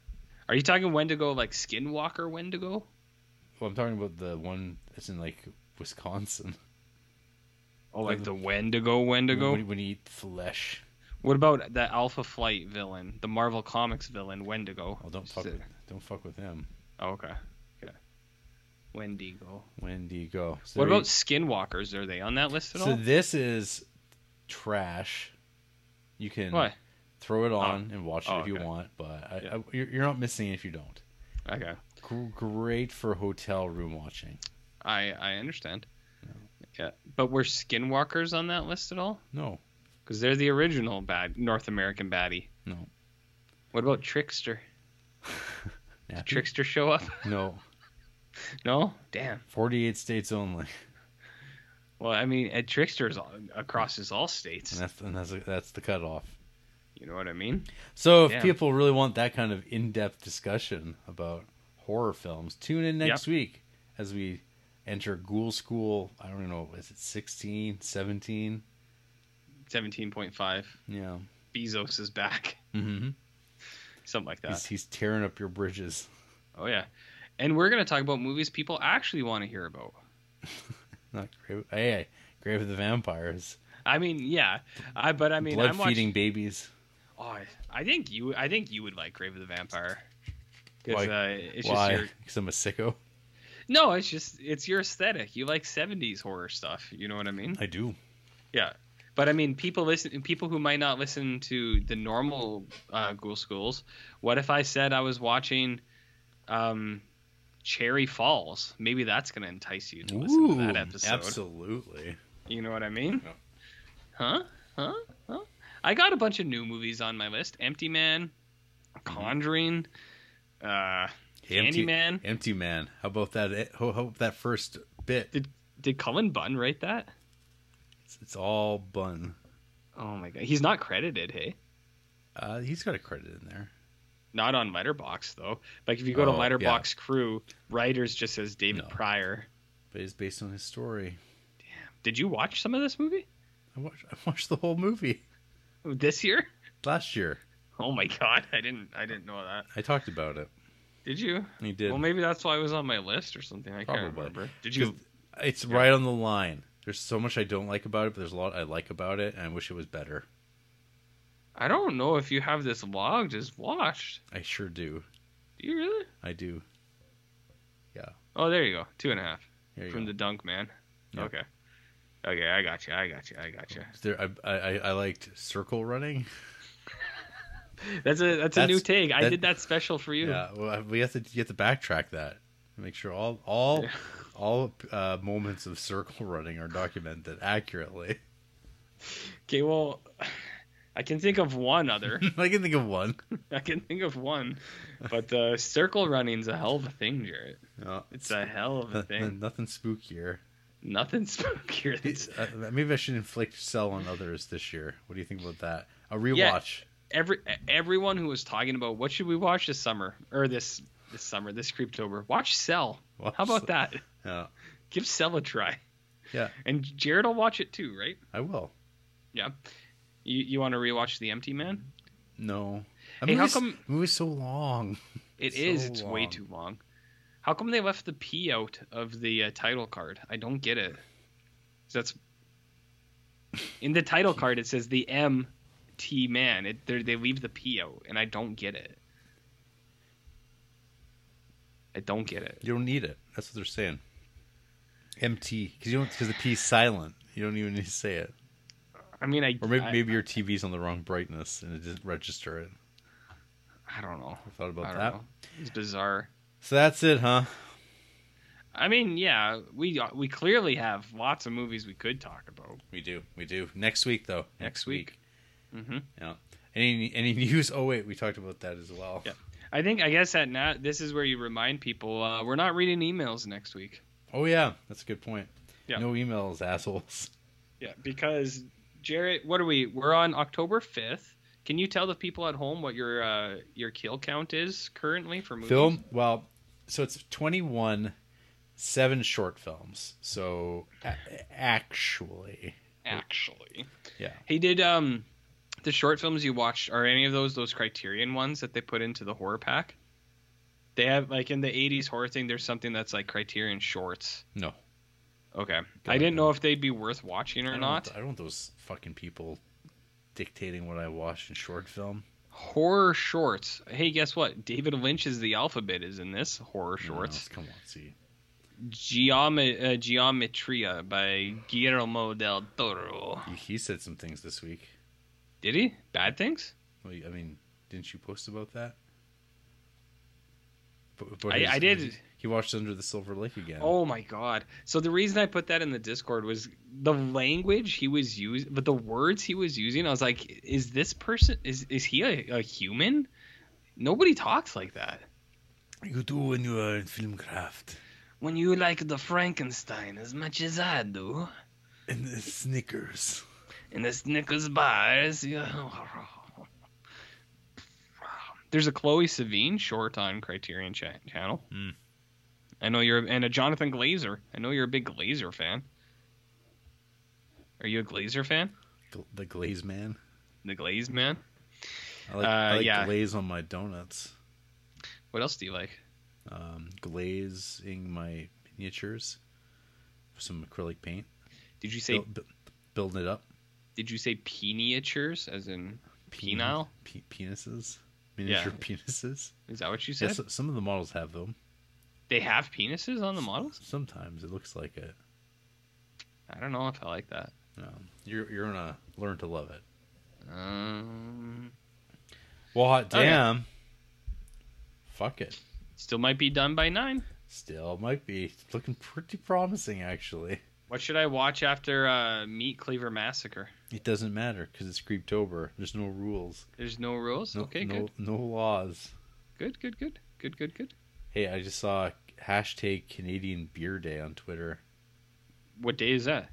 Speaker 2: Are you talking Wendigo like Skinwalker Wendigo?
Speaker 1: Well, I'm talking about the one that's in like Wisconsin.
Speaker 2: Oh, like the Wendigo Wendigo?
Speaker 1: When, when you eat flesh.
Speaker 2: What about that Alpha Flight villain, the Marvel Comics villain Wendigo?
Speaker 1: Oh, don't fuck with don't fuck with him.
Speaker 2: Oh, okay. Okay. Wendigo.
Speaker 1: Wendigo. So
Speaker 2: What
Speaker 1: there
Speaker 2: about Skinwalkers? Are they on that list
Speaker 1: you-
Speaker 2: at
Speaker 1: so
Speaker 2: all?
Speaker 1: this is trash. You can
Speaker 2: Why?
Speaker 1: throw it on and watch it
Speaker 2: Oh,
Speaker 1: if you
Speaker 2: okay.
Speaker 1: want, but I,
Speaker 2: Yeah.
Speaker 1: I, you're, you're not missing it if you don't.
Speaker 2: Okay.
Speaker 1: Gr- great for hotel room watching.
Speaker 2: I I understand. Yeah. But were Skinwalkers on that list at all?
Speaker 1: No,
Speaker 2: Because they're the original bad North American baddie.
Speaker 1: No.
Speaker 2: What about Trickster?
Speaker 1: Nappy?
Speaker 2: Trickster show up?
Speaker 1: no.
Speaker 2: No. Damn.
Speaker 1: Forty-eight states only,
Speaker 2: Well, I mean, Ed Trickster is all, crosses all states.
Speaker 1: and that's and that's that's the cutoff.
Speaker 2: You know what I mean?
Speaker 1: So if
Speaker 2: Damn.
Speaker 1: people really want that kind of in-depth discussion about horror films, tune in next week as we enter ghoul school. I don't even know, is it 16, 17?
Speaker 2: Seventeen point five.
Speaker 1: Yeah.
Speaker 2: Bezos is back.
Speaker 1: Mm-hmm.
Speaker 2: Something like that.
Speaker 1: He's, he's tearing up your bridges.
Speaker 2: Oh yeah. And we're gonna talk about movies people actually want to hear about.
Speaker 1: Not grave. Hey, hey, Grave of the Vampires.
Speaker 2: I mean, yeah. I but I mean,
Speaker 1: Blood
Speaker 2: I'm
Speaker 1: feeding
Speaker 2: watching.
Speaker 1: babies.
Speaker 2: Oh, I- I think you. I think you would like Grave of the Vampire. Because
Speaker 1: Why?
Speaker 2: uh, it's just
Speaker 1: Why?
Speaker 2: your
Speaker 1: Because I'm a sicko.
Speaker 2: no, it's just it's your aesthetic. You like '70s horror stuff. You know what I mean?
Speaker 1: I do.
Speaker 2: Yeah. But I mean, people listen. People who might not listen to the normal uh, ghoul schools. What if I said I was watching um, Cherry Falls? Maybe that's gonna entice you to listen to that episode.
Speaker 1: absolutely.
Speaker 2: You know what I mean?
Speaker 1: No.
Speaker 2: Huh? Huh? Huh? I got a bunch of new movies on my list: Empty Man, Conjuring, uh,
Speaker 1: Mm-hmm. Empty
Speaker 2: Candyman.
Speaker 1: Empty man. How about that? eh, How about that first bit?
Speaker 2: Did did Cullen Bunn write that?
Speaker 1: It's, it's all bun.
Speaker 2: Oh my god, he's not credited. Hey,
Speaker 1: Uh, he's got a credit in there.
Speaker 2: not on Letterbox though. Like if you go to
Speaker 1: Oh, yeah.
Speaker 2: Letterbox Crew, writers just says David
Speaker 1: No.
Speaker 2: Pryor.
Speaker 1: but it's based on his story.
Speaker 2: Did you watch some of this movie
Speaker 1: I watched, I watched the whole movie
Speaker 2: this year?
Speaker 1: last year.
Speaker 2: Oh my god, I didn't I didn't know that.
Speaker 1: I talked about it.
Speaker 2: Did you?
Speaker 1: And he did.
Speaker 2: Well, maybe that's why it was on my list or something. I can't
Speaker 1: Probably.
Speaker 2: remember. Did you?
Speaker 1: It's right on the line. There's so much I don't like about it, but there's a lot I like about it, and I wish it was better.
Speaker 2: I don't know if you have this logged as watched.
Speaker 1: I sure do.
Speaker 2: Do you really?
Speaker 1: I do.
Speaker 2: Oh, there you go. Two and a half
Speaker 1: There you
Speaker 2: from
Speaker 1: go.
Speaker 2: the dunk, man.
Speaker 1: Yeah.
Speaker 2: Okay. Okay, I got you. I got you. I got you.
Speaker 1: There, I, I I liked circle running.
Speaker 2: That's a that's, a new
Speaker 1: That's-
Speaker 2: take. I
Speaker 1: that-
Speaker 2: did that special for you.
Speaker 1: Yeah, well, I- we have to you have to backtrack that. Make sure all all all uh, moments of circle running are documented accurately.
Speaker 2: Okay, well, I can think of one other.
Speaker 1: I can think of one.
Speaker 2: I can think of one, but uh, circle running's a hell of a thing, Jarrett.
Speaker 1: No,
Speaker 2: It's a hell of a thing.
Speaker 1: nothing spookier.
Speaker 2: Nothing spookier. Than...
Speaker 1: Uh, maybe I should inflict sell on others this year. What do you think about that? A rewatch.
Speaker 2: Every everyone who was talking about what should we watch this summer or this this summer this Creeptober, watch Cell.
Speaker 1: Watch
Speaker 2: How about
Speaker 1: Cell.
Speaker 2: that?
Speaker 1: Yeah,
Speaker 2: Give Cell a try,
Speaker 1: yeah,
Speaker 2: and Jared will watch it too, right?
Speaker 1: I will.
Speaker 2: Yeah. You you want to rewatch The Empty Man?
Speaker 1: No. I
Speaker 2: Hey,
Speaker 1: mean,
Speaker 2: how
Speaker 1: movie's,
Speaker 2: come-
Speaker 1: movie's so long?
Speaker 2: It
Speaker 1: So
Speaker 2: is. It's way
Speaker 1: long.
Speaker 2: too long. How come they left the P out of the uh, title card? I don't get it. 'Cause That's in the title card. It says the M T man. It they're- they leave the P out, and I don't get it. I don't get it.
Speaker 1: You don't need it. That's what they're saying. MT because you don't because the P's silent. You don't even need to say it.
Speaker 2: I mean, I
Speaker 1: Or maybe,
Speaker 2: I,
Speaker 1: maybe your TV's on the wrong brightness and it didn't register it.
Speaker 2: I don't know.
Speaker 1: I thought
Speaker 2: I
Speaker 1: about
Speaker 2: don't
Speaker 1: that.
Speaker 2: know. It's bizarre.
Speaker 1: So that's it, huh?
Speaker 2: I mean, yeah, we we clearly have lots of movies we could talk about.
Speaker 1: We do. We do. Next week though.
Speaker 2: Next week. hmm
Speaker 1: Yeah. Any any news? Oh wait, we talked about that as well.
Speaker 2: Yeah. I think I guess that now this is where you remind people uh, we're not reading emails next week.
Speaker 1: Oh yeah, that's a good point.
Speaker 2: Yeah.
Speaker 1: No emails, assholes.
Speaker 2: Yeah, because Jarrett, what are we? We're on October fifth. Can you tell the people at home what your uh, your kill count is currently for movies?
Speaker 1: Film. Well, so it's twenty one, seven short films. So a- actually,
Speaker 2: actually.
Speaker 1: Yeah.
Speaker 2: He did um the short films you watched are any of those those Criterion ones that they put into the horror pack? They have like in the '80s horror thing. There's something that's like Criterion shorts.
Speaker 1: no.
Speaker 2: Okay, I didn't know if they'd be worth watching
Speaker 1: I
Speaker 2: or
Speaker 1: don't want
Speaker 2: not.
Speaker 1: th- I don't want those fucking people dictating what I watch in short film.
Speaker 2: horror shorts. Hey, guess what? David Lynch's The Alphabet is in this horror
Speaker 1: No,
Speaker 2: shorts.
Speaker 1: come on, see.
Speaker 2: Geome- uh, Geometria by Guillermo del Toro.
Speaker 1: He- He said some things this week.
Speaker 2: Did he? Bad things?
Speaker 1: Well, I mean, didn't you post about that? But,
Speaker 2: I- I did.
Speaker 1: He watched Under the Silver Lake again.
Speaker 2: Oh my god. So the reason I put that in the Discord was the language he was using, but the words he was using, I was like, is this person is is he a, a human? Nobody talks like that.
Speaker 1: You do when you are in film craft.
Speaker 2: When you like the Frankenstein as much as I do,
Speaker 1: And the Snickers.
Speaker 2: and the Snickers bars. you- There's a Chloe Savine short on Criterion cha- Channel.
Speaker 1: Hmm.
Speaker 2: I know you're, and a Jonathan Glazer. I know you're a big Glazer fan. Are you a Glazer fan?
Speaker 1: Gl- the Glaze Man.
Speaker 2: The Glaze man.
Speaker 1: I like,
Speaker 2: Uh,
Speaker 1: I like
Speaker 2: yeah.
Speaker 1: glaze on my donuts.
Speaker 2: What else do you like?
Speaker 1: Um, glazing my miniatures with some acrylic paint.
Speaker 2: Did you say
Speaker 1: Build, bu- building it up.
Speaker 2: Did you say miniatures as in penile?
Speaker 1: Pe- penises. Miniature penises.
Speaker 2: Is that what you
Speaker 1: Yeah,
Speaker 2: said?
Speaker 1: so, some of the models have them.
Speaker 2: They have penises on the models.
Speaker 1: Sometimes it looks like it.
Speaker 2: I don't know if I like that.
Speaker 1: Um, you're you're gonna learn to love it.
Speaker 2: Um,
Speaker 1: Well, hot
Speaker 2: Okay.
Speaker 1: damn. Fuck it.
Speaker 2: still might be done by nine.
Speaker 1: Still might be looking pretty promising actually.
Speaker 2: What should I watch after uh, Meat Cleaver Massacre?
Speaker 1: It doesn't matter because it's Creeptober. There's no rules.
Speaker 2: There's no rules.
Speaker 1: No,
Speaker 2: okay,
Speaker 1: no, no laws.
Speaker 2: good, good, good, good, good, good, good.
Speaker 1: Hey, I just saw hashtag Canadian Beer Day on Twitter.
Speaker 2: What day is that?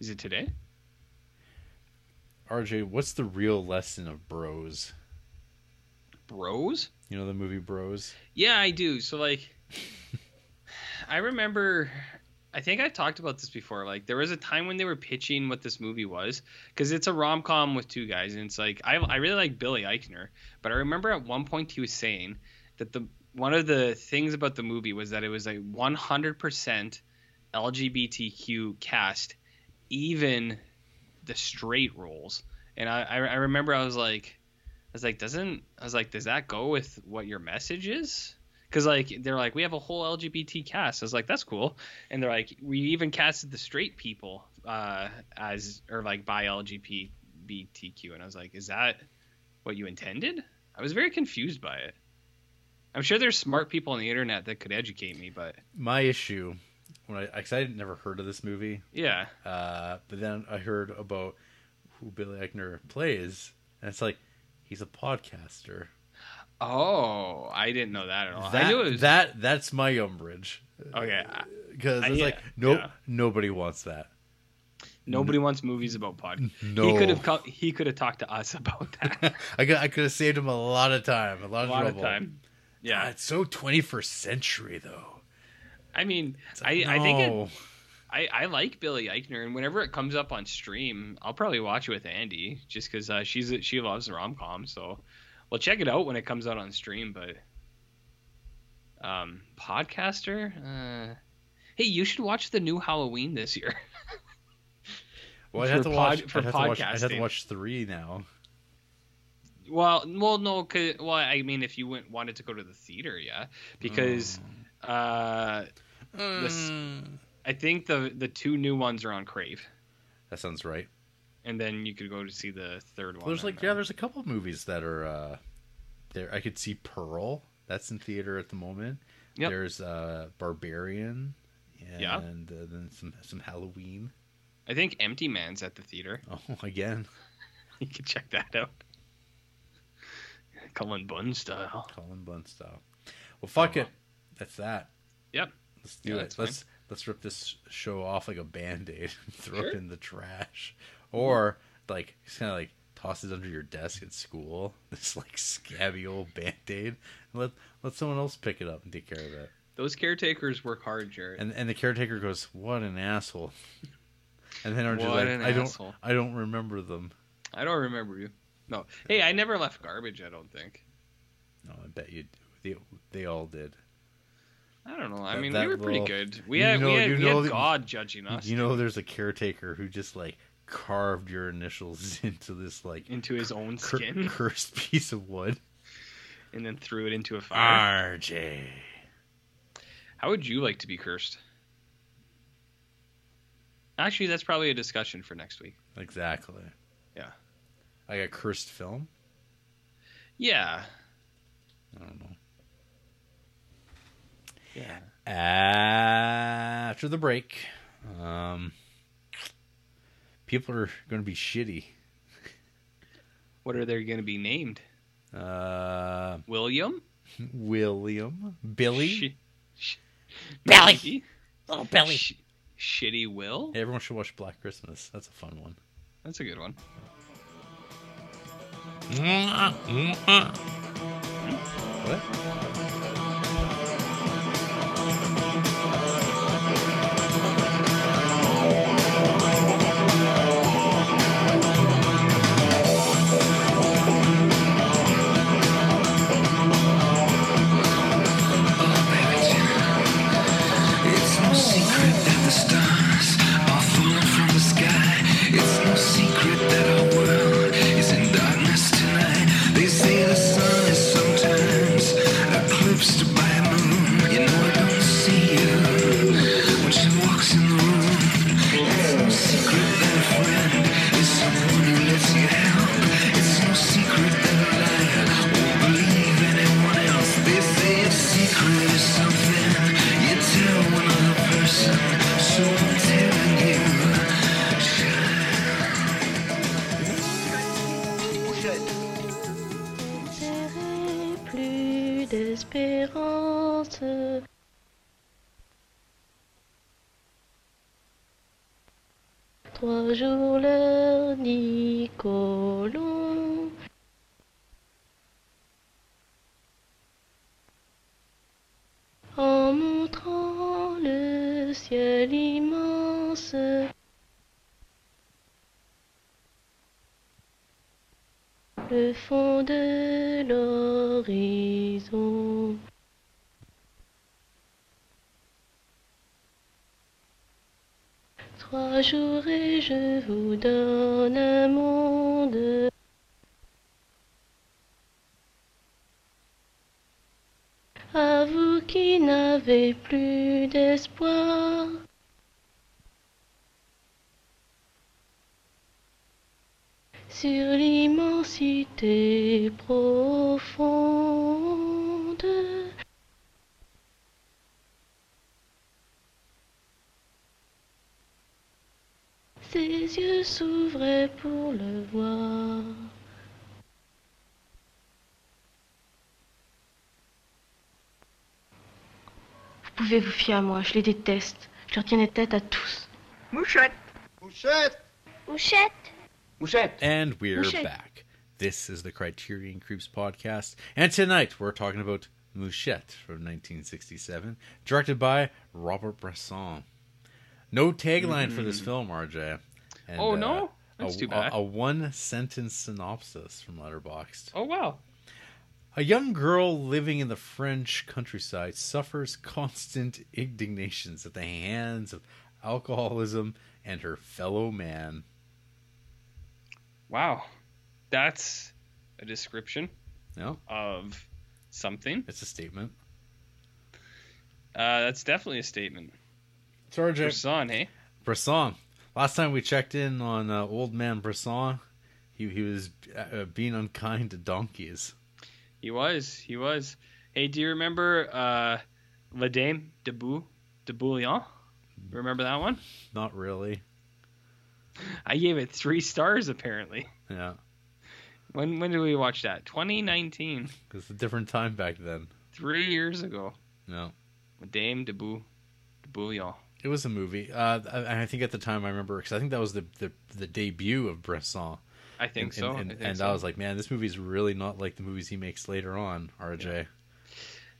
Speaker 2: Is it today?
Speaker 1: RJ, what's the real lesson of Bros?
Speaker 2: Bros?
Speaker 1: You know the movie Bros?
Speaker 2: Yeah, I do. So like, I remember. I think I've talked about this before. Like, there was a time when they were pitching what this movie was, because it's a rom com with two guys, and it's like I, I really like Billy Eichner, but I remember at one point he was saying that the one of the things about the movie was that it was a 100% LGBTQ cast, even the straight roles. And I, I, I remember I was like, I was like, doesn't I was like, does that go with what your message is? Because like they're like, we have a whole LGBT cast. I was like, that's cool. And they're like, we even casted the straight people uh, as or like by LGBTQ. And I was like, is that what you intended? I was very confused by it. I'm sure there's smart people on the internet that could educate me, but
Speaker 1: My issue when I, cause I had never heard of this movie,
Speaker 2: yeah,
Speaker 1: uh, but then I heard about who Billy Eichner plays, and it's like he's a podcaster.
Speaker 2: Oh, I didn't know that at all.
Speaker 1: That,
Speaker 2: I knew it was
Speaker 1: that that's my umbrage
Speaker 2: okay. I-
Speaker 1: because
Speaker 2: I-
Speaker 1: it's like
Speaker 2: yeah,
Speaker 1: nope,
Speaker 2: yeah.
Speaker 1: nobody wants that.
Speaker 2: Nobody wants movies about podcasts.
Speaker 1: No.
Speaker 2: He could have come, he could have talked to us about that
Speaker 1: I could I could have saved him a lot of time, a lot
Speaker 2: a
Speaker 1: of
Speaker 2: lot of
Speaker 1: trouble.
Speaker 2: time. Yeah,
Speaker 1: God, it's so 21st century though.
Speaker 2: I mean, I, I think it, I I like Billy Eichner, and whenever it comes up on stream, I'll probably watch it with Andy just because uh, she's a- she loves rom com. So, we'll check it out when it comes out on stream. But, um, podcaster, uh, hey, you should watch the new Halloween this year.
Speaker 1: well, I'd
Speaker 2: for
Speaker 1: have to watch.
Speaker 2: pod- for
Speaker 1: I'd have to watch, I'd have to
Speaker 2: podcasting.
Speaker 1: watch three now.
Speaker 2: Well, well, no, 'cause- well, I mean, if you went, wanted to go to the theater, yeah, because uh, This-
Speaker 1: Mm.
Speaker 2: I think the the two new ones are on Crave,
Speaker 1: That sounds right.
Speaker 2: and then you could go to see the third one.
Speaker 1: Well, there's
Speaker 2: on
Speaker 1: like yeah, there's a couple movies that are uh, there. I could see Pearl. That's in theater at the moment.
Speaker 2: Yep.
Speaker 1: There's uh, Barbarian. And
Speaker 2: Yeah.
Speaker 1: uh, then some some Halloween.
Speaker 2: I think Empty Man's at the theater.
Speaker 1: Oh, again,
Speaker 2: You can check that out. Cullen Bunn style.
Speaker 1: Colin Bunn style. Well, fuck
Speaker 2: Oh,
Speaker 1: it. That's that.
Speaker 2: Yep.
Speaker 1: Let's do
Speaker 2: Yeah,
Speaker 1: it.
Speaker 2: that's fine.
Speaker 1: Let's let's rip this show off like a band aid and throw it
Speaker 2: Sure.
Speaker 1: in the trash, or like just kind of like toss it under your desk at school. This like scabby old band aid. Let let someone else pick it up and take care of it.
Speaker 2: Those caretakers work hard, Jared.
Speaker 1: And and the caretaker goes, "What an asshole." And then Andrew's
Speaker 2: What
Speaker 1: like,
Speaker 2: an
Speaker 1: "I don't
Speaker 2: asshole."
Speaker 1: I don't remember them."
Speaker 2: I don't remember you. No. Hey, I never left garbage. I don't think.
Speaker 1: No, I bet you they they all did.
Speaker 2: I don't know. I
Speaker 1: That-
Speaker 2: mean,
Speaker 1: that
Speaker 2: we were pretty
Speaker 1: little-
Speaker 2: good. We
Speaker 1: you
Speaker 2: had
Speaker 1: know-
Speaker 2: we had,
Speaker 1: you
Speaker 2: we
Speaker 1: know
Speaker 2: had
Speaker 1: that-
Speaker 2: God judging us
Speaker 1: You know, there's a caretaker who just like carved your initials into this like
Speaker 2: into his own
Speaker 1: cur-
Speaker 2: skin,
Speaker 1: cursed piece of wood.
Speaker 2: and then threw it into a fire.
Speaker 1: Ah. RJ.
Speaker 2: How would you like to be cursed? Actually, that's probably a discussion for next week.
Speaker 1: Exactly.
Speaker 2: Yeah.
Speaker 1: Like a cursed film?
Speaker 2: Yeah.
Speaker 1: I don't know.
Speaker 2: Yeah.
Speaker 1: After the break, um, people are going to be shitty.
Speaker 2: What are they going to be named?
Speaker 1: Uh,
Speaker 2: William?
Speaker 1: William, Billy.
Speaker 2: Sh- sh-
Speaker 3: Belly.
Speaker 2: Maybe?
Speaker 3: Little Billy.
Speaker 2: Sh- shitty Will?
Speaker 1: Hey, everyone should watch Black Christmas. That's a fun one.
Speaker 2: That's a good one.
Speaker 1: What?
Speaker 4: It's no secret that the stars are falling from the sky. It's no secret that our world is in darkness tonight. They say the sun is sometimes eclipsed by a moon. You know I don't see you when she walks in the room. It's no secret that a friend is someone who lets you help. It's no secret that a liar won't believe anyone else. They say a secret is something you tell one other person. So I'm telling you.
Speaker 5: n'avais plus d'espérance. Trois jours l'heure Nicolon. En montrant le ciel immense. le fond de l'horizon. Trois jours et je vous donne un monde. À vous qui n'avez plus d'espoir. sur l'immensité profonde. ses yeux s'ouvraient pour le voir. Vous pouvez vous fier à moi, je les déteste. Je leur tiens les têtes à tous.
Speaker 3: Mouchotte.
Speaker 6: Mouchette!
Speaker 7: Mouchette,
Speaker 6: Mouchette!
Speaker 1: And we're
Speaker 5: Mouchette.
Speaker 1: back. This is the Criterion Creeps podcast, and tonight we're talking about Mouchette from 1967, directed by Robert Bresson. No tagline for this film, RJ. And, uh,
Speaker 2: Oh, no?
Speaker 1: A,
Speaker 2: That's too bad.
Speaker 1: a- a one-sentence synopsis from Letterboxd.
Speaker 2: Oh wow.
Speaker 1: A young girl living in the French countryside suffers constant indignations at the hands of alcoholism and her fellow man.
Speaker 2: Wow. That's a description
Speaker 1: No,
Speaker 2: of something.
Speaker 1: it's a statement.
Speaker 2: Uh, that's definitely a statement. For
Speaker 1: Sergeant
Speaker 2: son, hey?
Speaker 1: Bresson. Last time we checked in on uh, old man Bresson, he he was uh, uh, being unkind to donkeys.
Speaker 2: He was. He was. Hey, do you remember uh La Dame de Bou de Bouillon? Remember that one?
Speaker 1: Not really.
Speaker 2: I gave it three stars apparently.
Speaker 1: Yeah,
Speaker 2: When when did we watch that? 2019.
Speaker 1: it's a different time back then.
Speaker 2: Three years ago.
Speaker 1: No,
Speaker 2: La Dame de Bou de Bouillon.
Speaker 1: it was a movie. Uh, and I think at the time I remember because I think that was the, the the debut of Bresson.
Speaker 2: I think
Speaker 1: and,
Speaker 2: so.
Speaker 1: And,
Speaker 2: I
Speaker 1: and,
Speaker 2: think
Speaker 1: and
Speaker 2: so.
Speaker 1: I was like, man, this movie's really not like the movies he makes later on, RJ.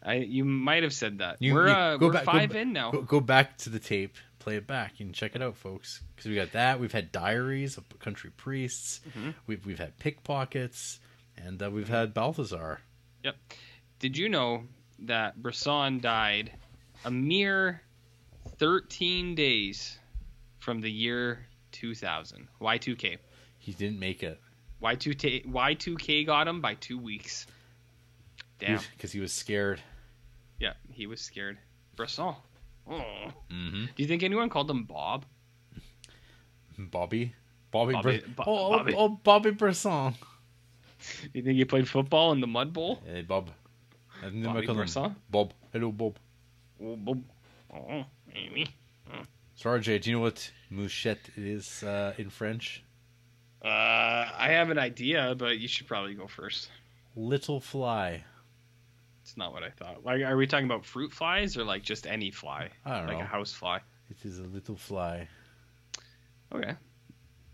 Speaker 2: I you might have said that.
Speaker 1: You-
Speaker 2: we're
Speaker 1: you-
Speaker 2: uh,
Speaker 1: go
Speaker 2: we're
Speaker 1: back- go
Speaker 2: five
Speaker 1: ba-
Speaker 2: in now.
Speaker 1: Go, go back to the tape, play it back, and check it out, folks. Because we got that. We've had diaries of country priests.
Speaker 2: Mm-hmm.
Speaker 1: We've we've had pickpockets, and uh, we've had Balthazar.
Speaker 2: Yep. Did you know that Brisson died a mere 13 days from the year 2000? Y2K.
Speaker 1: He didn't make it
Speaker 2: Y2K, Y2K got him by two weeks. Damn.
Speaker 1: because he was scared.
Speaker 2: yeah, he was scared. Brisson. Oh.
Speaker 1: Mm-hmm.
Speaker 2: Do you think anyone called him Bob?
Speaker 1: Bobby. Bobby,
Speaker 2: Bobby-
Speaker 1: Bres-
Speaker 2: Bo-
Speaker 1: oh, oh,
Speaker 2: Bobby.
Speaker 1: oh, Bobby Bresson.
Speaker 2: Do you think he played football in the Mud Bowl?
Speaker 1: Hey, Bob. I didn't know I
Speaker 2: Bobby
Speaker 1: called him
Speaker 2: Bresson?
Speaker 1: Bob. Hello, Bob.
Speaker 2: Oh, Bob. Oh, maybe.
Speaker 1: So, RJ, do you know what mouchette is uh, in French?
Speaker 2: Uh, I have an idea, but you should probably go first.
Speaker 1: Little fly.
Speaker 2: It's not what I thought. Like, are we talking about fruit flies or like just any fly?
Speaker 1: I don't
Speaker 2: like
Speaker 1: know.
Speaker 2: a house fly.
Speaker 1: It is a little fly.
Speaker 2: Okay.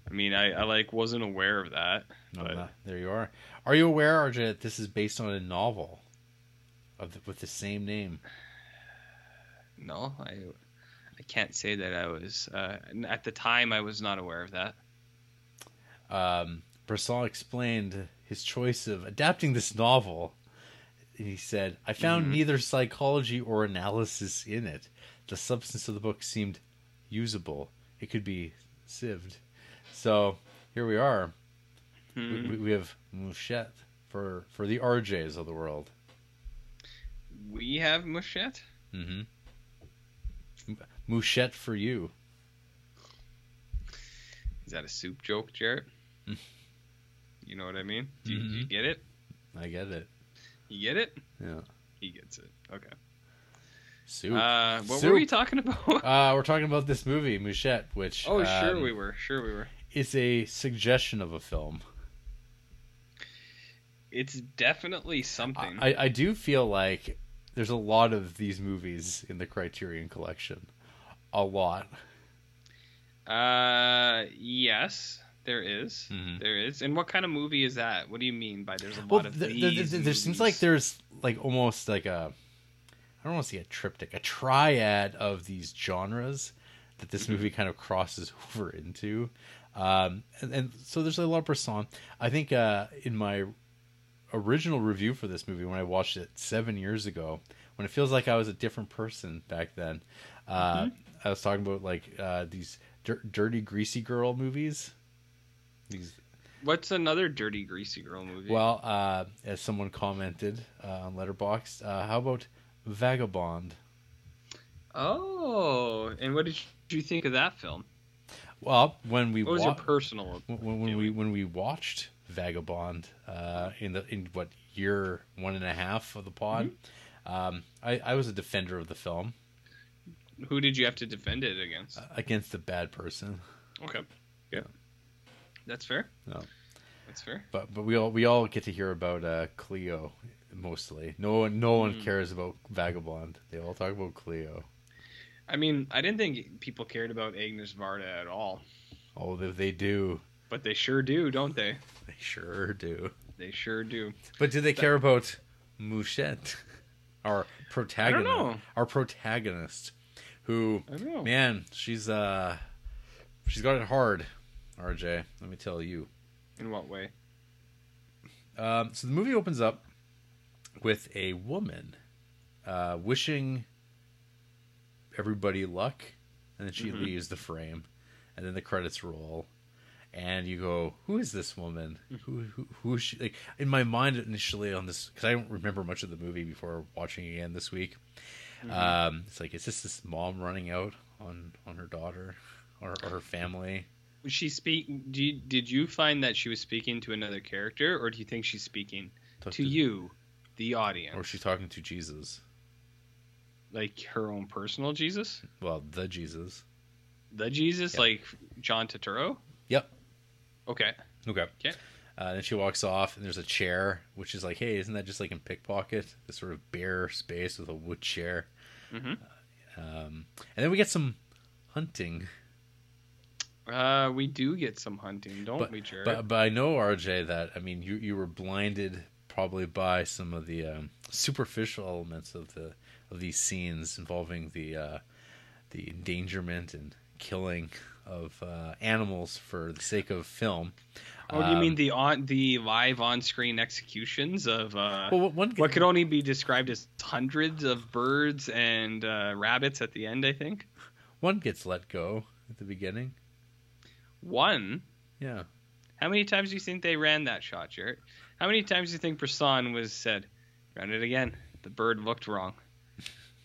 Speaker 2: I mean, I, I like wasn't aware of that.
Speaker 1: No,
Speaker 2: But-
Speaker 1: no, there you are. Are you aware, RJ, that this is based on a novel of the, with the same name?
Speaker 2: No, I I can't say that I was uh, at the time. I was not aware of that.
Speaker 1: Um, Bresson explained his choice of adapting this novel. He said, I found neither psychology or analysis in it. The substance of the book seemed usable, it could be sieved. So here we are. We, we- we have Mouchette for, for the RJs of the world.
Speaker 2: We have Mouchette.
Speaker 1: Mm-hmm. Mouchette for you.
Speaker 2: Is that a soup joke, Jarrett?
Speaker 1: Hmm.
Speaker 2: you know what I mean? Do you,
Speaker 1: Mm-hmm.
Speaker 2: do you get it?
Speaker 1: I get it.
Speaker 2: You get it?
Speaker 1: Yeah.
Speaker 2: He gets it. Okay.
Speaker 1: Soup. Uh,
Speaker 2: Uh, what
Speaker 1: Soup. Uh,
Speaker 2: were we talking about?
Speaker 1: we're talking about this movie, Mouchette, which
Speaker 2: oh, sure
Speaker 1: um,
Speaker 2: we were. Sure we were.
Speaker 1: is a suggestion of a film.
Speaker 2: It's definitely something.
Speaker 1: I, I do feel like there's a lot of these movies in the Criterion collection. A lot.
Speaker 2: Uh, yes, there is.
Speaker 1: Mhm.
Speaker 2: There is. And what kind of movie is that? What do you mean by there's a
Speaker 1: Well,
Speaker 2: lot of
Speaker 1: there,
Speaker 2: these
Speaker 1: there, there- there seems like
Speaker 2: movies?
Speaker 1: there's like almost like a I don't want to say a triptych, a triad of these genres that this movie kind of crosses over into. Um, and, and so there's a lot of Bresson. I think uh, in my original review for this movie when I watched it seven years ago, when it feels like I was a different person back then, uh,
Speaker 2: Mm-hmm.
Speaker 1: I was talking about like uh, these dir- dirty, greasy girl movies. These
Speaker 2: What's another dirty, greasy girl movie?
Speaker 1: well, uh, as someone commented uh, on Letterboxd, uh, how about Vagabond?
Speaker 2: oh, and what did you think of that film?
Speaker 1: Well, when we
Speaker 2: What was
Speaker 1: wa-
Speaker 2: your personal?
Speaker 1: when, when we when we watched Vagabond uh, in the in what year one and a half of the pod,
Speaker 2: Mm-hmm.
Speaker 1: um, I, I was a defender of the film Uh,
Speaker 2: Who did you have to defend it against?
Speaker 1: against the bad person.
Speaker 2: Okay, Yeah. That's fair.
Speaker 1: No.
Speaker 2: That's fair.
Speaker 1: But but we all we all get to hear about uh, Cleo mostly. No one no one
Speaker 2: Mm.
Speaker 1: cares about Vagabond. They all talk about Cleo.
Speaker 2: I mean, I didn't think people cared about Agnes Varda at all,
Speaker 1: Oh, they, they do.
Speaker 2: but they sure do, don't they?
Speaker 1: They sure do.
Speaker 2: They sure do.
Speaker 1: But do they care about Mouchette, our protagonist?
Speaker 2: know.
Speaker 1: Our protagonist, who
Speaker 2: I don't know.
Speaker 1: man, she's uh, she's got it hard. RJ, let me tell you.
Speaker 2: In what way?
Speaker 1: Um, so the movie opens up with a woman uh, wishing everybody luck, and then she leaves the frame, and then the credits roll, and you go, "Who is this woman? Who who, who is she?" Like in my mind initially on this, because I don't remember much of the movie before watching again this week. Um, it's like, is this this mom running out on on her daughter or, or her family?
Speaker 2: Was she speak? Do you, did you find that she was speaking to another character, or do you think she's speaking
Speaker 1: Talk
Speaker 2: to you, the audience,
Speaker 1: or is she talking to Jesus?
Speaker 2: like her own personal Jesus,
Speaker 1: Well, the Jesus.
Speaker 2: the Jesus,
Speaker 1: Yeah.
Speaker 2: like John Turturro?
Speaker 1: Yep.
Speaker 2: Okay.
Speaker 1: Okay.
Speaker 2: Okay.
Speaker 1: Uh, then she walks off, and there's a chair, which is like, hey, isn't that just like in pickpocket? This sort of bare space with a wood chair.
Speaker 2: Mhm.
Speaker 1: Um, and then we get some hunting,
Speaker 2: Uh, we do get some hunting, don't
Speaker 1: but,
Speaker 2: we, Jared?
Speaker 1: but but I know RJ that I mean you you were blinded probably by some of the um, superficial elements of the of these scenes involving the uh, the endangerment and killing of uh, animals for the sake of film.
Speaker 2: oh, do you
Speaker 1: um,
Speaker 2: mean the on the live on screen executions of uh,
Speaker 1: Well, one
Speaker 2: what could only be described as hundreds of birds and uh, rabbits at the end? I think
Speaker 1: one gets let go at the beginning.
Speaker 2: one.
Speaker 1: Yeah.
Speaker 2: How many times do you think they ran that shot, Jared? How many times do you think Brisson was said, run it again? The bird looked wrong.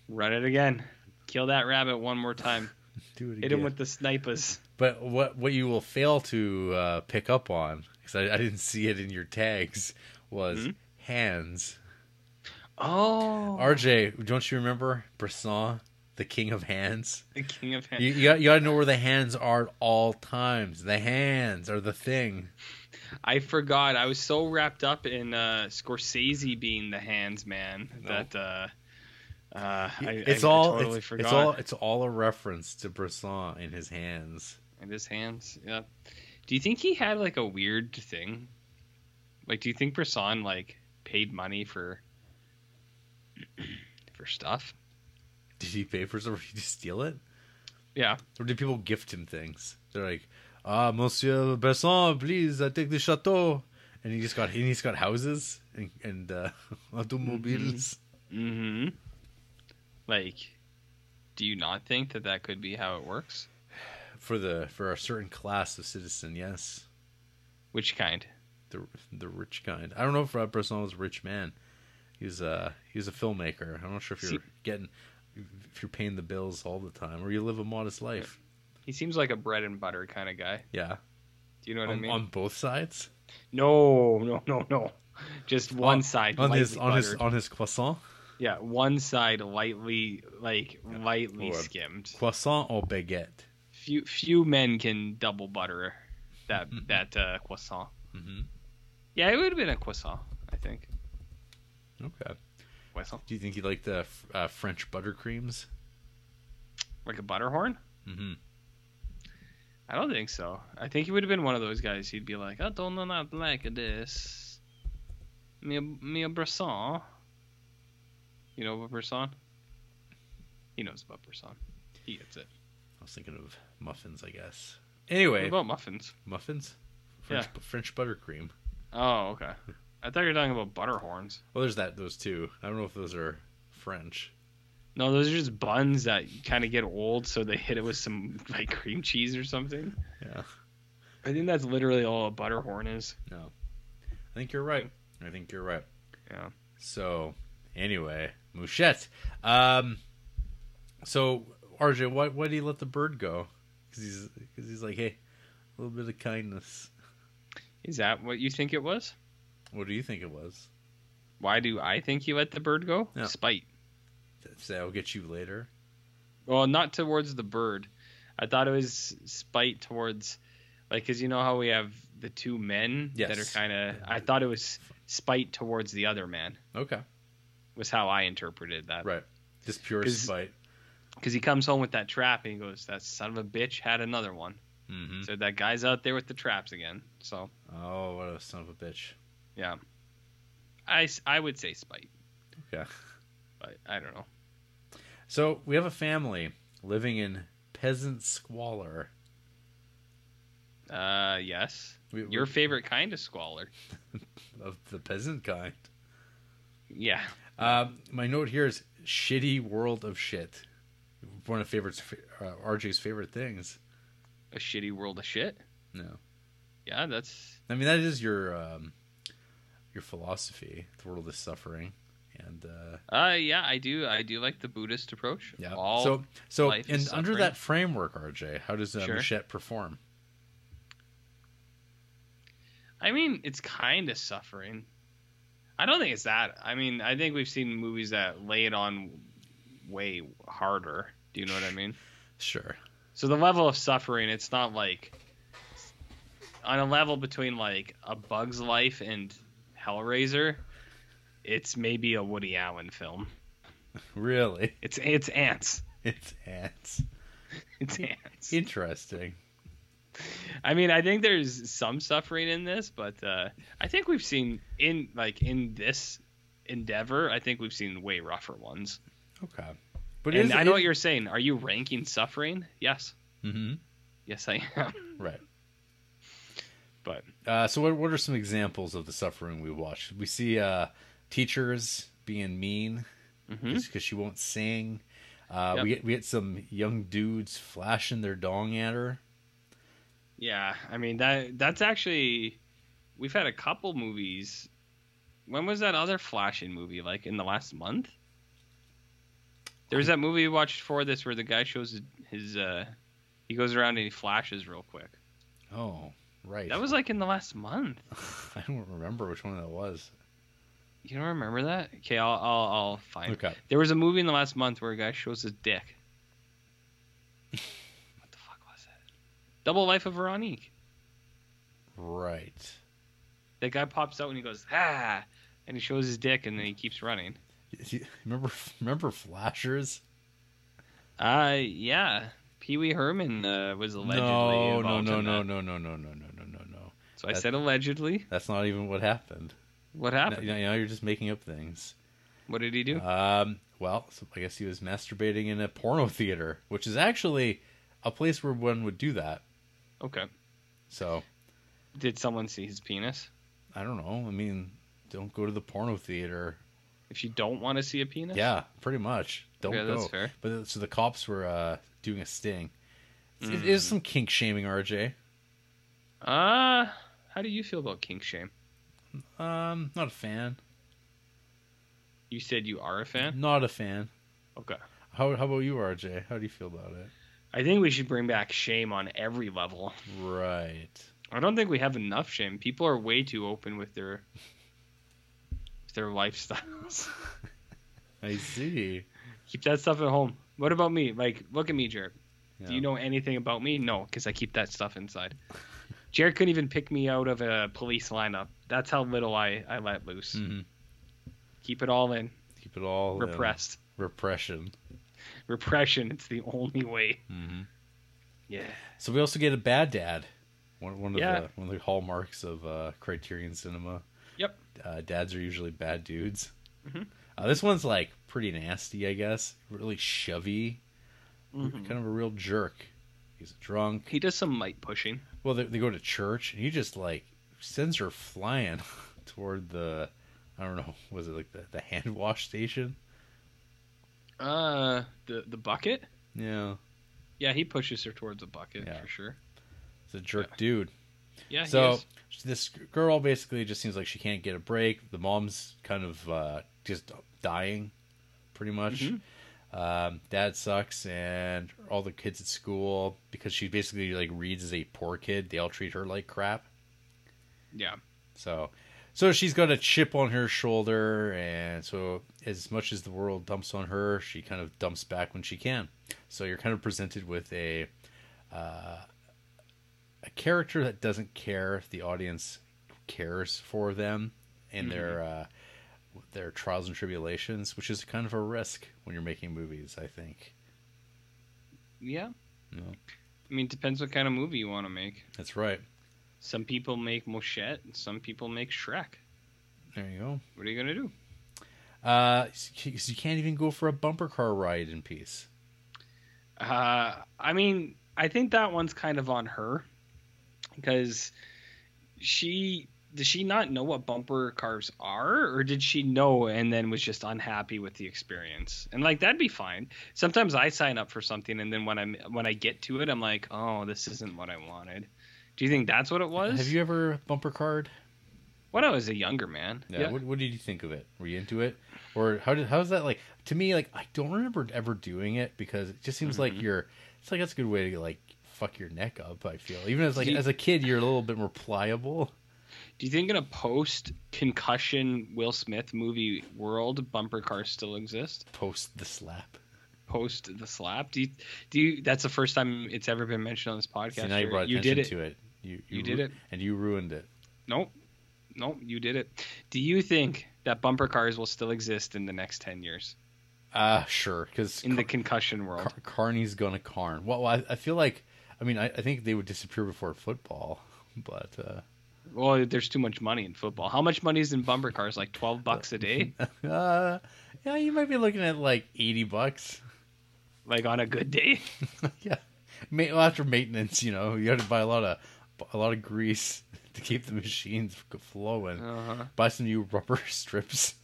Speaker 2: Run it again. Kill that rabbit one more time.
Speaker 1: Do it
Speaker 2: Hit him with the snipers.
Speaker 1: But what what you will fail to uh, pick up on, because I, I didn't see it in your tags, was
Speaker 2: Mhm.
Speaker 1: hands.
Speaker 2: Oh,
Speaker 1: RJ, don't you remember Brisson, the king of hands?
Speaker 2: the king of hands.
Speaker 1: You you got, you got to know where the hands are at all times. The hands are the thing.
Speaker 2: I forgot. I was so wrapped up in uh, Scorsese being the hands man that uh, uh, I,
Speaker 1: it's
Speaker 2: I, I
Speaker 1: all
Speaker 2: totally
Speaker 1: it's,
Speaker 2: forgot.
Speaker 1: it's all it's all a reference to Brisson in his hands.
Speaker 2: And his hands. Yeah. Do you think he had like a weird thing? Like, do you think Brisson like paid money for for stuff?
Speaker 1: Did he pay for something? Did he steal it?
Speaker 2: Yeah.
Speaker 1: Or did people gift him things? They're like, ah, Monsieur Besson, please, I take the chateau. And he just got, and he's got houses and, and uh, automobiles.
Speaker 2: Mm-hmm. Like, do you not think that that could be how it works?
Speaker 1: for the for a certain class of citizen. Yes,
Speaker 2: Which kind?
Speaker 1: the the rich kind. I don't know if Rob Besson was a rich man. He's a he's a filmmaker. I'm not sure if you're getting if you're paying the bills all the time or you live a modest life.
Speaker 2: He seems like a bread and butter kind of guy.
Speaker 1: Yeah,
Speaker 2: Do you know what I
Speaker 1: on,
Speaker 2: mean?
Speaker 1: on both sides.
Speaker 2: no, no, no, no. Just one
Speaker 1: On-
Speaker 2: side
Speaker 1: on
Speaker 2: lightly
Speaker 1: his on his
Speaker 2: buttered.
Speaker 1: on his croissant,
Speaker 2: yeah, one side lightly, like lightly
Speaker 1: Or-
Speaker 2: skimmed.
Speaker 1: croissant or baguette.
Speaker 2: few few men can double butter that that uh, croissant.
Speaker 1: Mhm.
Speaker 2: Yeah, it would have been a croissant, I think.
Speaker 1: Okay.
Speaker 2: Croissant,
Speaker 1: Do you think he liked the uh, French buttercreams?
Speaker 2: like a butterhorn.
Speaker 1: Mm-hmm.
Speaker 2: I don't think so. I think he would have been one of those guys. He'd be like, I don't know not like this. Me a, me a croissant. You know about croissant? He knows about croissant. He gets it.
Speaker 1: I was thinking of muffins, I guess.
Speaker 2: What
Speaker 1: Anyway,
Speaker 2: about muffins?
Speaker 1: muffins, French, French buttercream.
Speaker 2: Oh, okay. I thought you were talking about butterhorns.
Speaker 1: Well, there's that. Those two. I don't know if those are French.
Speaker 2: No, those are just buns that kind of get old, so they hit it with some like cream cheese or something.
Speaker 1: Yeah.
Speaker 2: I think that's literally all a butterhorn is.
Speaker 1: No. I think you're right. I think you're right.
Speaker 2: Yeah.
Speaker 1: So, anyway, Mouchette. Um. So, RJ, why why did he let the bird go? Because he's because he's like, hey, a little bit of kindness.
Speaker 2: Is that what you think it was?
Speaker 1: What do you think it was?
Speaker 2: Why do I think he let the bird go?
Speaker 1: Yeah.
Speaker 2: Spite.
Speaker 1: Say, I'll get you later.
Speaker 2: Well, not towards the bird. I thought it was spite towards like because you know how we have the two men that
Speaker 1: Yes.
Speaker 2: are kind of. I thought it was spite towards the other man
Speaker 1: Okay.
Speaker 2: was how I interpreted that.
Speaker 1: Right. Just pure
Speaker 2: 'Cause-
Speaker 1: spite.
Speaker 2: Because he comes home with that trap and he goes, "That son of a bitch had another one."
Speaker 1: hmm
Speaker 2: So that guy's out there with the traps again. So
Speaker 1: Oh, what a son of a bitch.
Speaker 2: yeah, I s- I would say spite,
Speaker 1: Yeah.
Speaker 2: but I don't know.
Speaker 1: So we have a family living in peasant squalor.
Speaker 2: Uh, yes.
Speaker 1: We-
Speaker 2: Your
Speaker 1: we-
Speaker 2: favorite kind of squalor.
Speaker 1: of the peasant kind.
Speaker 2: Yeah.
Speaker 1: Um, my note here is shitty world of shit. One of favorites, uh, RJ's favorite things.
Speaker 2: A shitty world of shit.
Speaker 1: No,
Speaker 2: Yeah, that's
Speaker 1: I mean that is your um, your philosophy. The world is suffering, and uh,
Speaker 2: uh yeah, I do I do like the Buddhist approach.
Speaker 1: yeah.
Speaker 2: All
Speaker 1: so so
Speaker 2: life is
Speaker 1: and under
Speaker 2: suffering.
Speaker 1: that framework, RJ, how does uh,
Speaker 2: Sure.
Speaker 1: Machette perform?
Speaker 2: I mean, it's kind of suffering. I don't think it's that. I mean, I think we've seen movies that lay it on way harder. Do you know what I mean?
Speaker 1: Sure.
Speaker 2: So the level of suffering, it's not like on a level between like a Bug's Life and Hellraiser. It's maybe a Woody Allen film.
Speaker 1: Really,
Speaker 2: It's it's ants.
Speaker 1: it's ants.
Speaker 2: It's ants.
Speaker 1: Interesting.
Speaker 2: I mean, I think there's some suffering in this, but uh, I think we've seen in like in this endeavor, I think we've seen way rougher ones.
Speaker 1: Okay, but
Speaker 2: and I know what you're saying. Are you ranking suffering? Yes,
Speaker 1: hmm
Speaker 2: yes, I am.
Speaker 1: right.
Speaker 2: but
Speaker 1: Uh, so what what are some examples of the suffering we watch? We see uh, teachers being mean because
Speaker 2: mm-hmm.
Speaker 1: she won't sing. Uh,
Speaker 2: Hmm? Yep.
Speaker 1: We get we get some young dudes flashing their dong at her.
Speaker 2: yeah, I mean that that's actually we've had a couple movies. When was that other flashing movie? Like in the last month? There was that movie we watched for this where the guy shows his, his uh, he goes around and he flashes real quick.
Speaker 1: Oh, right.
Speaker 2: That was like in the last month.
Speaker 1: I don't remember which one that was.
Speaker 2: You don't remember that? Okay, I'll I'll, I'll find.
Speaker 1: Okay.
Speaker 2: There was a movie in the last month where a guy shows his dick. what the fuck was that? Double Life of Veronique.
Speaker 1: Right.
Speaker 2: That guy pops out and he goes ah, and he shows his dick and then he keeps running.
Speaker 1: You- Remember remember flashers?
Speaker 2: Uh yeah. Pee Wee Herman uh, was allegedly
Speaker 1: no, no,
Speaker 2: involved
Speaker 1: no,
Speaker 2: in
Speaker 1: no,
Speaker 2: that.
Speaker 1: no, no, no, no, no, no, no, no.
Speaker 2: So I
Speaker 1: That-
Speaker 2: said allegedly.
Speaker 1: That's not even what happened.
Speaker 2: What
Speaker 1: Now,
Speaker 2: happened?
Speaker 1: now you're just making up things.
Speaker 2: What did he do?
Speaker 1: Um, well, so I guess he was masturbating in a porno theater, which is actually a place where one would do that.
Speaker 2: okay.
Speaker 1: So
Speaker 2: Did someone see his penis?
Speaker 1: I don't know. I mean, don't go to the porno theater.
Speaker 2: If you don't want to see a penis,
Speaker 1: Yeah, pretty much. Don't
Speaker 2: Okay,
Speaker 1: go.
Speaker 2: that's fair.
Speaker 1: But so the cops were uh, doing a sting. It- It
Speaker 2: Mm.
Speaker 1: is some kink shaming, RJ.
Speaker 2: Uh how do you feel about kink shame?
Speaker 1: Um, not a fan.
Speaker 2: You said you are a fan.
Speaker 1: Not a fan.
Speaker 2: Okay.
Speaker 1: How how about you, RJ? How do you feel about it?
Speaker 2: I think we should bring back shame on every level.
Speaker 1: Right.
Speaker 2: I don't think we have enough shame. People are way too open with their with their lifestyles.
Speaker 1: I see.
Speaker 2: keep that stuff at home. What about me? Like, look at me, Jared. Do
Speaker 1: Yeah.
Speaker 2: you know anything about me? No, because I keep that stuff inside. Jared couldn't even pick me out of a police lineup. That's how little I, I let loose.
Speaker 1: Mhm.
Speaker 2: Keep it all in.
Speaker 1: Keep it all in.
Speaker 2: Repressed.
Speaker 1: Repression.
Speaker 2: Repression. It's the only way.
Speaker 1: Mhm.
Speaker 2: Yeah.
Speaker 1: So we also get a bad dad. One, one of
Speaker 2: Yeah.
Speaker 1: the one of the hallmarks of uh, Criterion Cinema.
Speaker 2: Yep. Mm-hmm.
Speaker 1: Uh, dads are usually bad dudes. Uh, this one's like pretty nasty, I guess. Really shovey,
Speaker 2: Mm-hmm.
Speaker 1: kind of a real jerk. He's drunk.
Speaker 2: He does some light pushing.
Speaker 1: Well, they, they go to church, and he just like sends her flying toward the I don't know, was it like the, the hand wash station?
Speaker 2: Uh, the the bucket.
Speaker 1: Yeah,
Speaker 2: Yeah, he pushes her towards a bucket
Speaker 1: Yeah.
Speaker 2: for sure.
Speaker 1: it's a jerk dude.
Speaker 2: Yeah. he
Speaker 1: So
Speaker 2: is.
Speaker 1: this girl basically just seems like she can't get a break. The mom's kind of uh, just dying, pretty much.
Speaker 2: Mm-hmm.
Speaker 1: Um, dad sucks, and all the kids at school because she basically like reads as a poor kid. They all treat her like crap.
Speaker 2: yeah.
Speaker 1: So, so she's got a chip on her shoulder, and so as much as the world dumps on her, she kind of dumps back when she can. So you're kind of presented with a uh, a character that doesn't care if the audience cares for them and their uh, their trials and tribulations, which is kind of a risk when you're making movies. I think
Speaker 2: Yeah.
Speaker 1: No.
Speaker 2: I mean, it depends what kind of movie you want to make.
Speaker 1: that's right.
Speaker 2: Some people make Moshette, and some people make Shrek.
Speaker 1: There you go.
Speaker 2: What are you gonna do?
Speaker 1: Uh, s- you can't even go for a bumper car ride in peace.
Speaker 2: Uh, I mean, I think that one's kind of on her because she does she not know what bumper cars are, or did she know and then was just unhappy with the experience? And like that'd be fine. Sometimes I sign up for something and then when I'm when I get to it, I'm like, oh, this isn't what I wanted. Do you think that's what it was?
Speaker 1: Have you ever bumper card?
Speaker 2: When I was a younger man.
Speaker 1: Yeah. What, what did you think of it? Were you into it, or how did how's that like? To me, like I don't remember ever doing it because it just seems
Speaker 2: Mm-hmm.
Speaker 1: like you're. It's like that's a good way to like fuck your neck up. I feel even as like
Speaker 2: Do you-
Speaker 1: as a kid, you're a little bit more pliable.
Speaker 2: Do you think in a post concussion Will Smith movie world bumper cars still exist?
Speaker 1: Post the slap.
Speaker 2: Post the slap? Do you, do you that's the first time it's ever been mentioned on this
Speaker 1: See,
Speaker 2: podcast.
Speaker 1: now you
Speaker 2: Jerry.
Speaker 1: brought
Speaker 2: you
Speaker 1: attention
Speaker 2: did it.
Speaker 1: to it. You
Speaker 2: You did
Speaker 1: ru-
Speaker 2: it.
Speaker 1: and you ruined it.
Speaker 2: Nope. Nope, you did it. Do you think that bumper cars will still exist in the next 10 years
Speaker 1: Ah, sure, because
Speaker 2: in the concussion world?
Speaker 1: Car- Carney's gonna Carn. Well, I, I feel like I mean I, I think they would disappear before football, but uh,
Speaker 2: Well, there's too much money in football. How much money is in bumper cars? Like 12 bucks a day?
Speaker 1: uh, yeah, you might be looking at like eighty bucks.
Speaker 2: like on a good day?
Speaker 1: yeah, Ma- well, after maintenance, you know, you had to buy a lot of a lot of grease to keep the machines flowing.
Speaker 2: Uh-huh.
Speaker 1: Buy some new rubber strips.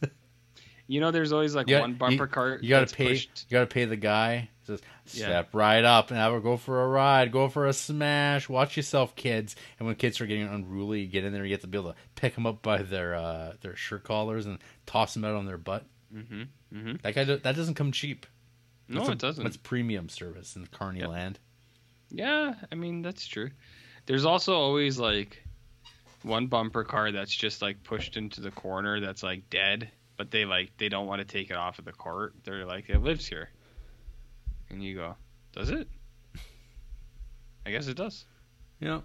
Speaker 2: You know, there's always like
Speaker 1: Yeah,
Speaker 2: one bumper
Speaker 1: you,
Speaker 2: car.
Speaker 1: You gotta
Speaker 2: that's
Speaker 1: pay.
Speaker 2: pushed-
Speaker 1: You gotta pay the guy. He says,
Speaker 2: Yeah.
Speaker 1: step right up and have a go for a ride. Go for a smash. Watch yourself, kids. And when kids are getting unruly, you get in there. You have to be able to pick them up by their uh, their shirt collars and toss them out on their butt. Mm-hmm. Mm-hmm. That guy. do- That doesn't come cheap.
Speaker 2: No,
Speaker 1: That's a-
Speaker 2: it doesn't.
Speaker 1: That's premium service in Carney Land.
Speaker 2: Yeah, I mean that's true. There's also always like one bumper car that's just like pushed into the corner that's like dead, but they like they don't want to take it off of the cart. They're like it lives here. And you go, "Does it?" I guess it does.
Speaker 1: Yeah.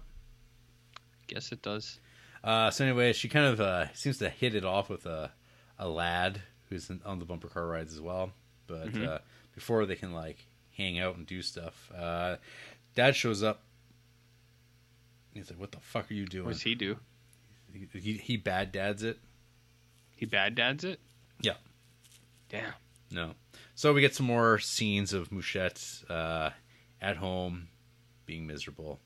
Speaker 2: Guess it does.
Speaker 1: Uh, so anyway, she kind of uh, seems to hit it off with a a lad who's in, on the bumper car rides as well. But uh, before they can like hang out and do stuff, uh, Dad shows up. He's like, "What the fuck are you doing?"
Speaker 2: What's he do?
Speaker 1: he? He, he bad dads it.
Speaker 2: He bad dads it?
Speaker 1: Yeah.
Speaker 2: Damn.
Speaker 1: No. So we get some more scenes of Mouchette uh, at home being miserable.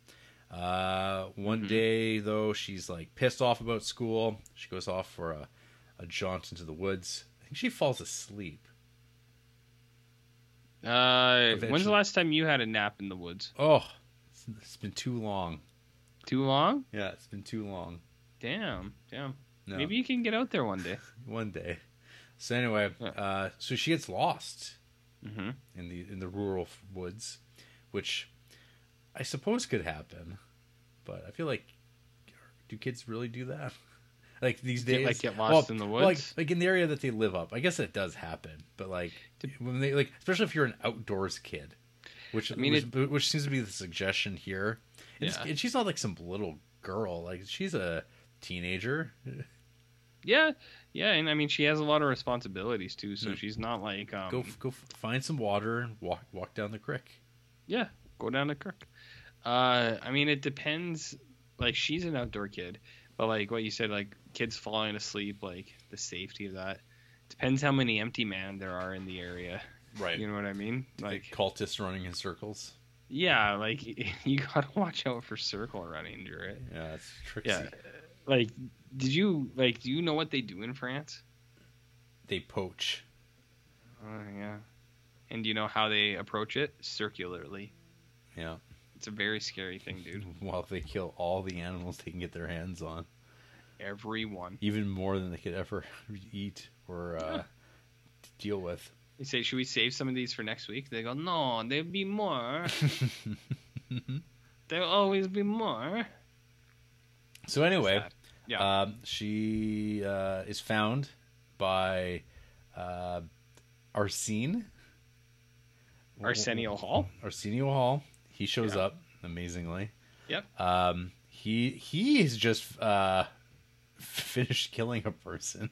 Speaker 1: Uh, one day, though, she's like pissed off about school. She goes off for a, a jaunt into the woods. I think she falls asleep.
Speaker 2: Uh, when's the
Speaker 1: Eventually.
Speaker 2: last time you had a nap in the woods?
Speaker 1: Oh, it's, it's been too long.
Speaker 2: Too long?
Speaker 1: Yeah, it's been too long.
Speaker 2: Damn. Damn.
Speaker 1: No,
Speaker 2: Maybe you can get out there one day.
Speaker 1: one day. So anyway,
Speaker 2: Yeah.
Speaker 1: uh, so she gets lost
Speaker 2: Mhm.
Speaker 1: in the in the rural f- woods, which I suppose could happen, but I feel like do kids really do that? Like these
Speaker 2: Get,
Speaker 1: days,
Speaker 2: like, get lost in the
Speaker 1: Like,
Speaker 2: woods?
Speaker 1: like in the area that they live up. I guess it does happen, but like when they like, especially if you're an outdoors kid, which
Speaker 2: mean,
Speaker 1: which, which seems to be the suggestion here. And, this-
Speaker 2: Yeah.
Speaker 1: and she's not like some little girl; like she's a teenager.
Speaker 2: Yeah, yeah, and I mean she has a lot of responsibilities too, so
Speaker 1: Mm.
Speaker 2: she's not like um,
Speaker 1: go f- go f- find some water and walk walk down the creek.
Speaker 2: yeah, go down to Kirk. Uh, I mean it depends. Like she's an outdoor kid, but like what you said, like kids falling asleep, like the safety of that depends how many empty man there are in the area.
Speaker 1: Right.
Speaker 2: You know what I mean? Like
Speaker 1: cultists running in circles.
Speaker 2: yeah, like you gotta watch out for circle running, Jarrett.
Speaker 1: Yeah, it's tricky.
Speaker 2: Yeah. Like, did you like? Do you know what they do in France?
Speaker 1: They poach.
Speaker 2: Oh yeah. And do you know how they approach it? Circularly.
Speaker 1: Yeah.
Speaker 2: It's a very scary thing, dude.
Speaker 1: While they kill all the animals they can get their hands on,
Speaker 2: Everyone.
Speaker 1: even more than they could ever eat or uh, deal with.
Speaker 2: You say, should we save some of these for next week? They go, no, there'll be more. there'll always be more.
Speaker 1: So anyway,
Speaker 2: Sad. Yeah.
Speaker 1: um, she uh, is found by uh, Arsene
Speaker 2: Arsenio Hall.
Speaker 1: mm-hmm. Arsenio Hall. He shows up amazingly.
Speaker 2: Yep.
Speaker 1: Um, he he's just uh, finished killing a person.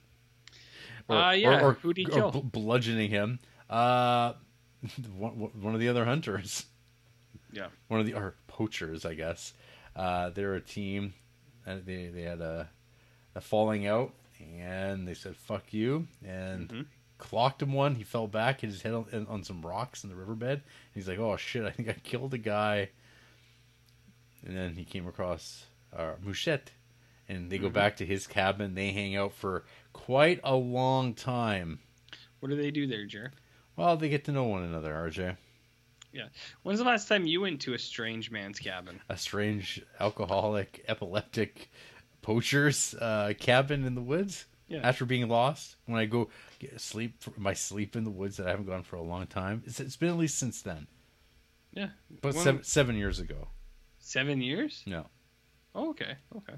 Speaker 2: Uh,
Speaker 1: Or,
Speaker 2: yeah,
Speaker 1: or,
Speaker 2: who'd he
Speaker 1: or
Speaker 2: kill?
Speaker 1: bl- bludgeoning him. Uh, one, one of the other hunters.
Speaker 2: Yeah.
Speaker 1: One of the or poachers, I guess. Uh, they're a team. Uh, they they had a, a falling out, and they said "fuck you" and clocked him one. He fell back, hit his head on, on some rocks in the riverbed. He's like, "Oh shit, I think I killed a guy." And then he came across uh, Mouchette, and they go back to his cabin. They hang out for quite a long time.
Speaker 2: What do they do there, Jer?
Speaker 1: Well, they get to know one another, RJ.
Speaker 2: When's the last time you went to a strange man's cabin?
Speaker 1: A strange alcoholic, epileptic poacher's uh, cabin in the woods.
Speaker 2: Yeah.
Speaker 1: After being lost, when I go get sleep, my sleep in the woods that I haven't gone for a long time. It's, it's been at least since then,
Speaker 2: Yeah.
Speaker 1: but
Speaker 2: When-
Speaker 1: seven, seven years ago.
Speaker 2: Seven years?
Speaker 1: No.
Speaker 2: Oh, okay. Okay.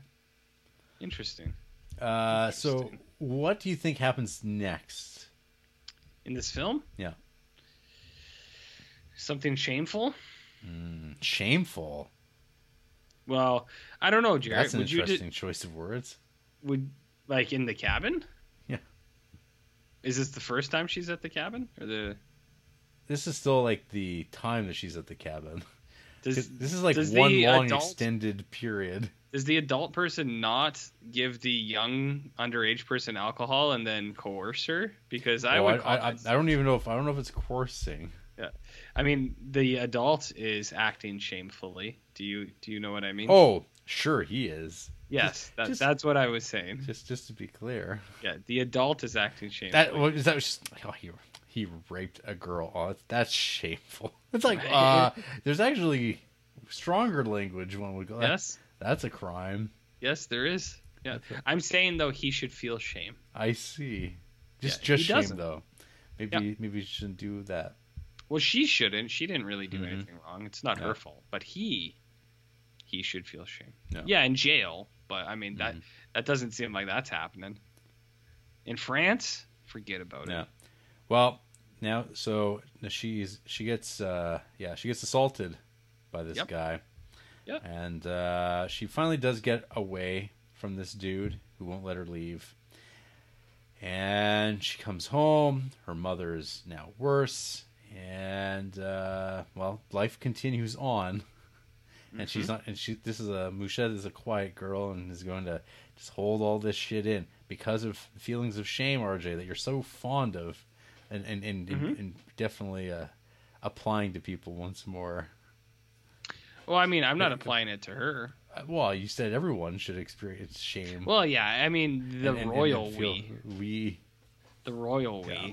Speaker 2: Interesting.
Speaker 1: Uh, so,
Speaker 2: Interesting.
Speaker 1: what do you think happens next?
Speaker 2: In this film?
Speaker 1: Yeah.
Speaker 2: Something shameful?
Speaker 1: Shameful.
Speaker 2: Well, I don't know, Jared.
Speaker 1: That's an
Speaker 2: would you
Speaker 1: interesting
Speaker 2: di-
Speaker 1: choice of words.
Speaker 2: would like in the cabin?
Speaker 1: Yeah.
Speaker 2: Is this the first time she's at the cabin, or the
Speaker 1: This is still like the time that she's at the cabin.
Speaker 2: does
Speaker 1: This is like
Speaker 2: does
Speaker 1: one
Speaker 2: the
Speaker 1: long
Speaker 2: adult-
Speaker 1: extended period.
Speaker 2: does the adult person not give the young underage person alcohol and then coerce her? Because I
Speaker 1: Oh,
Speaker 2: would.
Speaker 1: I,
Speaker 2: call
Speaker 1: I, I
Speaker 2: that-
Speaker 1: don't even know if I don't know if it's coursing.
Speaker 2: Yeah. I mean, the adult is acting shamefully. Do you do you know what I mean?
Speaker 1: Oh, sure he is.
Speaker 2: yes, that,
Speaker 1: just-
Speaker 2: that's what I was saying.
Speaker 1: Just just to be clear,
Speaker 2: Yeah, the adult is acting shamefully.
Speaker 1: that was that was just oh he he raped a girl. Oh, that's, that's shameful. It's like
Speaker 2: Right.
Speaker 1: uh, there's actually stronger language one would go. that-
Speaker 2: yes,
Speaker 1: that's a crime.
Speaker 2: yes, there is. Yeah,
Speaker 1: That's right.
Speaker 2: I'm saying though he should feel shame.
Speaker 1: I see. Just
Speaker 2: Yeah,
Speaker 1: just
Speaker 2: he
Speaker 1: shame
Speaker 2: doesn't.
Speaker 1: though. Maybe maybe you shouldn't do that.
Speaker 2: Well, she shouldn't. She didn't really do
Speaker 1: Mhm.
Speaker 2: anything wrong. It's not
Speaker 1: Yeah.
Speaker 2: her fault. But he, he should feel shame.
Speaker 1: Yeah. Mm-hmm.
Speaker 2: Yeah, in jail. But I mean that that doesn't seem like that's happening. In France, forget about
Speaker 1: Yeah.
Speaker 2: it.
Speaker 1: Well, now so she's she gets uh yeah, she gets assaulted by this
Speaker 2: Yep.
Speaker 1: guy.
Speaker 2: Yep.
Speaker 1: And uh she finally does get away from this dude who won't let her leave. And she comes home, her mother is now worse, and uh well, life continues on. And
Speaker 2: Mm-hmm.
Speaker 1: she's not and she this is a Mouchette is a quiet girl and is going to just hold all this shit in because of feelings of shame, RJ, that you're so fond of, and and and,
Speaker 2: Mm-hmm.
Speaker 1: and, and definitely uh, applying to people once more.
Speaker 2: Well, I mean, I'm not applying it to her.
Speaker 1: Uh, Well, you said everyone should experience shame.
Speaker 2: Well, yeah, I mean
Speaker 1: and-
Speaker 2: the
Speaker 1: and- and
Speaker 2: royal
Speaker 1: feel-
Speaker 2: we,
Speaker 1: we.
Speaker 2: the royal we.
Speaker 1: Yeah.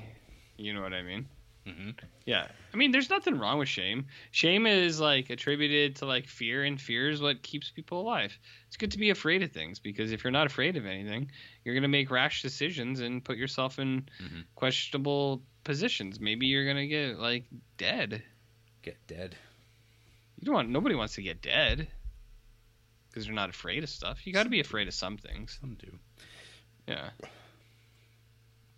Speaker 2: You know what I mean? Mm-hmm. Yeah. I mean, there's nothing wrong with shame. Shame is like attributed to like fear, and fear is what keeps people alive. It's good to be afraid of things because if you're not afraid of anything, you're gonna make rash decisions and put yourself in questionable positions. Maybe you're gonna get like dead.
Speaker 1: get dead.
Speaker 2: You don't want nobody wants to get dead because they're not afraid of stuff. You got to be afraid of some things.
Speaker 1: Some do.
Speaker 2: Yeah.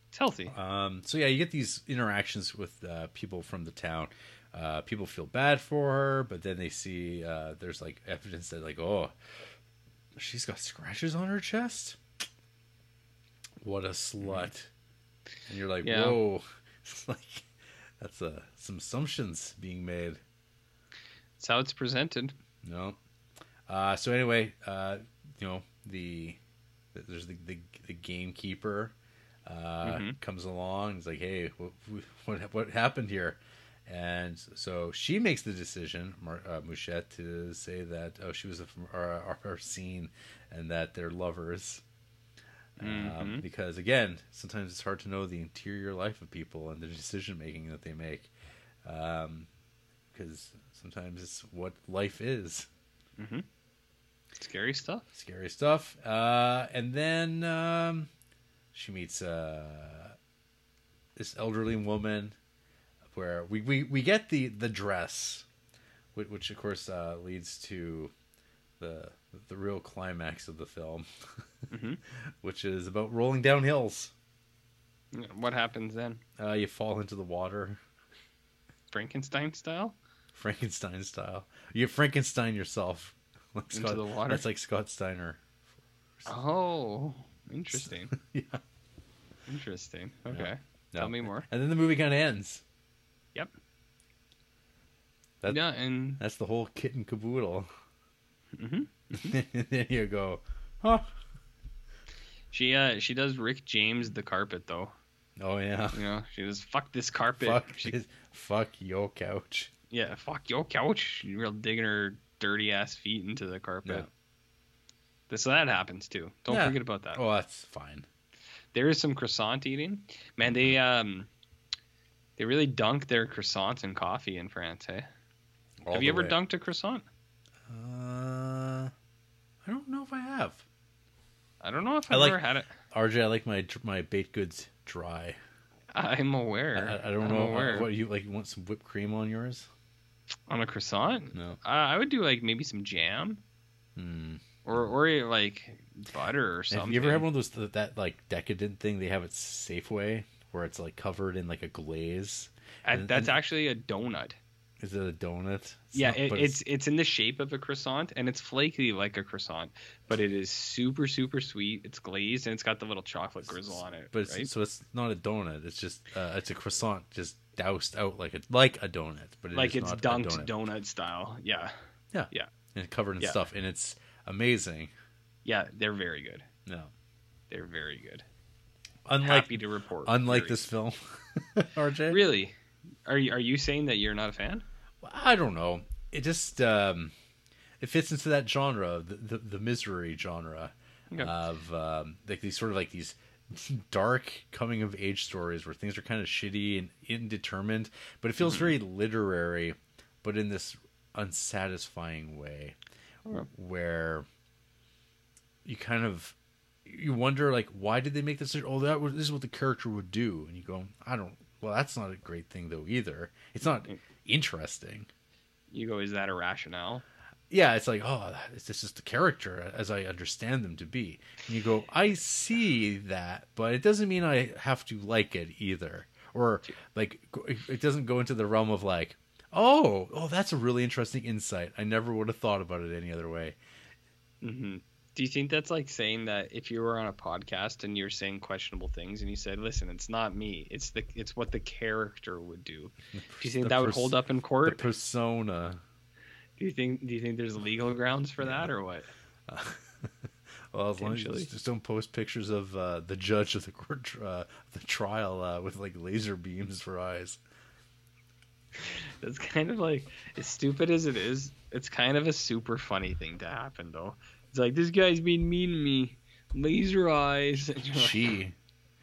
Speaker 2: It's healthy.
Speaker 1: Um, so yeah, you get these interactions with uh, people from the town. Uh, people feel bad for her, but then they see uh, there's like evidence that like, oh, she's got scratches on her chest. What a slut! And you're like,
Speaker 2: Yeah.
Speaker 1: whoa, it's like that's uh, some assumptions being made.
Speaker 2: It's how it's presented.
Speaker 1: No. Uh, so anyway, uh, you know the there's the the, the gamekeeper uh, comes along. And he's like, hey, what, what what happened here? And so she makes the decision, Mar- uh, Mouchette, to say that oh she was a, our, our scene, and that they're lovers. Um, because again, sometimes it's hard to know the interior life of people and the decision making that they make. Because sometimes it's what life is.
Speaker 2: Scary stuff.
Speaker 1: scary stuff. Uh, and then um, she meets uh, this elderly woman, where we, we, we get the the dress, which, which of course uh, leads to the the real climax of the film,
Speaker 2: Mm-hmm.
Speaker 1: which is about rolling down hills.
Speaker 2: What happens then?
Speaker 1: Uh, you fall into the water,
Speaker 2: Frankenstein style?
Speaker 1: Frankenstein style. You Frankenstein yourself Like
Speaker 2: Into the water?
Speaker 1: That's like Scott Steiner.
Speaker 2: Oh, interesting.
Speaker 1: yeah.
Speaker 2: Interesting. Okay. Tell
Speaker 1: No.
Speaker 2: me more.
Speaker 1: And then the movie kind of ends.
Speaker 2: Yep.
Speaker 1: That-
Speaker 2: yeah, and
Speaker 1: That's the whole kit and caboodle.
Speaker 2: Mhm,
Speaker 1: and then you go, huh?
Speaker 2: she uh she does Rick James the carpet though.
Speaker 1: Oh yeah.
Speaker 2: You know, she does fuck this carpet.
Speaker 1: Fuck,
Speaker 2: She-
Speaker 1: this- fuck your couch.
Speaker 2: yeah, fuck your couch. She real digging her dirty ass feet into the carpet. Th- So that happens too. Don't
Speaker 1: Yeah.
Speaker 2: forget about that.
Speaker 1: Oh, that's fine.
Speaker 2: There is some croissant eating. Man, they
Speaker 1: Mm-hmm.
Speaker 2: um they really dunk their croissants in coffee in France, eh?
Speaker 1: All
Speaker 2: Have you
Speaker 1: the
Speaker 2: ever
Speaker 1: way.
Speaker 2: dunked a croissant?
Speaker 1: Uh, I don't know if I have.
Speaker 2: I don't know if
Speaker 1: I
Speaker 2: I've
Speaker 1: like-
Speaker 2: ever had it.
Speaker 1: RJ, I like my dr- my baked goods dry.
Speaker 2: I'm
Speaker 1: I,
Speaker 2: aware.
Speaker 1: I- I don't
Speaker 2: I'm
Speaker 1: know
Speaker 2: aware.
Speaker 1: what, you like. You want some whipped cream on yours?
Speaker 2: on a croissant.
Speaker 1: No.
Speaker 2: Uh, I would do like maybe some jam
Speaker 1: Hmm.
Speaker 2: or or like butter or something.
Speaker 1: Have you ever had one of those that, that like decadent thing they have at Safeway where it's like covered in like a glaze?
Speaker 2: Uh,
Speaker 1: and-
Speaker 2: that's
Speaker 1: and-
Speaker 2: actually a donut.
Speaker 1: Is it a donut? It's
Speaker 2: yeah,
Speaker 1: not-
Speaker 2: it,
Speaker 1: but
Speaker 2: it's it's in the shape of a croissant and it's flaky like a croissant, but it is super super sweet. It's glazed and it's got the little chocolate grizzle on it.
Speaker 1: but it's,
Speaker 2: right?
Speaker 1: so it's not a donut. It's just uh, it's a croissant just doused out like a like a donut, but it
Speaker 2: like
Speaker 1: is
Speaker 2: it's
Speaker 1: not a donut.
Speaker 2: dunked donut. style. Yeah,
Speaker 1: and covered in
Speaker 2: Yeah.
Speaker 1: stuff, and it's amazing.
Speaker 2: yeah, they're very good.
Speaker 1: No,
Speaker 2: They're very good.
Speaker 1: unlike
Speaker 2: Happy to report.
Speaker 1: unlike
Speaker 2: Very-
Speaker 1: this film, RJ.
Speaker 2: Really, are you are you saying that you're not a fan?
Speaker 1: I don't know. It just um, it fits into that genre, the the, the misery genre
Speaker 2: Okay.
Speaker 1: of um, like these sort of like these dark coming of age stories where things are kind of shitty and indeterminate, but it feels
Speaker 2: Mm-hmm.
Speaker 1: very literary, but in this unsatisfying way,
Speaker 2: Okay.
Speaker 1: where you kind of you wonder like why did they make this oh that was this is what the character would do and you go i don't well that's not a great thing though either it's not
Speaker 2: Mm-hmm.
Speaker 1: interesting
Speaker 2: You go, is that a rationale?
Speaker 1: yeah, it's like, oh, that- this is the character as I understand them to be. And you go, I see that, but it doesn't mean I have to like it either. Or, like, go- it doesn't go into the realm of, like, oh, oh, that's a really interesting insight. I never would have thought about it any other way.
Speaker 2: hmm Do you think that's like saying that if you were on a podcast and you're saying questionable things and you said, "Listen, it's not me. It's the it's what the character would do." Do you think
Speaker 1: the
Speaker 2: that would
Speaker 1: pers-
Speaker 2: hold up in
Speaker 1: The
Speaker 2: court?
Speaker 1: persona.
Speaker 2: do you think do you think there's legal grounds for that or what?
Speaker 1: Well, as long as you
Speaker 2: Potentially.
Speaker 1: just, just don't post pictures of uh, the judge of the court, tr- uh, the trial uh, with like laser beams for eyes.
Speaker 2: That's kind of like as stupid as it is, it's kind of a super funny thing to happen though. It's like this guy's being mean to me. Laser eyes. And you're like,
Speaker 1: She,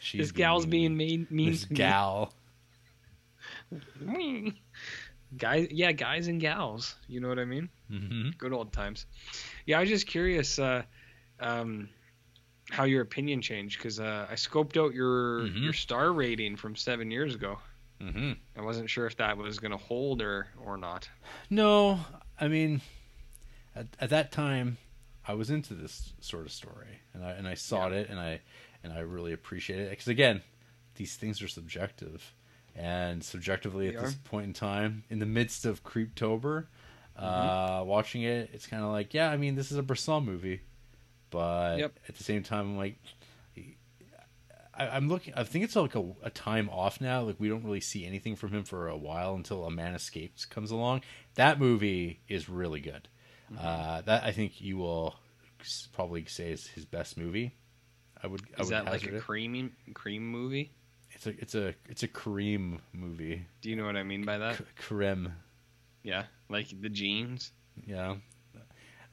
Speaker 1: she's
Speaker 2: this gal's being mean mean
Speaker 1: this
Speaker 2: to me.
Speaker 1: gal.
Speaker 2: Guys, yeah, guys and gals. You know what I mean?
Speaker 1: hmm
Speaker 2: good old times. Yeah, I was just curious uh, um, how your opinion changed because uh, I scoped out your
Speaker 1: Mhm.
Speaker 2: your star rating from seven years ago.
Speaker 1: hmm
Speaker 2: I wasn't sure if that was gonna hold or or not.
Speaker 1: No, I mean, at, at that time, I was into this sort of story, and I and I sought it, and I and I really appreciate it because again, these things are subjective, and subjectively at
Speaker 2: They
Speaker 1: this
Speaker 2: are.
Speaker 1: point in time, in the midst of Creeptober,
Speaker 2: Mm-hmm.
Speaker 1: uh, watching it, it's kind of like, yeah, I mean, this is a Bresson movie, but
Speaker 2: Yep.
Speaker 1: at the same time, I'm like. I, I'm looking. I think it's like a, a time off now. Like we don't really see anything from him for a while until A Man Escapes comes along. That movie is really good.
Speaker 2: Mm-hmm.
Speaker 1: Uh, that I think you will s- probably say is his best movie. I would. I
Speaker 2: Is
Speaker 1: would
Speaker 2: that like
Speaker 1: hazard
Speaker 2: a
Speaker 1: it.
Speaker 2: cream cream movie?
Speaker 1: It's a it's a it's a Kareem movie.
Speaker 2: Do you know what I mean by that?
Speaker 1: K- Kareem.
Speaker 2: Yeah, like the jeans.
Speaker 1: Yeah.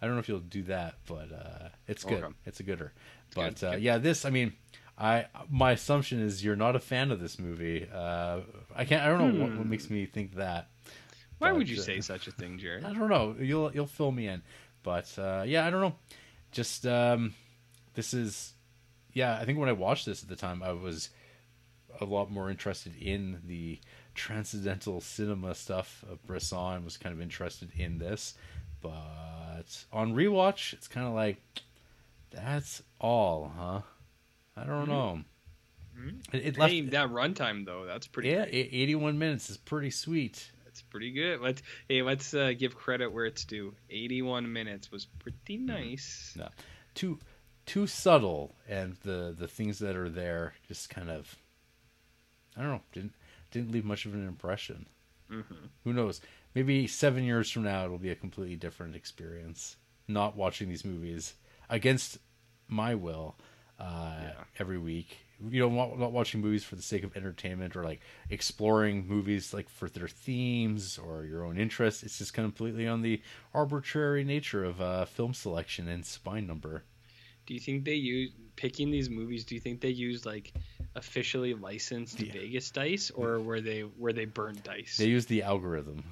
Speaker 1: I don't know if you'll do that, but uh, it's good.
Speaker 2: Okay.
Speaker 1: It's a gooder.
Speaker 2: good,
Speaker 1: But
Speaker 2: it's
Speaker 1: Uh,
Speaker 2: good.
Speaker 1: yeah, this. I mean, I my assumption is you're not a fan of this movie. Uh, I can't. I don't know what, what makes me think that.
Speaker 2: Why
Speaker 1: But,
Speaker 2: would you
Speaker 1: uh,
Speaker 2: say such a thing, Jared?
Speaker 1: I don't know. You'll you'll fill me in. But uh, yeah, I don't know. Just um, this is yeah. I think when I watched this at the time, I was a lot more interested in the transcendental cinema stuff of Bresson and was kind of interested in this. But on rewatch, it's kind of like that's all, huh? I don't know. It, it left
Speaker 2: Hey, that runtime though, that's pretty.
Speaker 1: yeah,
Speaker 2: great.
Speaker 1: e- eighty-one minutes is pretty sweet.
Speaker 2: That's It's pretty good. Let's hey, let's uh, give credit where it's due. 81 minutes was pretty
Speaker 1: Mm-hmm.
Speaker 2: nice.
Speaker 1: No. Too too subtle and the the things that are there just kind of I don't know, didn't didn't leave much of an impression. Who knows? Maybe 7 years from now it'll be a completely different experience not watching these movies against my will uh every week. You know, not, not watching movies for the sake of entertainment or like exploring movies like for their themes or your own interests. It's just completely on the arbitrary nature of uh, film selection and spine number.
Speaker 2: Do you think they use picking these movies? Do you think they used like officially licensed
Speaker 1: Yeah.
Speaker 2: Vegas dice, or were they were they burned dice?
Speaker 1: They use the algorithm.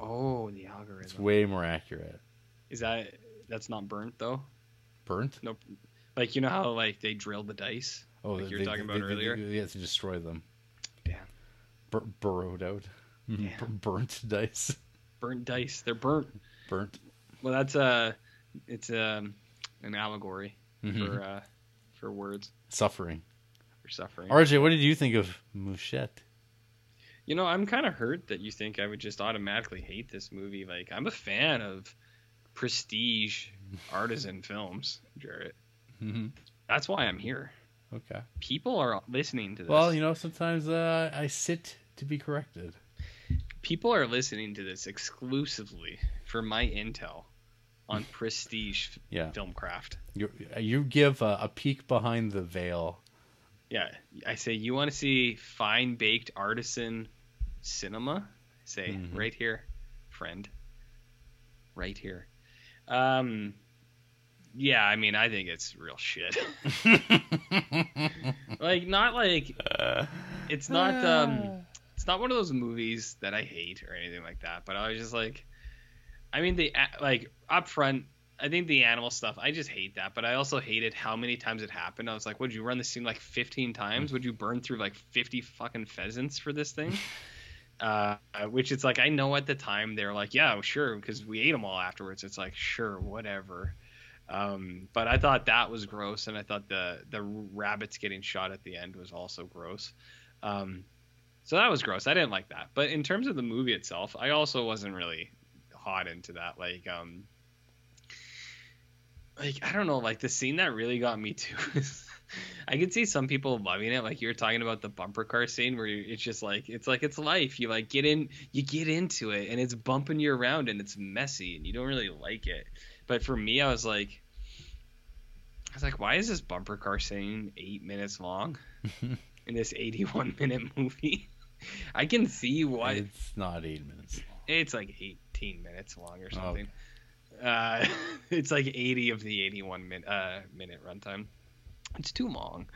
Speaker 2: oh, the
Speaker 1: It's
Speaker 2: algorithm.
Speaker 1: way more accurate.
Speaker 2: Is that that's not burnt though?
Speaker 1: Burnt?
Speaker 2: No, like you know how like they drill the dice.
Speaker 1: Oh,
Speaker 2: like you were talking about
Speaker 1: they-
Speaker 2: earlier.
Speaker 1: They, yeah, to destroy them.
Speaker 2: Damn,
Speaker 1: Bur- burrowed out.
Speaker 2: Yeah.
Speaker 1: Bur- burnt dice.
Speaker 2: burnt dice. They're burnt.
Speaker 1: Burnt.
Speaker 2: Well, that's uh it's um an allegory
Speaker 1: Mhm.
Speaker 2: for uh for words
Speaker 1: Suffering.
Speaker 2: for suffering.
Speaker 1: RJ, what did you think of Mouchette?
Speaker 2: You know, I'm kind of hurt that you think I would just automatically hate this movie. Like, I'm a fan of prestige artisan films, Jarrett.
Speaker 1: Mhm.
Speaker 2: That's why I'm here.
Speaker 1: Okay.
Speaker 2: People are listening to this.
Speaker 1: Well, you know, sometimes uh, I sit to be corrected.
Speaker 2: people are listening to this exclusively for my intel on prestige f-
Speaker 1: Yeah.
Speaker 2: film craft.
Speaker 1: You uh, you give a, a peek behind the veil.
Speaker 2: Yeah, I say you want to see fine baked artisan cinema. Say
Speaker 1: Mhm.
Speaker 2: right here, friend. Right here. Um, yeah, I mean, I think it's real shit. like, not like it's not um, it's not one of those movies that I hate or anything like that. But I was just like, I mean, the a- like up front. I think the animal stuff, I just hate that. But I also hated how many times it happened. I was like, would you run this scene like 15 times? Would you burn through like 50 fucking pheasants for this thing? uh, which it's like, I know at the time they were like, yeah, sure, because we ate them all afterwards. It's like, sure, whatever. Um, but I thought that was gross. And I thought the, the rabbits getting shot at the end was also gross. Um, so that was gross. I didn't like that. But in terms of the movie itself, I also wasn't really hot into that. Like, um, like I don't know, like the scene that really got me too. Is I could see some people loving it, like you were talking about the bumper car scene, where you, it's just like it's like it's life. You like get in, you get into it, and it's bumping you around, and it's messy, and you don't really like it. But for me, I was like, I was like, why is this bumper car scene eight minutes long in this eighty-one minute movie? I can see why
Speaker 1: It's not eight minutes long.
Speaker 2: it's like 18 minutes long or
Speaker 1: Oh,
Speaker 2: something. Uh, it's like 80 of the 81 min, uh, minute runtime. It's too long.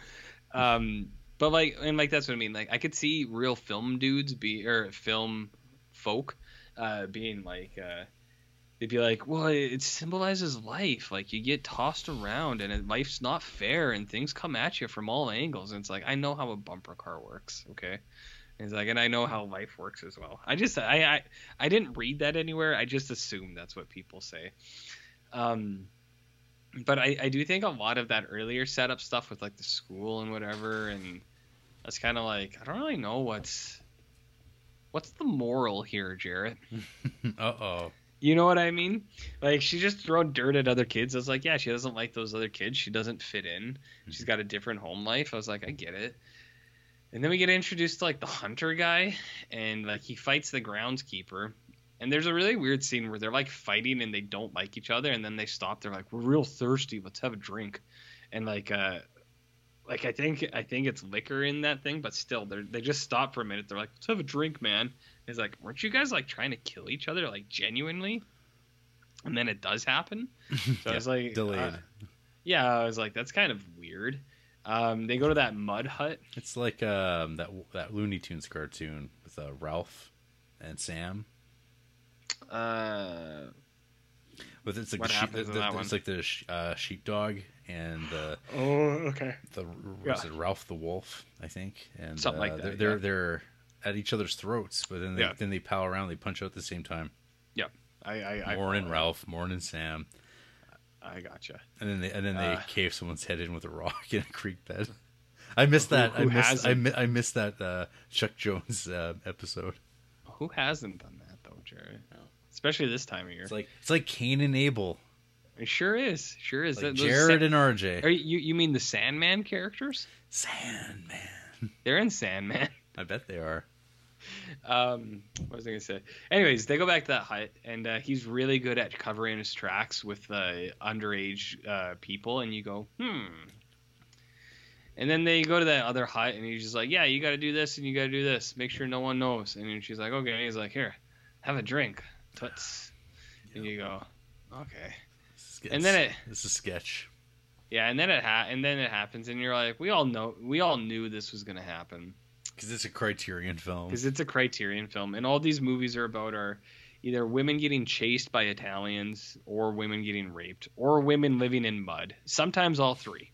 Speaker 2: Um, but like, and like that's what I mean. Like, I could see real film dudes be or film folk uh, being like, uh, they'd be like, well, it it symbolizes life. Like you get tossed around and it- life's not fair and things come at you from all angles. And it's like, I know how a bumper car works. Okay. And It's like, and I know how life works as well. I just, I, I, I didn't read that anywhere. I just assume that's what people say. Um, but I, I do think a lot of that earlier setup stuff with like the school and whatever, and that's kind of like, I don't really know what's, what's the moral here, Jarrett.
Speaker 1: Uh oh.
Speaker 2: You know what I mean? Like she just throwing dirt at other kids. I was like, yeah, she doesn't like those other kids. She doesn't fit in. She's got a different home life. I was like, I get it. And then we get introduced to like the hunter guy, and like he fights the groundskeeper. And there's a really weird scene where they're like fighting and they don't like each other, and then they stop. They're like, we're real thirsty. Let's have a drink. And like, uh, like I think I think it's liquor in that thing, but still, they are they just stop for a minute. They're like, let's have a drink, man. It's like, weren't you guys like trying to kill each other like genuinely? And then it does happen. So I was like,
Speaker 1: Delayed.
Speaker 2: uh, yeah, I was like, that's kind of weird. Um, they go to that mud hut.
Speaker 1: It's like um, that that Looney Tunes cartoon with uh, Ralph and Sam.
Speaker 2: Uh,
Speaker 1: But it's like
Speaker 2: What
Speaker 1: the sheep, the,
Speaker 2: happens in that
Speaker 1: the- it's
Speaker 2: one?
Speaker 1: like the sh- uh, sheepdog and the
Speaker 2: oh, okay.
Speaker 1: the was
Speaker 2: Yeah.
Speaker 1: it Ralph the Wolf, I think, and
Speaker 2: Something like
Speaker 1: uh,
Speaker 2: that,
Speaker 1: They're, they're
Speaker 2: yeah.
Speaker 1: they're at each other's throats, but then they
Speaker 2: Yeah.
Speaker 1: then they pal around, they punch out at the same time.
Speaker 2: I, I, I
Speaker 1: Morn and Ralph, Morn and Sam,
Speaker 2: I gotcha.
Speaker 1: and then they and then they
Speaker 2: Uh.
Speaker 1: cave someone's head in with a rock in a creek bed. I missed
Speaker 2: Who-
Speaker 1: that. I
Speaker 2: who
Speaker 1: missed. I,
Speaker 2: hasn't?
Speaker 1: mi- I missed that uh, Chuck Jones uh, episode.
Speaker 2: Who hasn't done that? picture. Especially this time of year.
Speaker 1: It's like it's like Cain and Abel,
Speaker 2: it sure is. Sure is.
Speaker 1: like
Speaker 2: That- those
Speaker 1: Jared
Speaker 2: Sa-
Speaker 1: and RJ.
Speaker 2: Are you you mean the Sandman characters?
Speaker 1: Sandman.
Speaker 2: They're in Sandman.
Speaker 1: I bet they are.
Speaker 2: Um, what was I gonna say? Anyways, they go back to that hut, and uh, he's really good at covering his tracks with uh, underage uh, people. And you go, hmm. And then they go to that other hut, and he's just like, yeah, you got to do this, and you got to do this. Make sure no one knows. And she's like, okay. And he's like, here, have a drink, toots. And you go, okay.
Speaker 1: Sketch.
Speaker 2: And then it,
Speaker 1: It's a sketch.
Speaker 2: yeah, and then it ha- and then it happens, and you're like, we all know, we all knew this was gonna happen.
Speaker 1: Because it's a Criterion film.
Speaker 2: because it's a criterion film and all these movies are about are either women getting chased by italians or women getting raped or women living in mud sometimes all three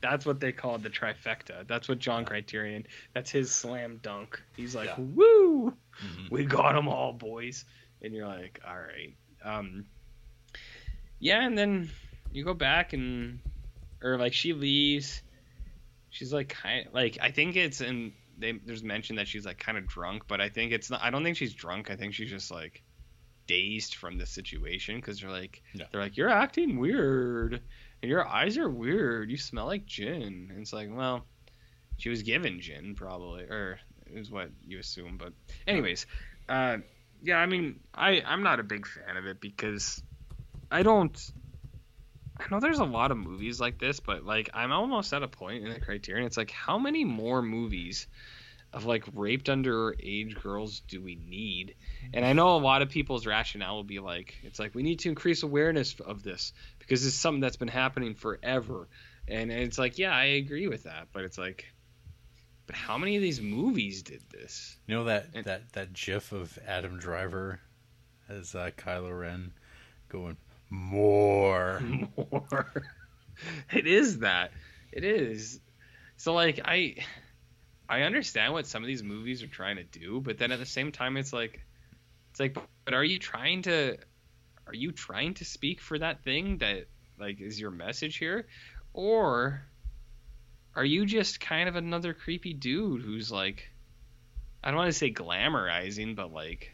Speaker 2: that's what they call the trifecta that's what john criterion that's his slam dunk he's like
Speaker 1: Yeah.
Speaker 2: woo
Speaker 1: Mhm.
Speaker 2: we got them all boys and you're like all right um yeah and then you go back and or like she leaves she's like kind like i think it's in they there's mention that she's like kind of drunk but i think it's not i don't think she's drunk i think she's just like dazed from the situation because they're like
Speaker 1: Yeah.
Speaker 2: they're like you're acting weird and your eyes are weird you smell like gin and it's like well she was given gin probably or is what you assume but anyways uh yeah i mean i i'm not a big fan of it because i don't i know there's a lot of movies like this but like i'm almost at a point in the criterion it's like how many more movies of like raped underage girls do we need and i know a lot of people's rationale will be like it's like we need to increase awareness of this because it's something that's been happening forever and it's like yeah i agree with that but it's like but how many of these movies did this
Speaker 1: You know that
Speaker 2: And-
Speaker 1: that that GIF of Adam Driver as uh, Kylo Ren going more.
Speaker 2: more. it is that. It is. So like I I understand what some of these movies are trying to do, but then at the same time it's like it's like but are you trying to are you trying to speak for that thing that like is your message here or are you just kind of another creepy dude who's like I don't want to say glamorizing but like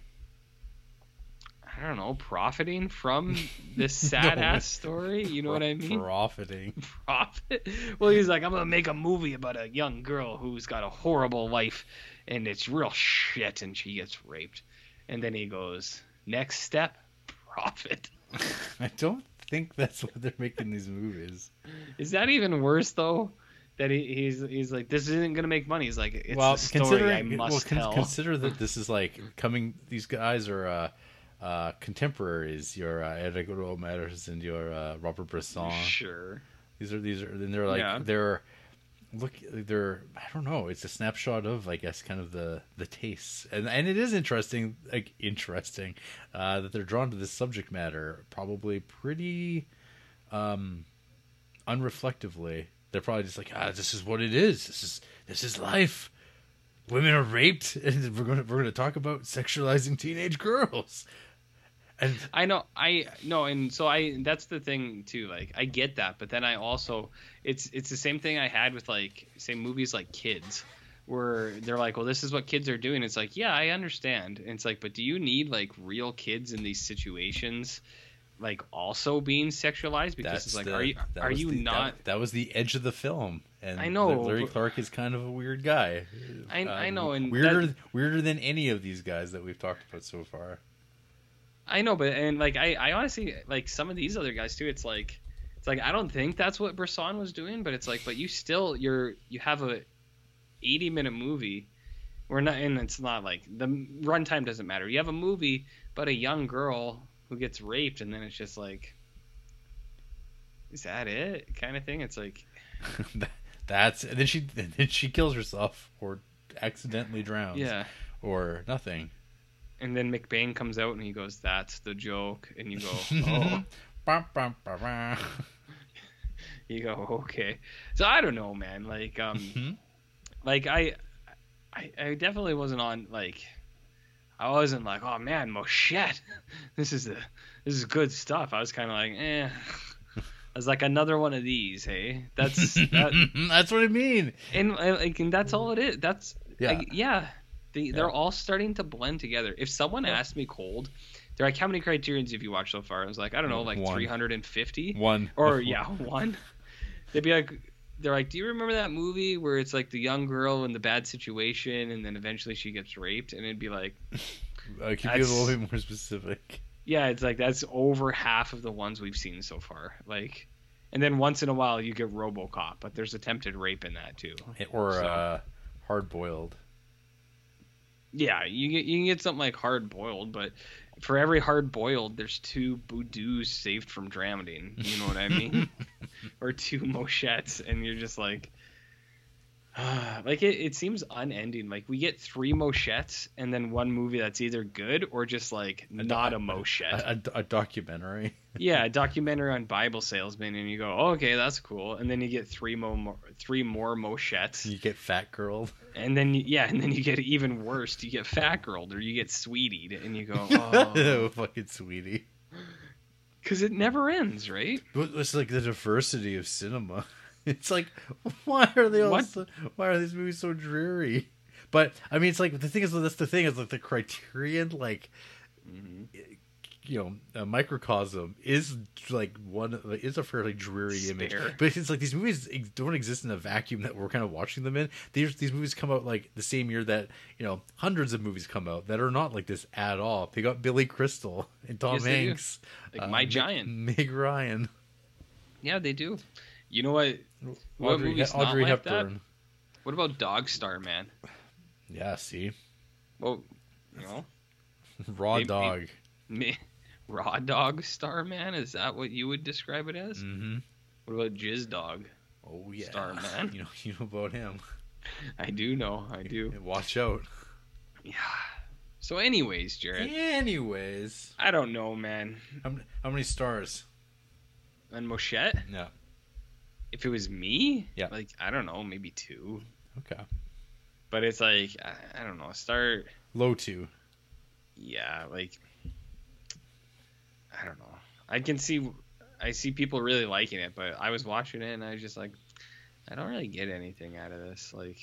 Speaker 2: I don't know, profiting from this sad ass story, you know what I mean?
Speaker 1: Profiting.
Speaker 2: profit. Well, he's like, I'm gonna make a movie about a young girl who's got a horrible life, and it's real shit, and she gets raped. And then he goes, next step, profit.
Speaker 1: I don't think that's what they're making these movies.
Speaker 2: Is that even worse though? That he, he's he's like, this isn't gonna make money. He's like, it's a story I must
Speaker 1: con-
Speaker 2: tell.
Speaker 1: consider that this is like coming. These guys are uh, uh, contemporaries. Your uh, Eric Romero's and your uh, Robert Bresson.
Speaker 2: Sure.
Speaker 1: These are these are and they're like
Speaker 2: Yeah.
Speaker 1: they're look they're I don't know. It's a snapshot of I guess kind of the the tastes and and it is interesting like interesting uh, that they're drawn to this subject matter probably pretty um unreflectively. They're probably just like ah this is what it is. This is this is life. Women are raped and we're gonna we're gonna talk about sexualizing teenage girls. And
Speaker 2: I know I no and so I that's the thing too like I get that but then I also it's it's the same thing I had with like say movies like kids where they're like well this is what kids are doing it's like yeah I understand and it's like but do you need like real kids in these situations like also being sexualized because
Speaker 1: that's
Speaker 2: it's like
Speaker 1: the-
Speaker 2: are you
Speaker 1: that
Speaker 2: are
Speaker 1: was
Speaker 2: you
Speaker 1: the- that-
Speaker 2: not
Speaker 1: That, was the edge of the film, and
Speaker 2: I know,
Speaker 1: Larry
Speaker 2: but-
Speaker 1: Clark is kind of a weird guy. Um,
Speaker 2: I- I know, and
Speaker 1: weirder weirder than any of these guys that we've talked about so far.
Speaker 2: I know, but and like I, I honestly like some of these other guys too. It's like, it's like I don't think that's what Brisson was doing, but it's like, but you still you're you have a eighty minute movie. We're not, and it's not like the runtime doesn't matter. You have a movie, but a young girl who gets raped, and then it's just like, is that it? Kind of thing. It's like,
Speaker 1: That's and then she and then she kills herself or accidentally drowns.
Speaker 2: yeah.
Speaker 1: or nothing.
Speaker 2: And then McBain comes out and he goes, "That's the joke," and you go, "Oh."
Speaker 1: Bum, bum, bum, bum.
Speaker 2: you go okay so i don't know man like um
Speaker 1: Mhm.
Speaker 2: like I, I i definitely wasn't on like i wasn't like oh man mochette this is the this is good stuff i was kind of like eh I was like another one of these, hey. That's that,
Speaker 1: That's what I mean.
Speaker 2: and I- like and that's all it is. That's
Speaker 1: Yeah.
Speaker 2: I- yeah. They, They're all starting to blend together. If someone asked me cold, they're like, "How many criterions have you watched so far?" I was like, "I don't know, like
Speaker 1: One.
Speaker 2: 350."
Speaker 1: One
Speaker 2: or yeah, one. They'd be like, they're like, do you remember that movie where it's like the young girl in the bad situation, and then eventually she gets raped, and it'd be like,
Speaker 1: Uh, could you be a little
Speaker 2: That's-
Speaker 1: bit more specific?
Speaker 2: yeah, it's like that's over half of the ones we've seen so far. Like, and then once in a while you get RoboCop, but there's attempted rape in that too.
Speaker 1: Or
Speaker 2: So-
Speaker 1: uh, hard boiled.
Speaker 2: Yeah, you get you can get something like hard boiled, but for every hard boiled, there's two Boudous saved from Dramamine. You know what I mean? or two Moschettes, and you're just like, ah, like it, it seems unending. Like we get three Moschettes, and then one movie that's either good or just like not a Moschette.
Speaker 1: A, a, a documentary.
Speaker 2: yeah, a documentary on Bible salesmen, and you go, oh, okay, that's cool, and then you get three mo more, three more Moschettes.
Speaker 1: You get fat girl.
Speaker 2: And then you- yeah, and then you get even worse. You get fat girled or you get sweetied, and you go, oh,
Speaker 1: fucking sweetie.
Speaker 2: because it never ends, right?
Speaker 1: What- It's like the diversity of cinema. It's like why are they all
Speaker 2: What?
Speaker 1: so, why are these movies so dreary? But I mean, it's like the thing is that's the thing is like the criterion like
Speaker 2: Mm-hmm.
Speaker 1: you know a microcosm is like one like, is a fairly dreary image.
Speaker 2: Stare.
Speaker 1: But it's like these movies ex- don't exist in a vacuum that we're kind of watching them in. These these movies come out like the same year that you know hundreds of movies come out that are not like this at all. They got Billy Crystal and Tom
Speaker 2: Yes, they do.
Speaker 1: Hanks,
Speaker 2: Like My
Speaker 1: Meg-
Speaker 2: Giant.
Speaker 1: Meg Ryan.
Speaker 2: Yeah, they do. You know what? What
Speaker 1: Audrey,
Speaker 2: movie's not
Speaker 1: Audrey
Speaker 2: like that?
Speaker 1: Hepburn.
Speaker 2: What about Dog Star Man?
Speaker 1: Yeah, see,
Speaker 2: Well, you know,
Speaker 1: raw
Speaker 2: Maybe-
Speaker 1: dog.
Speaker 2: me, Raw Dog Star Man is that what you would describe it as?
Speaker 1: Mm-hmm.
Speaker 2: What about Jizz Dog?
Speaker 1: Oh yeah,
Speaker 2: Starman.
Speaker 1: You know, you know about him.
Speaker 2: I do know, I do.
Speaker 1: Watch out.
Speaker 2: Yeah. So, anyways, Jared,
Speaker 1: Anyways,
Speaker 2: I don't know, man.
Speaker 1: how, m- how many stars?
Speaker 2: And Mochette,
Speaker 1: Yeah.
Speaker 2: if it was me,
Speaker 1: Yeah.
Speaker 2: like I don't know, maybe two.
Speaker 1: Okay.
Speaker 2: But it's like I, I don't know. Start
Speaker 1: Low two.
Speaker 2: yeah, like I don't know. I can see I see people really liking it, but I was watching it and I was just like I don't really get anything out of this. Like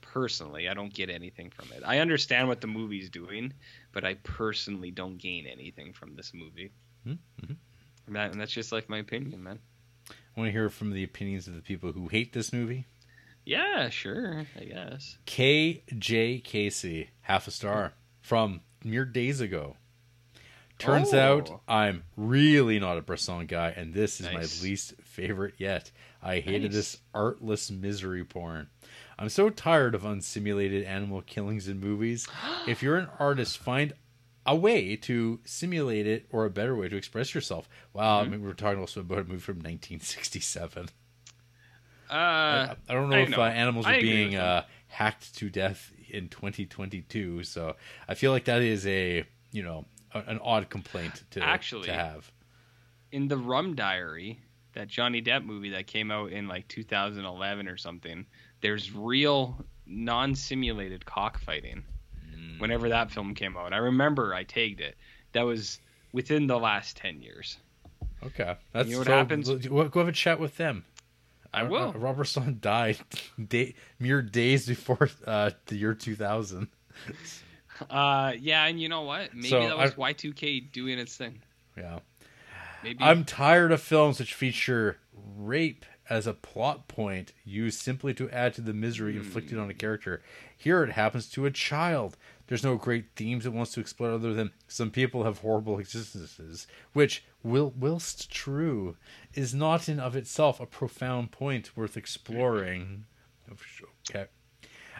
Speaker 2: personally, I don't get anything from it. I understand what the movie's doing, but I personally don't gain anything from this movie.
Speaker 1: Mhm,
Speaker 2: And, that, and that's just like my opinion, man.
Speaker 1: I want to hear from the opinions of the people who hate this movie.
Speaker 2: Yeah, sure, I guess.
Speaker 1: KJ Casey, half a star from mere days ago. Turns
Speaker 2: Oh.
Speaker 1: out I'm really not a Bresson guy, and this is
Speaker 2: Nice.
Speaker 1: my least favorite yet. I hated
Speaker 2: Nice.
Speaker 1: this artless misery porn. I'm so tired of unsimulated animal killings in movies. if you're an artist, find a way to simulate it or a better way to express yourself. Wow,
Speaker 2: Mm-hmm.
Speaker 1: I mean, we were talking also about a movie from 1967.
Speaker 2: Uh,
Speaker 1: I, I don't know
Speaker 2: I
Speaker 1: if
Speaker 2: know.
Speaker 1: Uh, animals
Speaker 2: I
Speaker 1: are
Speaker 2: agree
Speaker 1: being
Speaker 2: with
Speaker 1: uh, hacked to death in 2022, so I feel like that is a you know a, an odd complaint to
Speaker 2: Actually-
Speaker 1: to have.
Speaker 2: in the Rum Diary, that Johnny Depp movie that came out in like 2011 or something, there's real non-simulated cockfighting.
Speaker 1: Mm.
Speaker 2: Whenever that film came out, I remember I tagged it. That was within the last 10 years.
Speaker 1: Okay, that's
Speaker 2: know what
Speaker 1: so-
Speaker 2: happens?
Speaker 1: Go go have a chat with them.
Speaker 2: I will.
Speaker 1: Robertson died day, mere days before uh, the year 2000.
Speaker 2: Uh, yeah, and you know what? Maybe
Speaker 1: So,
Speaker 2: that was
Speaker 1: I-
Speaker 2: Y2K doing its thing.
Speaker 1: Yeah.
Speaker 2: Maybe
Speaker 1: I'm tired of films which feature rape as a plot point used simply to add to the misery inflicted on a character. Here it happens to a child. There's no great themes it wants to explore other than some people have horrible existences, which, whil- whilst true, is not in of itself a profound point worth exploring. Okay.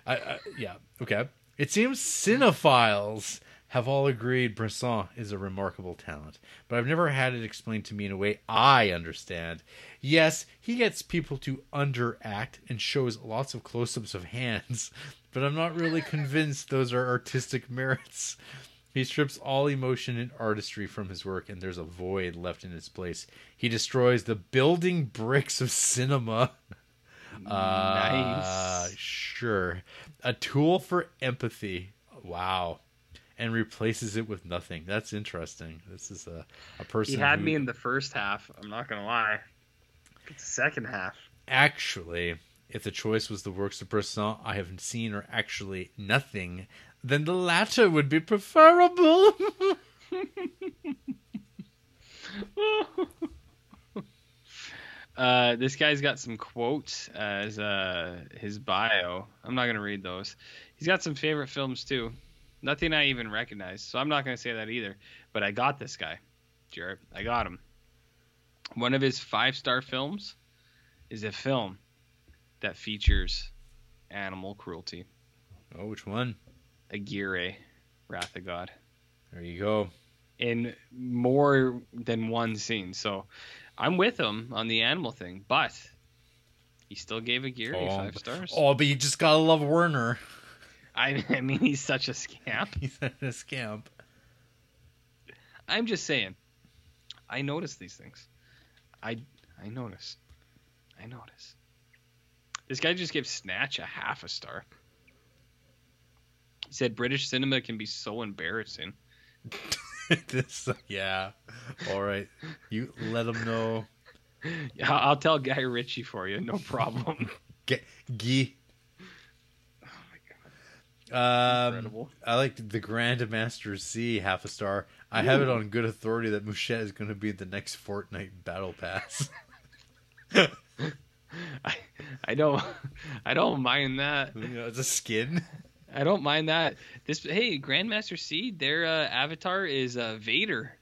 Speaker 1: I, I, yeah, okay. It seems cinephiles have all agreed Bresson is a remarkable talent, but I've never had it explained to me in a way I understand. Yes, he gets people to underact and shows lots of close ups of hands, but I'm not really convinced those are artistic merits. He strips all emotion and artistry from his work, and there's a void left in its place. He destroys the building bricks of cinema. Uh,
Speaker 2: nice.
Speaker 1: sure. A tool for empathy. Wow. And replaces it with nothing. That's interesting. This is a, a person
Speaker 2: He had
Speaker 1: who
Speaker 2: me in the first half. I'm not gonna lie. It's the second half.
Speaker 1: actually, if the choice was the works of Bresson I haven't seen or actually nothing, then the latter would be preferable.
Speaker 2: Uh, this guy's got some quotes as uh, his bio. I'm not gonna read those. He's got some favorite films too. Nothing I even recognize, so I'm not gonna say that either. But I got this guy, Jarrett. I got him. One of his five star films is a film that features animal cruelty.
Speaker 1: oh, which one?
Speaker 2: Aguirre, Wrath of God,
Speaker 1: There you go.
Speaker 2: in more than one scene. So I'm with him on the animal thing, but he still gave Aguirre
Speaker 1: Oh,
Speaker 2: five
Speaker 1: but-
Speaker 2: stars.
Speaker 1: Oh, but you just gotta love Werner.
Speaker 2: I, I mean, he's such a scamp.
Speaker 1: He's a scamp.
Speaker 2: I'm just saying. I notice these things. I I notice. I notice. This guy just gave Snatch a half a star. He said British cinema can be so embarrassing.
Speaker 1: this, uh, yeah. All right. You let him know.
Speaker 2: Yeah, I'll tell Guy Ritchie for you, no problem.
Speaker 1: Get Guy. Oh Um,
Speaker 2: Incredible.
Speaker 1: I liked the Grand Master C half a star. I have it on good authority that Mouchette is going to be the next Fortnite Battle Pass.
Speaker 2: I, I don't I don't mind that.
Speaker 1: you know, it's a skin.
Speaker 2: I don't mind that. This hey, Grandmaster C, their uh, avatar is uh, Vader,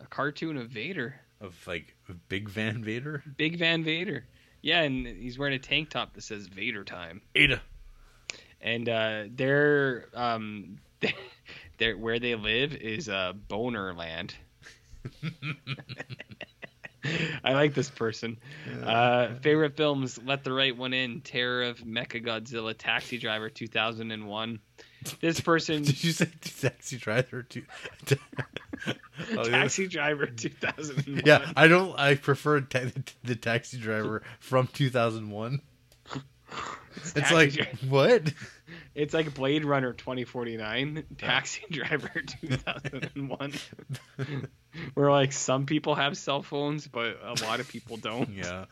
Speaker 2: a cartoon of Vader,
Speaker 1: of like Big Van Vader.
Speaker 2: Big Van Vader. Yeah, and he's wearing a tank top that says Vader time.
Speaker 1: Ada.
Speaker 2: And uh, their um, their where they live is uh, Boner Land. I like this person. Uh, favorite films: Let the Right One In, Terror of Mecha Godzilla, Taxi Driver, 2001. This person
Speaker 1: Did you say taxi driver too? Oh, yeah.
Speaker 2: Taxi Driver 2001.
Speaker 1: Yeah, I don't. I prefer ta- the taxi driver from 2001. It's
Speaker 2: Taxi
Speaker 1: like
Speaker 2: Driver.
Speaker 1: what?
Speaker 2: it's like Blade Runner 2049, Taxi Driver 2001. Where like some people have cell phones, but a lot of people don't.
Speaker 1: Yeah.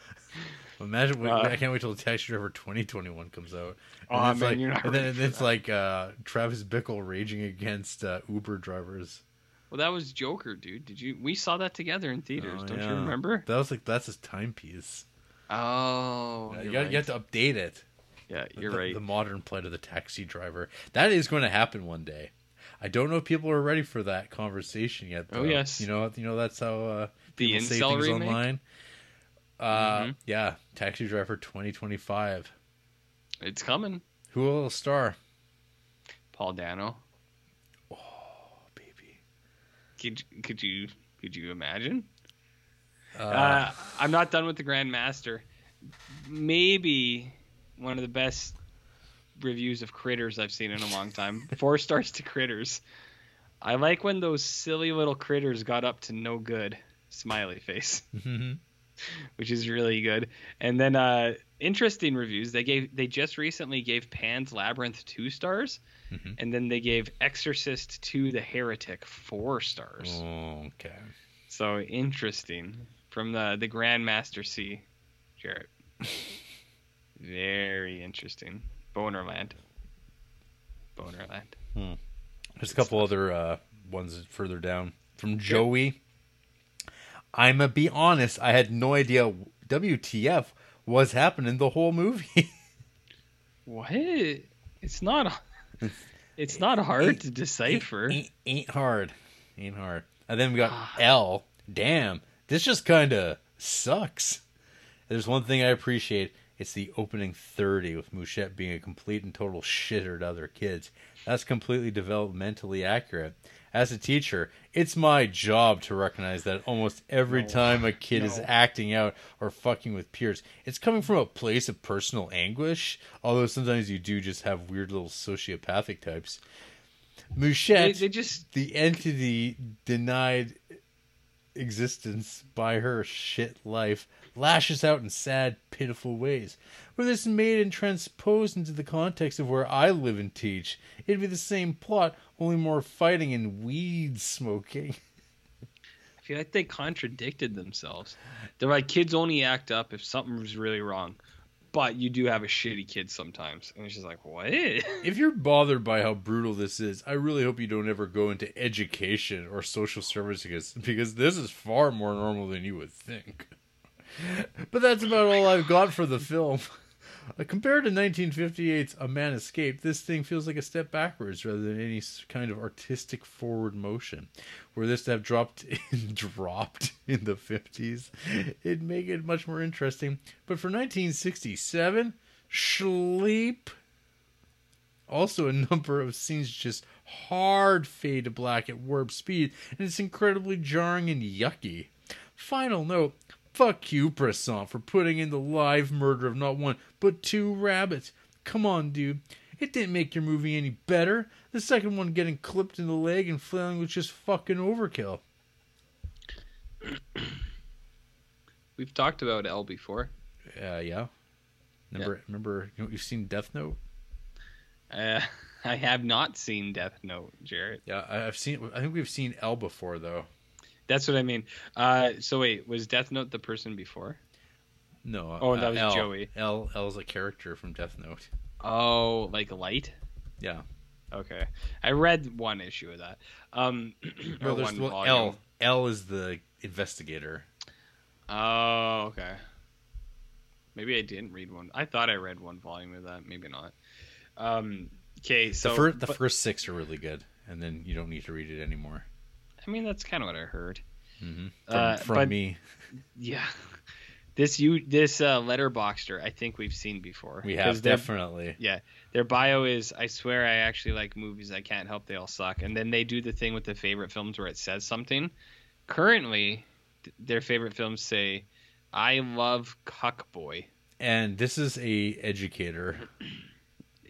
Speaker 1: Imagine. Wait,
Speaker 2: Uh,
Speaker 1: I can't wait till taxi driver 2021 comes out. And
Speaker 2: Aw,
Speaker 1: it's
Speaker 2: man,
Speaker 1: like,
Speaker 2: you're not
Speaker 1: and then,
Speaker 2: ready
Speaker 1: and
Speaker 2: for
Speaker 1: it's like uh, Travis Bickle raging against uh, Uber drivers.
Speaker 2: Well, that was Joker, dude. Did you? We saw that together in theaters.
Speaker 1: Oh,
Speaker 2: don't you
Speaker 1: yeah.
Speaker 2: remember?
Speaker 1: That was like that's his timepiece.
Speaker 2: Oh,
Speaker 1: Uh,
Speaker 2: you're
Speaker 1: you, got,
Speaker 2: right.
Speaker 1: you have to update it.
Speaker 2: yeah, you're
Speaker 1: the,
Speaker 2: right.
Speaker 1: the modern plight of the taxi driver. That is going to happen one day. I don't know if people are ready for that conversation yet.
Speaker 2: Oh,
Speaker 1: though.
Speaker 2: yes.
Speaker 1: you know, you know that's how uh,
Speaker 2: The
Speaker 1: people say
Speaker 2: incel
Speaker 1: things
Speaker 2: remake? Mm-hmm.
Speaker 1: online. Uh, yeah, Taxi Driver 2025.
Speaker 2: It's coming.
Speaker 1: Who will star?
Speaker 2: Paul Dano.
Speaker 1: Oh, baby.
Speaker 2: Could could you could you imagine?
Speaker 1: Uh,
Speaker 2: Uh, I'm not done with the Grand Master. Maybe one of the best reviews of Critters I've seen in a long time. Four stars to Critters. I like when those silly little critters got up to no good. Smiley face.
Speaker 1: Mm-hmm.
Speaker 2: Which is really good. And then uh interesting reviews. They gave they just recently gave Pan's Labyrinth two stars.
Speaker 1: Mm-hmm.
Speaker 2: And then they gave Exorcist to the Heretic four stars.
Speaker 1: oh, okay.
Speaker 2: So interesting. From the the Grandmaster C, Jarrett. Very interesting. Bonerland. Bonerland.
Speaker 1: There's a couple other uh, ones further down from Joey. I'ma be honest. I had no idea WTF was happening the whole movie.
Speaker 2: What? It's not. It's not hard to decipher.
Speaker 1: Ain't, ain't hard. Ain't hard. And then we got L. Damn, this just kind of sucks. There's one thing I appreciate. It's the opening 30 with Mouchette being a complete and total shitter to other kids. That's completely developmentally accurate. As a teacher, it's my job to recognize that almost every time a kid is acting out or fucking with peers, it's coming from a place of personal anguish. Although sometimes you do just have weird little sociopathic types.
Speaker 2: They,
Speaker 1: Mouchette
Speaker 2: they just.
Speaker 1: the entity denied existence by her shit life lashes out in sad, pitiful ways. Were this made and transposed into the context of where I live and teach, it'd be the same plot, only more fighting and weed smoking.
Speaker 2: I feel like they contradicted themselves. They're like kids only act up if something's really wrong. but you do have a shitty kid sometimes. And it's just like, what?
Speaker 1: If you're bothered by how brutal this is, I really hope you don't ever go into education or social services because this is far more normal than you would think. But that's about all I've got for the film. Uh, Compared to 1958's A Man Escaped, this thing feels like a step backwards rather than any s- kind of artistic forward motion. Were this to have dropped dropped in the 50s, it'd make it much more interesting. But for 1967, sleep also a number of scenes just hard fade to black at warp speed, and it's incredibly jarring and yucky. Final note fuck you, Prasant, for putting in the live murder of not one, but two rabbits. Come on, dude. It didn't make your movie any better. The second one getting clipped in the leg and flailing was just fucking overkill.
Speaker 2: We've talked about L before.
Speaker 1: Uh, yeah. Remember, remember, you know, you've seen Death Note.
Speaker 2: Uh, I have not seen Death Note, Jarrett.
Speaker 1: Yeah, I- I've seen. I think we've seen L before, though.
Speaker 2: That's what I mean. Uh, so wait, was Death Note the person before?
Speaker 1: No. uh,
Speaker 2: Oh, that was
Speaker 1: L.
Speaker 2: Joey.
Speaker 1: L. L is a character from Death Note.
Speaker 2: Oh, like Light.
Speaker 1: Yeah.
Speaker 2: Okay, I read one issue of that. Um, or
Speaker 1: Well, there's
Speaker 2: one
Speaker 1: well,
Speaker 2: volume.
Speaker 1: L. L is the investigator.
Speaker 2: Oh, okay. Maybe I didn't read one. I thought I read one volume of that. Maybe not. Um, okay, so
Speaker 1: the first, the
Speaker 2: but-
Speaker 1: first six are really good, and then you don't need to read it anymore.
Speaker 2: I mean, that's kind of what I heard.
Speaker 1: Mhm. From,
Speaker 2: Uh,
Speaker 1: from
Speaker 2: but-
Speaker 1: me,
Speaker 2: Yeah. This you this uh, letterboxer I think we've seen before.
Speaker 1: we
Speaker 2: 'Cause
Speaker 1: have
Speaker 2: their-
Speaker 1: definitely.
Speaker 2: Yeah, their bio is I swear I actually like movies. I can't help they all suck. And then they do the thing with the favorite films where it says something. Currently, th- their favorite films say, "I love Cuck Boy."
Speaker 1: And this is a educator.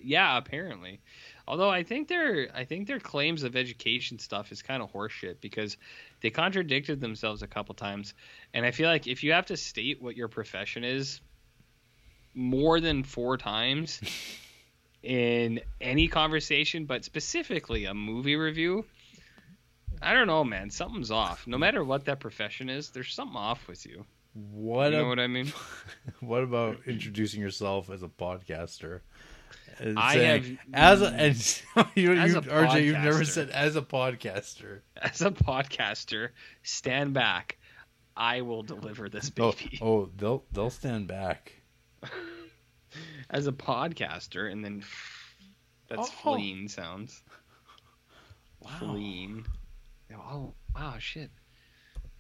Speaker 2: Yeah, apparently. Although I think their I think their claims of education stuff is kind of horseshit because they contradicted themselves a couple times, and I feel like if you have to state what your profession is more than four times in any conversation, but specifically a movie review, I don't know, man, something's off. No matter what that profession is, there's something off with you.
Speaker 1: What?
Speaker 2: you know
Speaker 1: ab-
Speaker 2: what I mean?
Speaker 1: what about introducing yourself as a podcaster? And
Speaker 2: I
Speaker 1: saying,
Speaker 2: have-
Speaker 1: as a, and you,
Speaker 2: As
Speaker 1: you-
Speaker 2: a
Speaker 1: RJ, you've never
Speaker 2: podcaster.
Speaker 1: said as a podcaster.
Speaker 2: As a podcaster, stand back. I will deliver this
Speaker 1: Oh,
Speaker 2: baby.
Speaker 1: oh, they'll they'll stand back.
Speaker 2: as a podcaster, and then that's
Speaker 1: Oh.
Speaker 2: fleeing sounds. Wow. Fleeing. Oh wow, shit.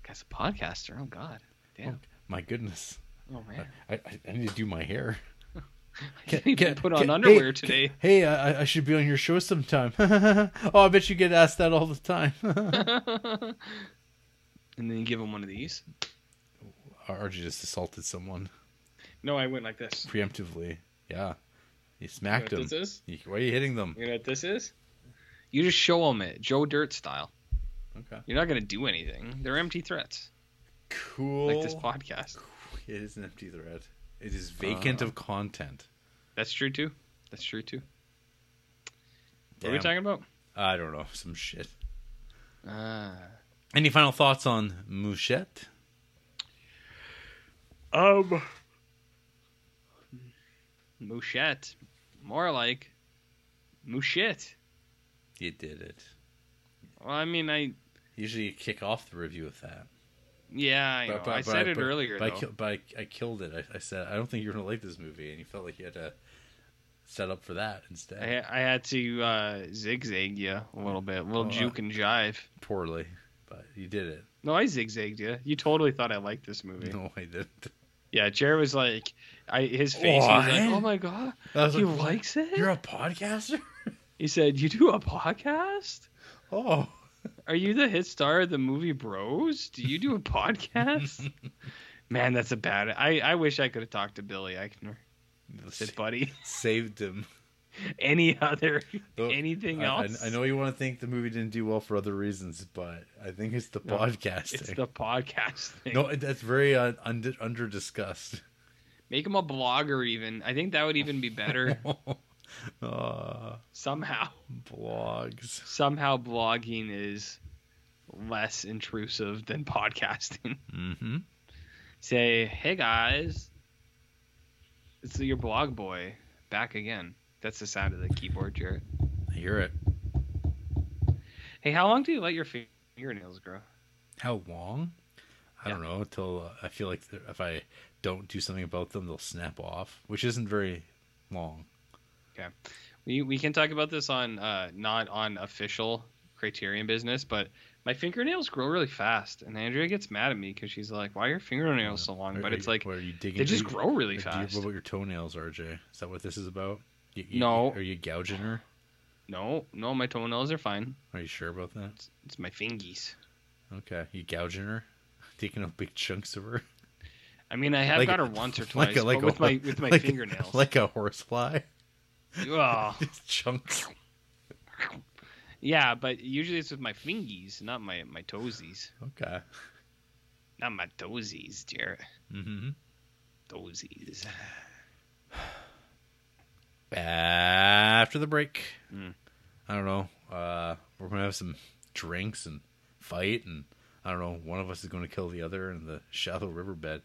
Speaker 2: Guy's a podcaster. Oh god, damn.
Speaker 1: My goodness,
Speaker 2: Oh, man,
Speaker 1: I, I, I need to do my hair.
Speaker 2: I didn't even put on
Speaker 1: Hey,
Speaker 2: underwear
Speaker 1: hey,
Speaker 2: today.
Speaker 1: Hey, I, I- I should be on your show sometime. oh, I bet you get asked that all the time.
Speaker 2: And then you give him one of these.
Speaker 1: RJ just assaulted someone
Speaker 2: No, I went like this.
Speaker 1: preemptively. Yeah, you
Speaker 2: You know what
Speaker 1: smacked him.
Speaker 2: this is?
Speaker 1: You- Why are you hitting them?
Speaker 2: You know what this is? You just show him it, Joe Dirt style.
Speaker 1: Okay.
Speaker 2: You're not gonna do anything. They're empty threats,
Speaker 1: Cool.
Speaker 2: like this podcast.
Speaker 1: It is an empty thread. It is vacant of content.
Speaker 2: That's true too. That's true too. What are we
Speaker 1: Damn.
Speaker 2: talking about?
Speaker 1: I don't know. Some shit.
Speaker 2: Ah.
Speaker 1: Any final thoughts on Mouchette?
Speaker 2: Um. Mouchette. More like Mouchette.
Speaker 1: You did it.
Speaker 2: Well, I mean, I.
Speaker 1: Usually you kick off the review with that.
Speaker 2: Yeah, I, know. I said it earlier,
Speaker 1: But, I,
Speaker 2: though.
Speaker 1: ki- but I, I killed it. I, I said I don't think you're gonna like this movie, and you felt like you had to set up for that instead.
Speaker 2: I, I had to uh, zigzag you a little bit, a little
Speaker 1: Oh, uh,
Speaker 2: juke and jive.
Speaker 1: Poorly, but you did it.
Speaker 2: No, I zigzagged you. You totally thought I liked this movie.
Speaker 1: No, I didn't.
Speaker 2: Yeah, Jared was like, I his face he was like,
Speaker 1: What?
Speaker 2: "Oh my god,
Speaker 1: I was
Speaker 2: he
Speaker 1: like,
Speaker 2: likes it."
Speaker 1: You're a podcaster?
Speaker 2: He said, "You do a podcast?
Speaker 1: Oh,
Speaker 2: Are you the hit star of the movie Bros? Do you do a podcast?" Man, that's a bad. I I wish I could have talked to Billy Eichner. Said buddy.
Speaker 1: saved him.
Speaker 2: Any other
Speaker 1: Oh, I-
Speaker 2: anything
Speaker 1: I-
Speaker 2: else?
Speaker 1: I, know you want to think the movie didn't do well for other reasons, but I think it's the
Speaker 2: No,
Speaker 1: podcasting.
Speaker 2: it's the podcast thing.
Speaker 1: no, that's very uh, under under discussed.
Speaker 2: Make him a blogger even. I think that would even be better
Speaker 1: uh,
Speaker 2: somehow.
Speaker 1: blogs.
Speaker 2: Somehow blogging is less intrusive than podcasting.
Speaker 1: Mm-hmm.
Speaker 2: Say, hey guys. it's your blog boy back again. That's the sound of the keyboard, Jarrett.
Speaker 1: I hear it.
Speaker 2: Hey, how long do you let your fingernails grow?
Speaker 1: How long? I don't know. Until uh, I feel like th- if I don't do something about them, they'll snap off, which isn't very long.
Speaker 2: We we can talk about this on uh not on official Criterion business, but my fingernails grow really fast, and Andrea gets mad at me because she's like, "Why are your fingernails so long?"
Speaker 1: Are-
Speaker 2: But
Speaker 1: are
Speaker 2: it's
Speaker 1: you-
Speaker 2: like
Speaker 1: are you digging?
Speaker 2: they just
Speaker 1: are you-
Speaker 2: grow really
Speaker 1: or do you-
Speaker 2: fast.
Speaker 1: what about your toenails, RJ? Is that what this is about? You, you-
Speaker 2: No.
Speaker 1: Are you gouging her?
Speaker 2: No, no, my toenails are fine.
Speaker 1: Are you sure about that?
Speaker 2: It's my fingies.
Speaker 1: Okay, you gouging her, taking out big chunks of her,
Speaker 2: I mean, I have
Speaker 1: Like-
Speaker 2: got her once or twice, but with my with my
Speaker 1: like-
Speaker 2: fingernails.
Speaker 1: like a horsefly,
Speaker 2: Ugh.
Speaker 1: just chunks.
Speaker 2: yeah, but usually it's with my fingies, not my my toesies,
Speaker 1: Okay.
Speaker 2: not my toesies, Jarrett.
Speaker 1: Mm-hmm.
Speaker 2: Toesies.
Speaker 1: after the break.
Speaker 2: Mm.
Speaker 1: I don't know. Uh, we're gonna have some drinks and fight, and I don't know. One of us is gonna kill the other in the shallow riverbed,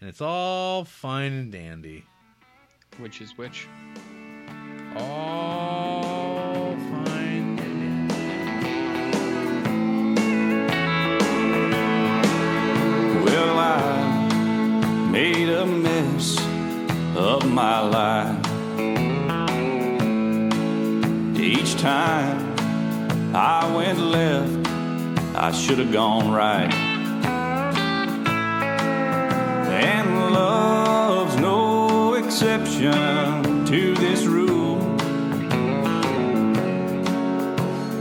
Speaker 1: and it's all fine and dandy.
Speaker 2: Which is which?
Speaker 1: All fine. and dandy.
Speaker 3: Well, I made a mess of my life. Each time I went left, I should have gone right. And love's no exception to this rule.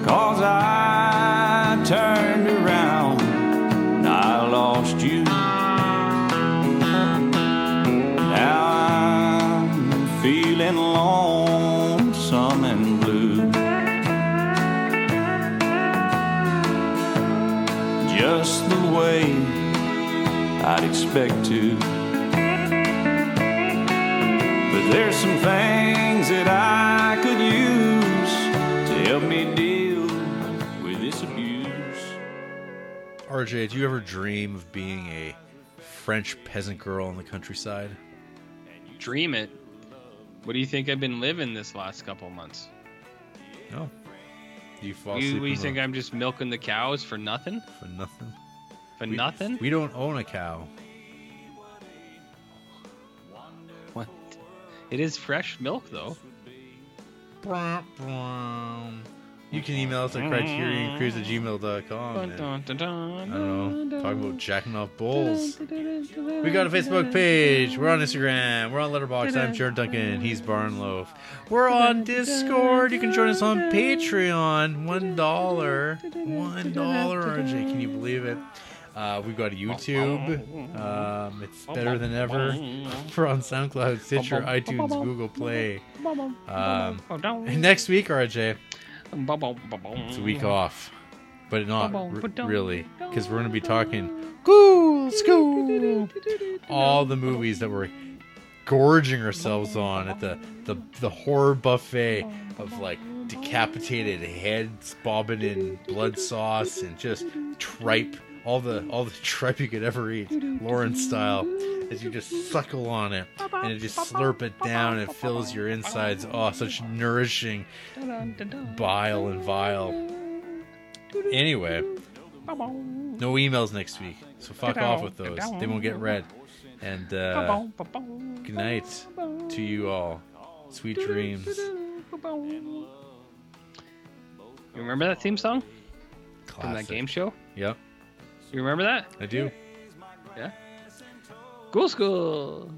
Speaker 3: Cause I turned around and I lost you. Now I'm feeling lonesome and blue. Just the way I'd expect to. But there's some things that I could use to help me deal with this abuse.
Speaker 1: RJ, do you ever dream of being a French peasant girl in the countryside?
Speaker 2: Dream it. What do you think I've been living this last couple months?
Speaker 1: No. Do you fall
Speaker 2: You,
Speaker 1: asleep
Speaker 2: you
Speaker 1: in the-
Speaker 2: think I'm just milking the cows for nothing?
Speaker 1: for nothing?
Speaker 2: For
Speaker 1: We-
Speaker 2: nothing?
Speaker 1: We don't own a cow.
Speaker 2: What? It is fresh milk though.
Speaker 1: You can email us at criterioncruise at gmail.com. And,
Speaker 2: Dun, dun, dun,
Speaker 1: Oh, I don't know.
Speaker 2: dun,
Speaker 1: Talking
Speaker 2: dun,
Speaker 1: about jacking off bulls.
Speaker 2: dun, dun, dun, dun,
Speaker 1: We got a Facebook
Speaker 2: dun,
Speaker 1: page. We're on Instagram. We're on Letterbox. I'm Jared Duncan. He's Barnloaf. We're on Discord. You can join us on Patreon. One dollar. One dollar, RJ. Can you believe it? Uh, we've got YouTube. Um, it's better than ever. We're on SoundCloud, Stitcher, iTunes, Google Play. Um,
Speaker 2: dun, dun,
Speaker 1: and next week, RJ,
Speaker 2: dun, dun, dun, dun, dun.
Speaker 1: it's a week off, but not r- really, because we're going to be talking cool school, all the movies that we're gorging ourselves on at the the, the horror buffet of like decapitated heads bobbing in blood sauce and just tripe, all the all the tripe you could ever eat, Lauren style, as you just suckle on it and it just slurp it down and it fills your insides. Oh, such nourishing bile and vile. Anyway, no emails next week, so fuck off with those. They won't get read. And uh, good night to you all. Sweet dreams.
Speaker 2: You remember that theme song from
Speaker 1: Classic.
Speaker 2: that game show?
Speaker 1: Yep,
Speaker 2: You remember that?
Speaker 1: I do.
Speaker 2: Cool school.